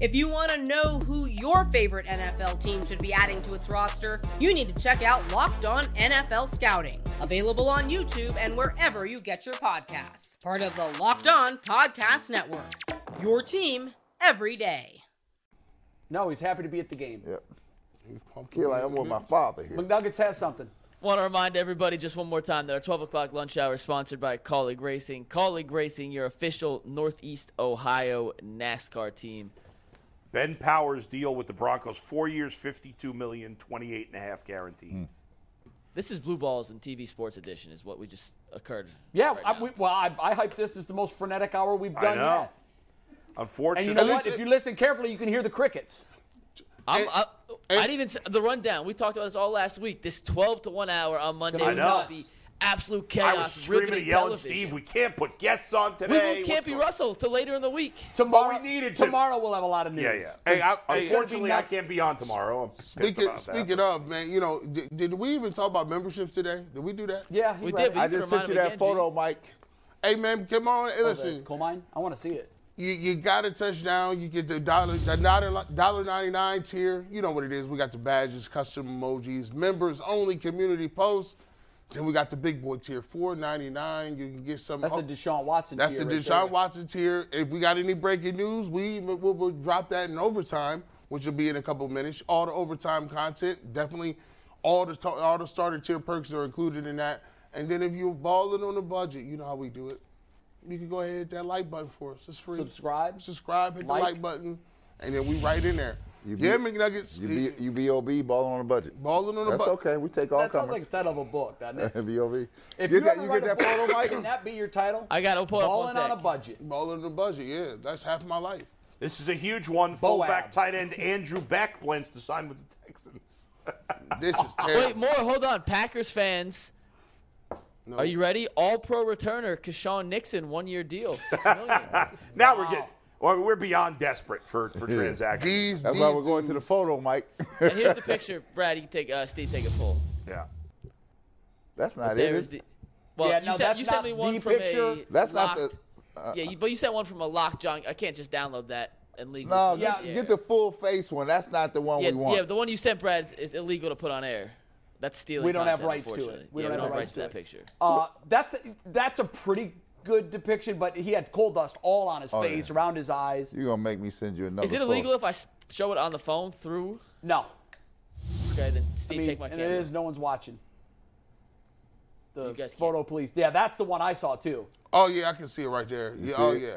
[SPEAKER 6] If you want to know who your favorite NFL team should be adding to its roster, you need to check out Locked On NFL Scouting, available on YouTube and wherever you get your podcasts. Part of the Locked On Podcast Network. Your team every day.
[SPEAKER 3] no, he's happy to be at the game.
[SPEAKER 5] Yep. Kid, like I'm with my father here.
[SPEAKER 3] McNuggets has something.
[SPEAKER 1] Want to remind everybody just one more time that our 12 o'clock lunch hour is sponsored by Colleague Racing. Colleague Racing, your official Northeast Ohio NASCAR team.
[SPEAKER 4] Ben Powers' deal with the Broncos: four years, fifty-two million, twenty-eight and a half guaranteed.
[SPEAKER 3] Hmm.
[SPEAKER 1] This is Blue Balls and TV Sports Edition, is what we just occurred.
[SPEAKER 3] Yeah,
[SPEAKER 1] right
[SPEAKER 3] I,
[SPEAKER 1] now.
[SPEAKER 3] we, well, I, I hype this as the most frenetic hour we've
[SPEAKER 4] I
[SPEAKER 3] done
[SPEAKER 4] know.
[SPEAKER 3] yet. And
[SPEAKER 4] Unfortunately,
[SPEAKER 3] you know
[SPEAKER 2] least
[SPEAKER 3] what?
[SPEAKER 2] it-
[SPEAKER 3] If you listen carefully, you can hear the crickets.
[SPEAKER 1] I'm, I, I didn't even s- the rundown. We talked about this all last week. This 12 to 1 hour on Monday
[SPEAKER 3] I
[SPEAKER 1] would
[SPEAKER 4] know.
[SPEAKER 1] not be absolute chaos.
[SPEAKER 4] I was screaming and
[SPEAKER 1] riveting
[SPEAKER 4] yelling,
[SPEAKER 1] television.
[SPEAKER 4] Steve, we can't put guests on
[SPEAKER 1] We
[SPEAKER 4] today.
[SPEAKER 1] will
[SPEAKER 4] What's
[SPEAKER 1] can't be
[SPEAKER 4] going-
[SPEAKER 1] Russell till later in the week.
[SPEAKER 3] Tomorrow,
[SPEAKER 4] we needed to.
[SPEAKER 3] tomorrow we'll have a lot of news.
[SPEAKER 4] Yeah, yeah. Hey, I, unfortunately, I
[SPEAKER 3] next-
[SPEAKER 4] can't be on tomorrow. I'm pissed
[SPEAKER 2] Speaking,
[SPEAKER 4] about that.
[SPEAKER 2] speaking of, man, you know, did, did we even talk about memberships today? Did we do that?
[SPEAKER 3] Yeah, he
[SPEAKER 1] We
[SPEAKER 3] read
[SPEAKER 1] did.
[SPEAKER 3] it.
[SPEAKER 1] but
[SPEAKER 5] I
[SPEAKER 1] can
[SPEAKER 5] just
[SPEAKER 1] remind
[SPEAKER 5] sent you
[SPEAKER 1] him
[SPEAKER 5] that
[SPEAKER 1] again,
[SPEAKER 5] photo,
[SPEAKER 1] G.
[SPEAKER 2] Hey,
[SPEAKER 5] Hey,
[SPEAKER 2] man, come on. Hey,
[SPEAKER 3] The
[SPEAKER 2] listen,
[SPEAKER 3] coal mine. I want to see it.
[SPEAKER 2] you, you got a touchdown. You get the dollar, the dollar, dollar ninety-nine tier. You know what it is. We got the badges, custom emojis, members only, community posts. Then we got the big boy tier, four ninety-nine. You can get some.
[SPEAKER 3] That's a Deshaun Watson.
[SPEAKER 2] Oh. That's
[SPEAKER 3] tier
[SPEAKER 2] the
[SPEAKER 3] right
[SPEAKER 2] Deshaun
[SPEAKER 3] there.
[SPEAKER 2] Watson tier. If we got any breaking news, we will we'll, we'll drop that in overtime, which will be in a couple minutes. All the overtime content, definitely. All the ta- all the starter tier perks are included in that. And then if you're balling on the budget, you know how we do it. You can go ahead and hit that like button for us. It's free.
[SPEAKER 3] Subscribe.
[SPEAKER 2] Subscribe. Hit
[SPEAKER 3] Like.
[SPEAKER 2] the like button, and then we right in there. yeah, McNuggets.
[SPEAKER 5] You, be, you B.O.B. balling on a budget.
[SPEAKER 2] Balling on a
[SPEAKER 5] That's
[SPEAKER 2] bu-
[SPEAKER 5] okay. We take all
[SPEAKER 3] That sounds
[SPEAKER 5] comers.
[SPEAKER 3] like the title of a book, doesn't it?
[SPEAKER 5] B.O.B.
[SPEAKER 3] If
[SPEAKER 5] get
[SPEAKER 3] you
[SPEAKER 5] that,
[SPEAKER 3] ever
[SPEAKER 5] you
[SPEAKER 3] write
[SPEAKER 5] get
[SPEAKER 3] a
[SPEAKER 5] that
[SPEAKER 3] book,
[SPEAKER 5] photo, Mike?
[SPEAKER 3] can that be your title?
[SPEAKER 1] I got to pull up one
[SPEAKER 3] Balling on a
[SPEAKER 1] sec.
[SPEAKER 3] budget.
[SPEAKER 2] balling on the budget. Yeah, that's half my life.
[SPEAKER 4] This is a huge one. Fullback tight end Andrew Beck plans to sign with the Texans.
[SPEAKER 2] This is terrible.
[SPEAKER 1] Wait, more. Hold on. Packers fans. Are you ready? All pro returner Keshawn Nixon, one year deal, six million.
[SPEAKER 4] Now we're getting, well, we're beyond desperate for, for transactions.
[SPEAKER 2] These-
[SPEAKER 5] That's why
[SPEAKER 2] these
[SPEAKER 5] we're going to the photo, Mike.
[SPEAKER 1] and here's the picture, Brad. You take uh, Steve, take a pull.
[SPEAKER 4] yeah.
[SPEAKER 5] That's not it.
[SPEAKER 1] There's
[SPEAKER 5] is
[SPEAKER 1] the.
[SPEAKER 5] it?
[SPEAKER 1] Well,
[SPEAKER 3] Yeah,
[SPEAKER 1] you,
[SPEAKER 3] no,
[SPEAKER 1] sent, you
[SPEAKER 3] that's
[SPEAKER 1] sent
[SPEAKER 3] not
[SPEAKER 1] me one
[SPEAKER 3] the
[SPEAKER 1] from a.
[SPEAKER 3] picture.
[SPEAKER 5] That's not uh,
[SPEAKER 1] locked- yeah, you, but you sent one from a locked John. I can't just download that and leak.
[SPEAKER 5] No,
[SPEAKER 1] it.
[SPEAKER 3] Yeah.
[SPEAKER 5] get, get the full face one. That's not the one
[SPEAKER 1] yeah,
[SPEAKER 5] we want.
[SPEAKER 1] yeah, the one you sent, Brad, is, is illegal to put on air. That's stealing.
[SPEAKER 3] We don't have
[SPEAKER 1] content,
[SPEAKER 3] rights to it.
[SPEAKER 1] unfortunately.
[SPEAKER 3] We
[SPEAKER 1] yeah,
[SPEAKER 3] don't
[SPEAKER 1] we
[SPEAKER 3] have
[SPEAKER 1] don't have
[SPEAKER 3] rights
[SPEAKER 1] rights to
[SPEAKER 3] to
[SPEAKER 1] that
[SPEAKER 3] it.
[SPEAKER 1] picture.
[SPEAKER 3] Uh, that's that's a pretty good depiction, but he had coal dust all on his face,
[SPEAKER 5] yeah.
[SPEAKER 3] around his eyes.
[SPEAKER 5] You're gonna make me send you another.
[SPEAKER 1] Is it
[SPEAKER 5] photo.
[SPEAKER 1] illegal if I s- show it on the phone through?
[SPEAKER 3] No,
[SPEAKER 1] Okay, then Steve,
[SPEAKER 3] I mean,
[SPEAKER 1] take my
[SPEAKER 3] and
[SPEAKER 1] camera.
[SPEAKER 3] it is no one's watching. The
[SPEAKER 1] You guys can't-
[SPEAKER 3] photo police. Yeah, that's the one I saw too.
[SPEAKER 2] Oh yeah, I can see it right there. Yeah,
[SPEAKER 5] see
[SPEAKER 2] oh
[SPEAKER 5] it?
[SPEAKER 2] yeah.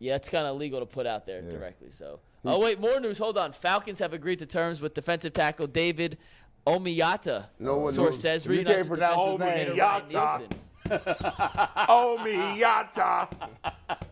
[SPEAKER 1] Yeah, it's kind of illegal to put out there directly. So, oh wait, more news. Hold on. Falcons have agreed to terms with defensive tackle David Omiyata.
[SPEAKER 2] No one
[SPEAKER 1] source
[SPEAKER 2] knows.
[SPEAKER 1] says
[SPEAKER 5] You
[SPEAKER 1] reading
[SPEAKER 5] can't
[SPEAKER 1] out the
[SPEAKER 5] pronounce
[SPEAKER 1] defensive
[SPEAKER 4] his
[SPEAKER 1] coordinator Ryan
[SPEAKER 4] name.
[SPEAKER 1] Nielsen.
[SPEAKER 4] Oh, Miata.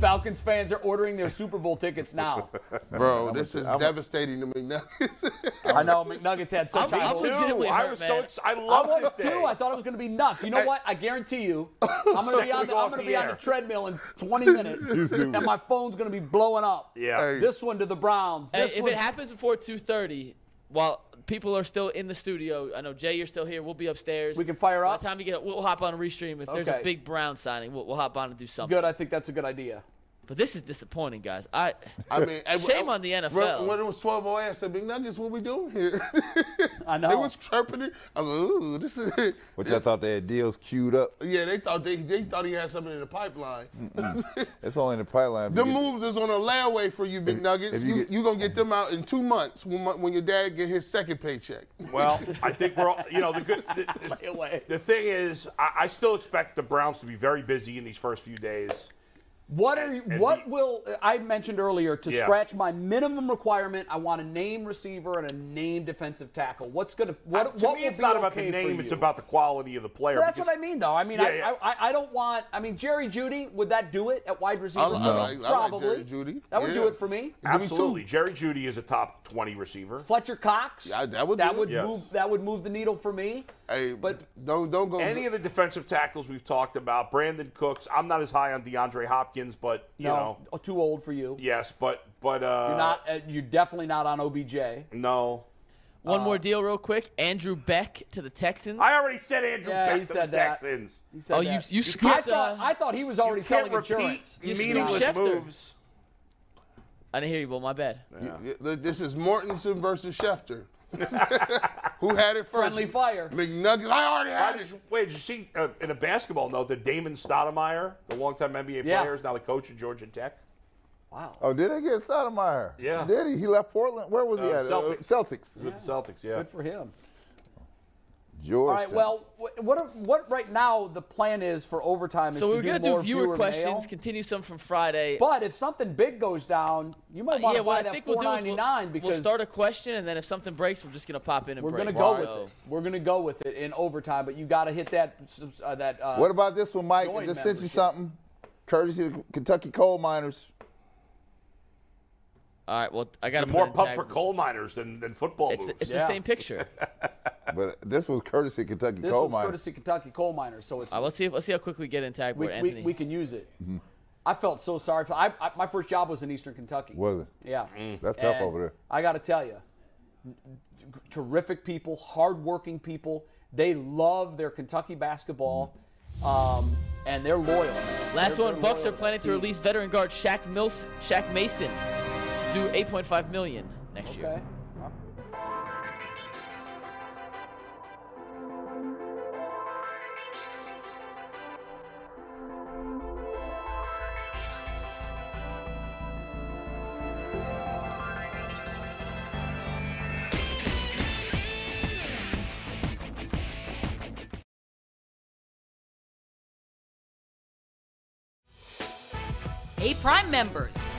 [SPEAKER 3] Falcons fans are ordering their Super Bowl tickets now.
[SPEAKER 2] Bro, this is devastating to McNuggets.
[SPEAKER 3] I know McNuggets had such
[SPEAKER 1] I'm-
[SPEAKER 3] high
[SPEAKER 1] I'm
[SPEAKER 3] hopes.
[SPEAKER 1] legitimately
[SPEAKER 4] I
[SPEAKER 1] hurt,
[SPEAKER 4] was so
[SPEAKER 1] man.
[SPEAKER 4] ex- I
[SPEAKER 3] I
[SPEAKER 4] love
[SPEAKER 3] was
[SPEAKER 4] this day.
[SPEAKER 3] too. I thought it was going to be nuts. You know what? I guarantee you, I'm going to be
[SPEAKER 4] Second
[SPEAKER 3] on
[SPEAKER 4] we
[SPEAKER 3] the,
[SPEAKER 4] go
[SPEAKER 3] I'm
[SPEAKER 4] off
[SPEAKER 3] going to
[SPEAKER 4] the
[SPEAKER 3] be on
[SPEAKER 4] air.
[SPEAKER 3] the treadmill in 20 minutes, and my phone's going to be blowing up.
[SPEAKER 4] Yeah. Hey.
[SPEAKER 3] This one to the Browns.
[SPEAKER 1] Hey,
[SPEAKER 3] This
[SPEAKER 1] if
[SPEAKER 3] one.
[SPEAKER 1] it happens before 2:30, while people are still in the studio, I know Jay, you're still here. We'll be upstairs.
[SPEAKER 3] We can fire
[SPEAKER 1] By
[SPEAKER 3] up?
[SPEAKER 1] the time you get, up, we'll hop on a restream. If there's a
[SPEAKER 3] Okay.
[SPEAKER 1] big Brown signing, we'll, we'll hop on and do something.
[SPEAKER 3] good. I think that's a good idea.
[SPEAKER 1] But this is disappointing, guys. I
[SPEAKER 2] I mean, I-
[SPEAKER 1] Shame
[SPEAKER 2] I-
[SPEAKER 1] on the NFL.
[SPEAKER 2] When, when it was 12 0, I said, McNuggets, what we doing here?
[SPEAKER 3] I know.
[SPEAKER 2] It was chirping. it. I was like, ooh, this is.
[SPEAKER 5] Which I thought they had deals queued up.
[SPEAKER 2] Yeah, they thought they, they thought he had something in the pipeline.
[SPEAKER 5] It's only in the pipeline.
[SPEAKER 2] them moves is on a layaway for you, Big Nuggets.
[SPEAKER 5] if you
[SPEAKER 2] You,
[SPEAKER 5] get-
[SPEAKER 2] you gonna get them out in two months when, my- when your dad get his second paycheck.
[SPEAKER 4] Well, I think we're all, you know, the good. The, the-
[SPEAKER 3] away.
[SPEAKER 4] the thing is, I, I still expect the Browns to be very busy in these first few days.
[SPEAKER 3] What are you, what will I mentioned earlier to
[SPEAKER 4] Yeah.
[SPEAKER 3] scratch my minimum requirement? I want a name receiver and a name defensive tackle. What's gonna what,
[SPEAKER 4] to
[SPEAKER 3] what
[SPEAKER 4] me,
[SPEAKER 3] will
[SPEAKER 4] it's
[SPEAKER 3] be
[SPEAKER 4] not about
[SPEAKER 3] okay
[SPEAKER 4] the
[SPEAKER 3] for
[SPEAKER 4] name; it's
[SPEAKER 3] you?
[SPEAKER 4] about the quality of the player.
[SPEAKER 3] But that's
[SPEAKER 4] because-
[SPEAKER 3] what I mean, though. I mean, I,
[SPEAKER 4] Yeah, yeah.
[SPEAKER 3] I, I, I don't want. I mean, Jerry Judy would that do it at wide receiver?
[SPEAKER 2] I like- I like- I like
[SPEAKER 3] Probably.
[SPEAKER 2] Jerry Jeudy.
[SPEAKER 3] That would
[SPEAKER 2] Yeah.
[SPEAKER 3] do it for me.
[SPEAKER 4] Absolutely, Jerry Judy is a top twenty receiver.
[SPEAKER 3] Fletcher Cox.
[SPEAKER 2] Yeah, that would do
[SPEAKER 3] that
[SPEAKER 2] it.
[SPEAKER 3] would
[SPEAKER 4] Yes.
[SPEAKER 3] move that would move the needle for me.
[SPEAKER 2] Hey,
[SPEAKER 3] But-
[SPEAKER 2] but don't don't go.
[SPEAKER 4] Any of the defensive tackles we've talked about, Brandon Cooks. I'm not as high on DeAndre Hopkins, but you
[SPEAKER 3] no,
[SPEAKER 4] know,
[SPEAKER 3] oh, too old for you.
[SPEAKER 4] yes, but but uh,
[SPEAKER 3] You're not. Uh, you're definitely not on OBJ.
[SPEAKER 4] no.
[SPEAKER 1] One more deal, real quick. Andrew Beck to the Texans.
[SPEAKER 4] I already said Andrew
[SPEAKER 3] Yeah,
[SPEAKER 4] Beck
[SPEAKER 3] he
[SPEAKER 4] to
[SPEAKER 3] said
[SPEAKER 4] the
[SPEAKER 3] that.
[SPEAKER 4] Texans.
[SPEAKER 3] He said
[SPEAKER 1] oh, you
[SPEAKER 3] that.
[SPEAKER 1] you
[SPEAKER 3] I
[SPEAKER 1] skipped.
[SPEAKER 3] thought
[SPEAKER 1] uh,
[SPEAKER 3] I thought he was already
[SPEAKER 4] You can't
[SPEAKER 3] selling
[SPEAKER 4] repeat
[SPEAKER 3] insurance.
[SPEAKER 1] You
[SPEAKER 4] meaningless
[SPEAKER 1] scooped Schefter.
[SPEAKER 4] moves.
[SPEAKER 1] I didn't hear you, Bull. My bad.
[SPEAKER 2] Y- y- This is Mortensen versus Schefter. Who had it first?
[SPEAKER 3] Friendly fire.
[SPEAKER 2] McNuggets. I already
[SPEAKER 4] Why
[SPEAKER 2] had
[SPEAKER 4] did
[SPEAKER 2] it.
[SPEAKER 4] you, wait, did you see uh, in a basketball note that Damon Stoudemire, the longtime NBA
[SPEAKER 3] Yeah.
[SPEAKER 4] player, is now the coach at Georgia Tech?
[SPEAKER 3] Wow.
[SPEAKER 5] Oh, did they get Stoudemire?
[SPEAKER 4] Yeah.
[SPEAKER 5] Did he? He left Portland. Where was he
[SPEAKER 4] Uh,
[SPEAKER 5] at?
[SPEAKER 4] Celtics.
[SPEAKER 5] Uh, Celtics.
[SPEAKER 4] With the Celtics, yeah.
[SPEAKER 3] Good for him.
[SPEAKER 5] George.
[SPEAKER 3] All right. Well, wh- what are, what right now the plan is for overtime is
[SPEAKER 1] So we
[SPEAKER 3] to
[SPEAKER 1] were gonna
[SPEAKER 3] do more
[SPEAKER 1] do viewer,
[SPEAKER 3] viewer
[SPEAKER 1] questions.
[SPEAKER 3] mail.
[SPEAKER 1] Continue some from Friday. Uh,
[SPEAKER 3] But if something big goes down, you might want
[SPEAKER 1] yeah,
[SPEAKER 3] to buy
[SPEAKER 1] what I
[SPEAKER 3] that
[SPEAKER 1] think we'll
[SPEAKER 3] four
[SPEAKER 1] do is
[SPEAKER 3] ninety
[SPEAKER 1] we'll,
[SPEAKER 3] nine because
[SPEAKER 1] we'll start a question, and then if something breaks, we're just gonna pop in and
[SPEAKER 3] we're
[SPEAKER 1] break.
[SPEAKER 3] gonna go
[SPEAKER 1] So-
[SPEAKER 3] with it. We're gonna go with it in overtime. But you got to hit that subs- uh, that. Uh,
[SPEAKER 5] what about this one, Mike? I
[SPEAKER 3] Join
[SPEAKER 5] just sent you
[SPEAKER 3] membership.
[SPEAKER 5] something. Courtesy of the Kentucky coal miners.
[SPEAKER 1] All right. Well, I got to
[SPEAKER 4] More pump for coal miners than, than football
[SPEAKER 1] It's, the,
[SPEAKER 4] moves.
[SPEAKER 1] it's
[SPEAKER 3] Yeah.
[SPEAKER 1] the same picture.
[SPEAKER 5] But this was courtesy of Kentucky
[SPEAKER 3] this
[SPEAKER 5] coal
[SPEAKER 3] one's
[SPEAKER 5] miners.
[SPEAKER 3] courtesy Kentucky coal miners, so it's
[SPEAKER 1] All right, let's see. Let's see how quick we get in tag
[SPEAKER 3] we,
[SPEAKER 1] board.
[SPEAKER 3] we,
[SPEAKER 1] Anthony.
[SPEAKER 3] we can use it.
[SPEAKER 5] Mm-hmm.
[SPEAKER 3] I felt so sorry for. I, I, my first job was in Eastern Kentucky.
[SPEAKER 5] Was it?
[SPEAKER 3] Yeah.
[SPEAKER 5] That's
[SPEAKER 1] Mm.
[SPEAKER 5] tough
[SPEAKER 3] And
[SPEAKER 5] over there.
[SPEAKER 3] I got to tell you, terrific people, hardworking people. They love their Kentucky basketball,
[SPEAKER 5] Mm-hmm.
[SPEAKER 3] um, and they're loyal.
[SPEAKER 1] Last
[SPEAKER 3] They're-
[SPEAKER 1] one.
[SPEAKER 3] they're
[SPEAKER 1] Bucks are
[SPEAKER 3] loyal
[SPEAKER 1] planning to
[SPEAKER 3] their
[SPEAKER 1] release veteran guard Shaq Mills, Shaq Mason, do 8.5 million next
[SPEAKER 3] team.
[SPEAKER 1] year.
[SPEAKER 3] Okay.
[SPEAKER 6] Hey, Prime members,